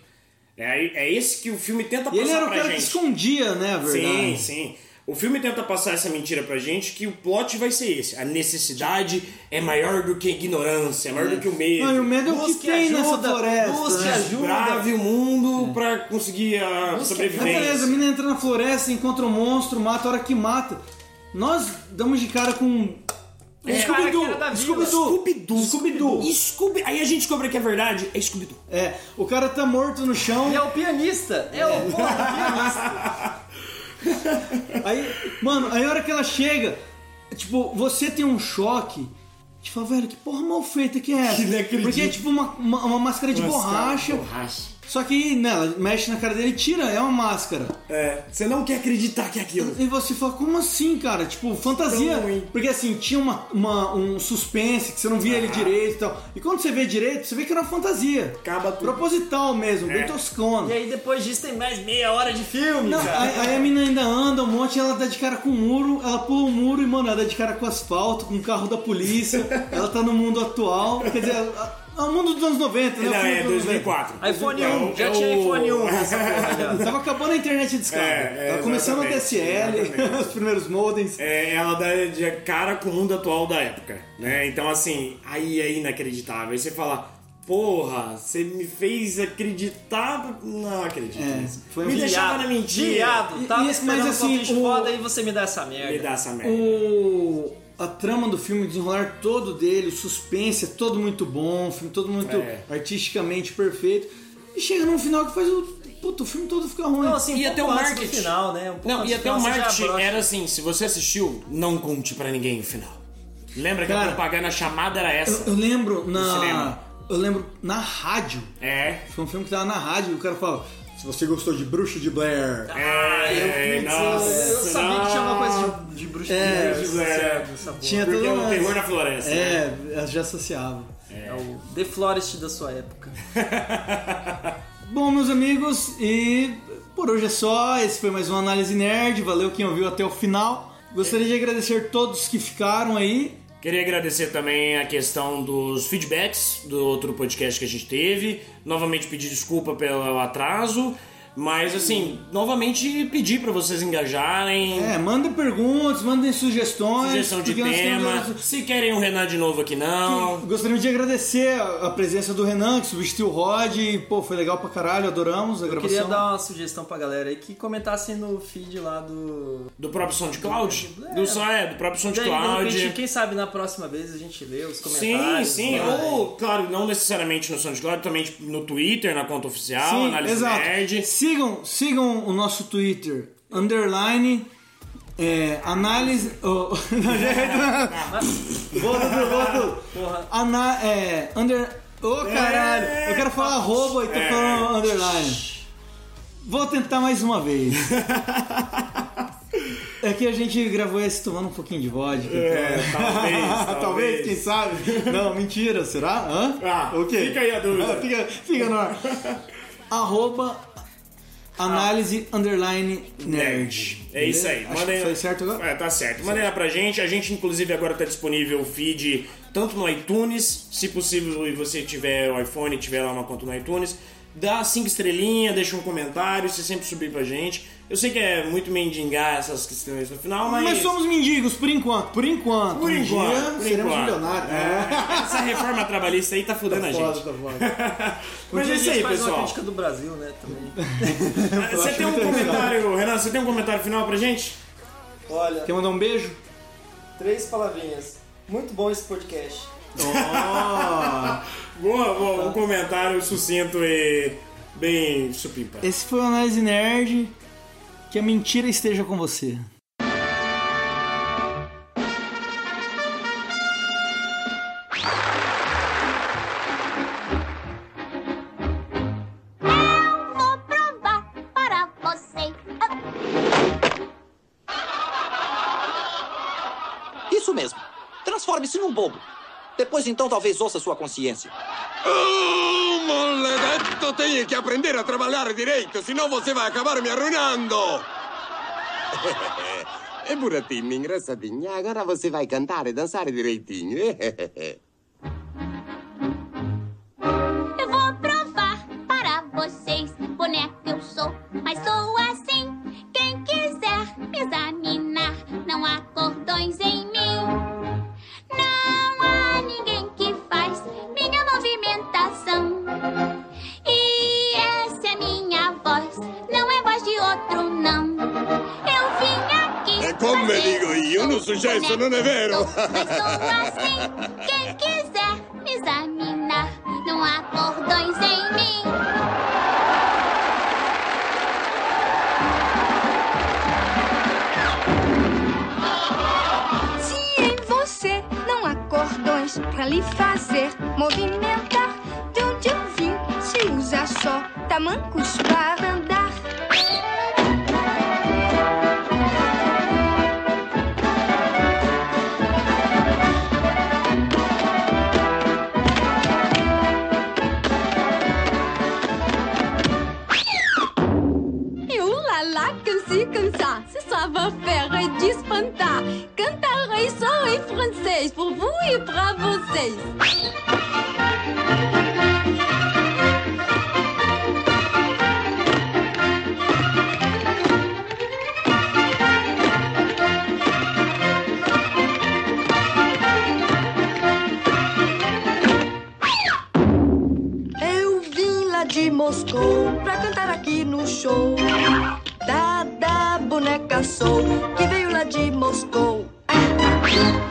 Speaker 4: É, é esse que o filme tenta
Speaker 3: E
Speaker 4: passar
Speaker 3: ele era o
Speaker 4: pra
Speaker 3: cara
Speaker 4: gente.
Speaker 3: que escondia, né, a
Speaker 4: Sim,
Speaker 3: verdade.
Speaker 4: sim. O filme tenta passar essa mentira pra gente que o plot vai ser esse. A necessidade é maior do que a ignorância, é maior do que o medo.
Speaker 3: Não, e o medo é o que
Speaker 6: Busque
Speaker 3: tem nessa
Speaker 6: ajuda,
Speaker 3: floresta.
Speaker 6: busque
Speaker 3: né?
Speaker 6: ajuda.
Speaker 4: Brave o mundo pra conseguir a
Speaker 3: Mas beleza, a
Speaker 4: sobrevivência.
Speaker 3: mina entra na floresta, encontra um monstro, mata, a hora que mata. Nós damos de cara com. um-
Speaker 6: É,
Speaker 3: Scooby-Doo!
Speaker 6: cara que era da vila.
Speaker 3: Scooby-Doo! Scooby-Doo!
Speaker 4: Scooby... Aí a gente descobre que é verdade, é Scooby-Doo.
Speaker 3: É, o cara tá morto no chão.
Speaker 6: E é o pianista. É o porra, do pianista.
Speaker 3: Aí, mano, aí a hora que ela chega, tipo, você tem um choque. Tipo, velho, que porra mal feita que é essa?
Speaker 4: Que não acredito.
Speaker 3: Porque é tipo uma, uma, uma máscara de borracha.
Speaker 4: Borracha.
Speaker 3: Só que, né, ela mexe na cara dele e tira, é uma máscara.
Speaker 11: É, você não quer acreditar que é aquilo.
Speaker 3: E você fala, como assim, cara? Tipo, fantasia.
Speaker 11: Tão ruim.
Speaker 3: Porque assim, tinha uma, uma- um suspense que você não via
Speaker 11: Ah.
Speaker 3: ele direito e tal. E quando você vê direito, você vê que era uma fantasia.
Speaker 11: Acaba tudo. É.
Speaker 3: Proposital mesmo, bem
Speaker 6: E
Speaker 3: toscona.
Speaker 6: aí depois disso tem mais meia hora de filme,
Speaker 3: Não,
Speaker 6: cara.
Speaker 3: aí, aí a mina ainda anda um monte, ela dá de cara com o muro, ela pula o muro e, mano, ela dá de cara com o asfalto, com o carro da polícia. ela tá no mundo atual. Quer dizer, ela- é o mundo dos anos 90, né?
Speaker 11: Não,
Speaker 3: O filme
Speaker 11: é
Speaker 3: dos anos
Speaker 11: 2004.
Speaker 6: iPhone
Speaker 4: Então,
Speaker 11: É
Speaker 6: 1,
Speaker 11: o-
Speaker 6: já
Speaker 11: é
Speaker 6: tinha
Speaker 11: o-
Speaker 6: iPhone 1 nessa porra já.
Speaker 3: Tava acabando a internet de escada.
Speaker 11: É, é,
Speaker 3: Tava começando a
Speaker 11: exatamente,
Speaker 3: DSL,
Speaker 11: exatamente.
Speaker 3: os primeiros modems.
Speaker 11: É, ela dá de cara com o mundo atual da época, né? Então, assim, aí é inacreditável. Aí você fala, porra, você me fez acreditar... Não acredito
Speaker 3: É,
Speaker 11: nisso.
Speaker 3: foi um
Speaker 11: me deixava na mentira.
Speaker 6: Viado,
Speaker 3: E-
Speaker 6: tava
Speaker 3: e-
Speaker 6: esperando
Speaker 3: mas
Speaker 6: mas,
Speaker 3: assim,
Speaker 6: assim,
Speaker 3: o-
Speaker 6: foda e você me dá essa merda.
Speaker 11: Me dá essa merda.
Speaker 3: O, a trama do filme, o desenrolar todo dele, o suspense é todo muito bom, o filme todo muito
Speaker 11: É.
Speaker 3: artisticamente perfeito. E chega num final que faz o. Puta, o filme todo fica ruim.
Speaker 6: Não, assim, um
Speaker 4: E até
Speaker 6: pouco
Speaker 4: o
Speaker 6: antes do
Speaker 4: marketing.
Speaker 6: final, né? Um pouco
Speaker 4: Não,
Speaker 6: antes
Speaker 4: e
Speaker 6: do
Speaker 4: até o
Speaker 6: final, você já
Speaker 4: marketing
Speaker 6: brocha.
Speaker 4: era assim, se você assistiu, não conte pra ninguém o final. Lembra que
Speaker 3: Cara,
Speaker 4: a propaganda a chamada era
Speaker 3: eu,
Speaker 4: essa?
Speaker 3: eu lembro na.
Speaker 4: cinema.
Speaker 3: Eu lembro na rádio.
Speaker 4: É.
Speaker 3: Foi um filme que tava na rádio e o cara fala: Se você gostou de Bruxo de Blair.
Speaker 11: É,
Speaker 6: Putz,
Speaker 11: nossa.
Speaker 6: eu eu sabia que tinha uma coisa de, de bruxa.
Speaker 3: É,
Speaker 11: é.
Speaker 3: Tinha
Speaker 11: Porque é
Speaker 4: um
Speaker 3: tudo
Speaker 11: o
Speaker 3: mais.
Speaker 11: terror na floresta. né?
Speaker 3: É, eu já associava.
Speaker 6: É o The Florist da sua época.
Speaker 3: Bom, meus amigos, e por hoje é só. Esse foi mais uma análise nerd. Valeu quem ouviu até o final. Gostaria de agradecer todos que ficaram aí.
Speaker 4: Queria agradecer também a questão dos feedbacks do outro podcast que a gente teve. Novamente pedir desculpa pelo atraso. Mas assim, novamente pedir pra vocês engajarem.
Speaker 3: É, mandem perguntas, mandem sugestões.
Speaker 4: Sugestão de
Speaker 3: porque nós
Speaker 4: tema.
Speaker 3: temos-
Speaker 4: Se querem o Renan de novo aqui, não.
Speaker 3: Gostaria de agradecer a a presença do Renan, que substituiu o Rod. E, pô, foi legal pra caralho, adoramos a
Speaker 6: Eu
Speaker 3: gravação.
Speaker 6: queria dar uma sugestão pra galera aí que comentasse no feed lá do.
Speaker 4: Do próprio SoundCloud.
Speaker 6: É.
Speaker 4: Do, só- é, do próprio
Speaker 6: Daí, de
Speaker 4: SoundCloud.
Speaker 6: repente, quem sabe na próxima vez a gente lê os
Speaker 4: Sim,
Speaker 6: comentários. né?
Speaker 4: sim.
Speaker 6: lá.
Speaker 4: Ou, claro, não necessariamente no SoundCloud, também tipo, no Twitter, na conta oficial,
Speaker 3: Sim,
Speaker 4: Análise
Speaker 3: exato.
Speaker 4: Nerd.
Speaker 3: Sigam, sigam o nosso Twitter, underline, é, análise... Oh, não, já entra- volta, pro- volta.
Speaker 6: Porra.
Speaker 3: Ana, é, under... Ô, caralho!
Speaker 11: É,
Speaker 3: Eu quero falar arroba e tô falando underline. Vou tentar mais uma vez. É que a gente gravou esse tomando um pouquinho de vodka. então.
Speaker 11: É, talvez,
Speaker 3: talvez,
Speaker 11: talvez.
Speaker 3: quem sabe? Não, mentira, será? Hã?
Speaker 4: Tá,
Speaker 11: Ah,
Speaker 3: O quê?
Speaker 11: fica aí a dúvida.
Speaker 3: fica, fica no ar. Arroba análise underline nerd.
Speaker 4: É isso aí.
Speaker 3: Acho que foi certo agora?
Speaker 4: É, tá certo. Mandem lá pra gente. A gente, inclusive, agora tá disponível o feed tanto no iTunes, se possível, e você tiver o iPhone e tiver lá uma conta no iTunes. Dá cinco estrelinhas, deixa um comentário, você sempre subir pra gente. Eu sei que é muito mendigar essas questões no final, mas.
Speaker 3: Mas somos mendigos, por enquanto. Por enquanto.
Speaker 4: Por
Speaker 3: um
Speaker 4: enquanto,
Speaker 3: dia
Speaker 4: por
Speaker 3: seremos
Speaker 4: enquanto.
Speaker 3: milionários.
Speaker 4: É, essa reforma trabalhista aí tá fudendo a
Speaker 3: Foda,
Speaker 4: gente.
Speaker 3: tá foda. Um
Speaker 4: Mas
Speaker 6: Hoje
Speaker 4: é
Speaker 6: a
Speaker 4: isso
Speaker 6: gente
Speaker 4: aí,
Speaker 6: faz uma
Speaker 4: pessoal.
Speaker 6: crítica do Brasil, né? Também.
Speaker 4: Você tem um comentário, Renan, você tem um comentário final pra gente?
Speaker 6: Olha,
Speaker 3: Quer mandar um beijo?
Speaker 6: três palavrinhas. Muito bom esse podcast.
Speaker 4: Boa, boa, um comentário sucinto e bem supimpa.
Speaker 3: Esse foi o Análise Nerd. Que a mentira esteja com você.
Speaker 5: Eu vou provar para você.
Speaker 1: Isso mesmo. Transforme-se num bobo. Depois então talvez ouça sua consciência.
Speaker 8: Oh, molegato, tem que aprender a trabalhar direito, senão você vai acabar me arruinando. É buratinho, engraçadinho. Agora você vai cantar e dançar direitinho.
Speaker 5: Eu vou provar para vocês. Boneca eu sou, mas sou assim. Quem quiser me examinar, não há cordões em mim. Não há ninguém que faz minha movimentação. E essa é minha voz, não é voz de outro, não. Eu vim aqui.
Speaker 8: É como
Speaker 5: fazer
Speaker 8: digo, e eu não sujeito,
Speaker 5: boneca
Speaker 8: não é
Speaker 5: eu
Speaker 8: vero?
Speaker 5: sou, Mas sou assim, quem quiser me examinar, não há cordões em mim.
Speaker 12: Se em você não há cordões pra lhe fazer movimentar, de onde eu vim se usa só
Speaker 13: tamancos para andar.
Speaker 5: Et oulala, comme si, comme ça, ça, ça va faire d'espantar. Cantarei só em francês pour vous e pra vocês.
Speaker 1: Eu vim lá de Moscou pra cantar aqui no show. Da da boneca sou que veio lá de Moscou. Ah.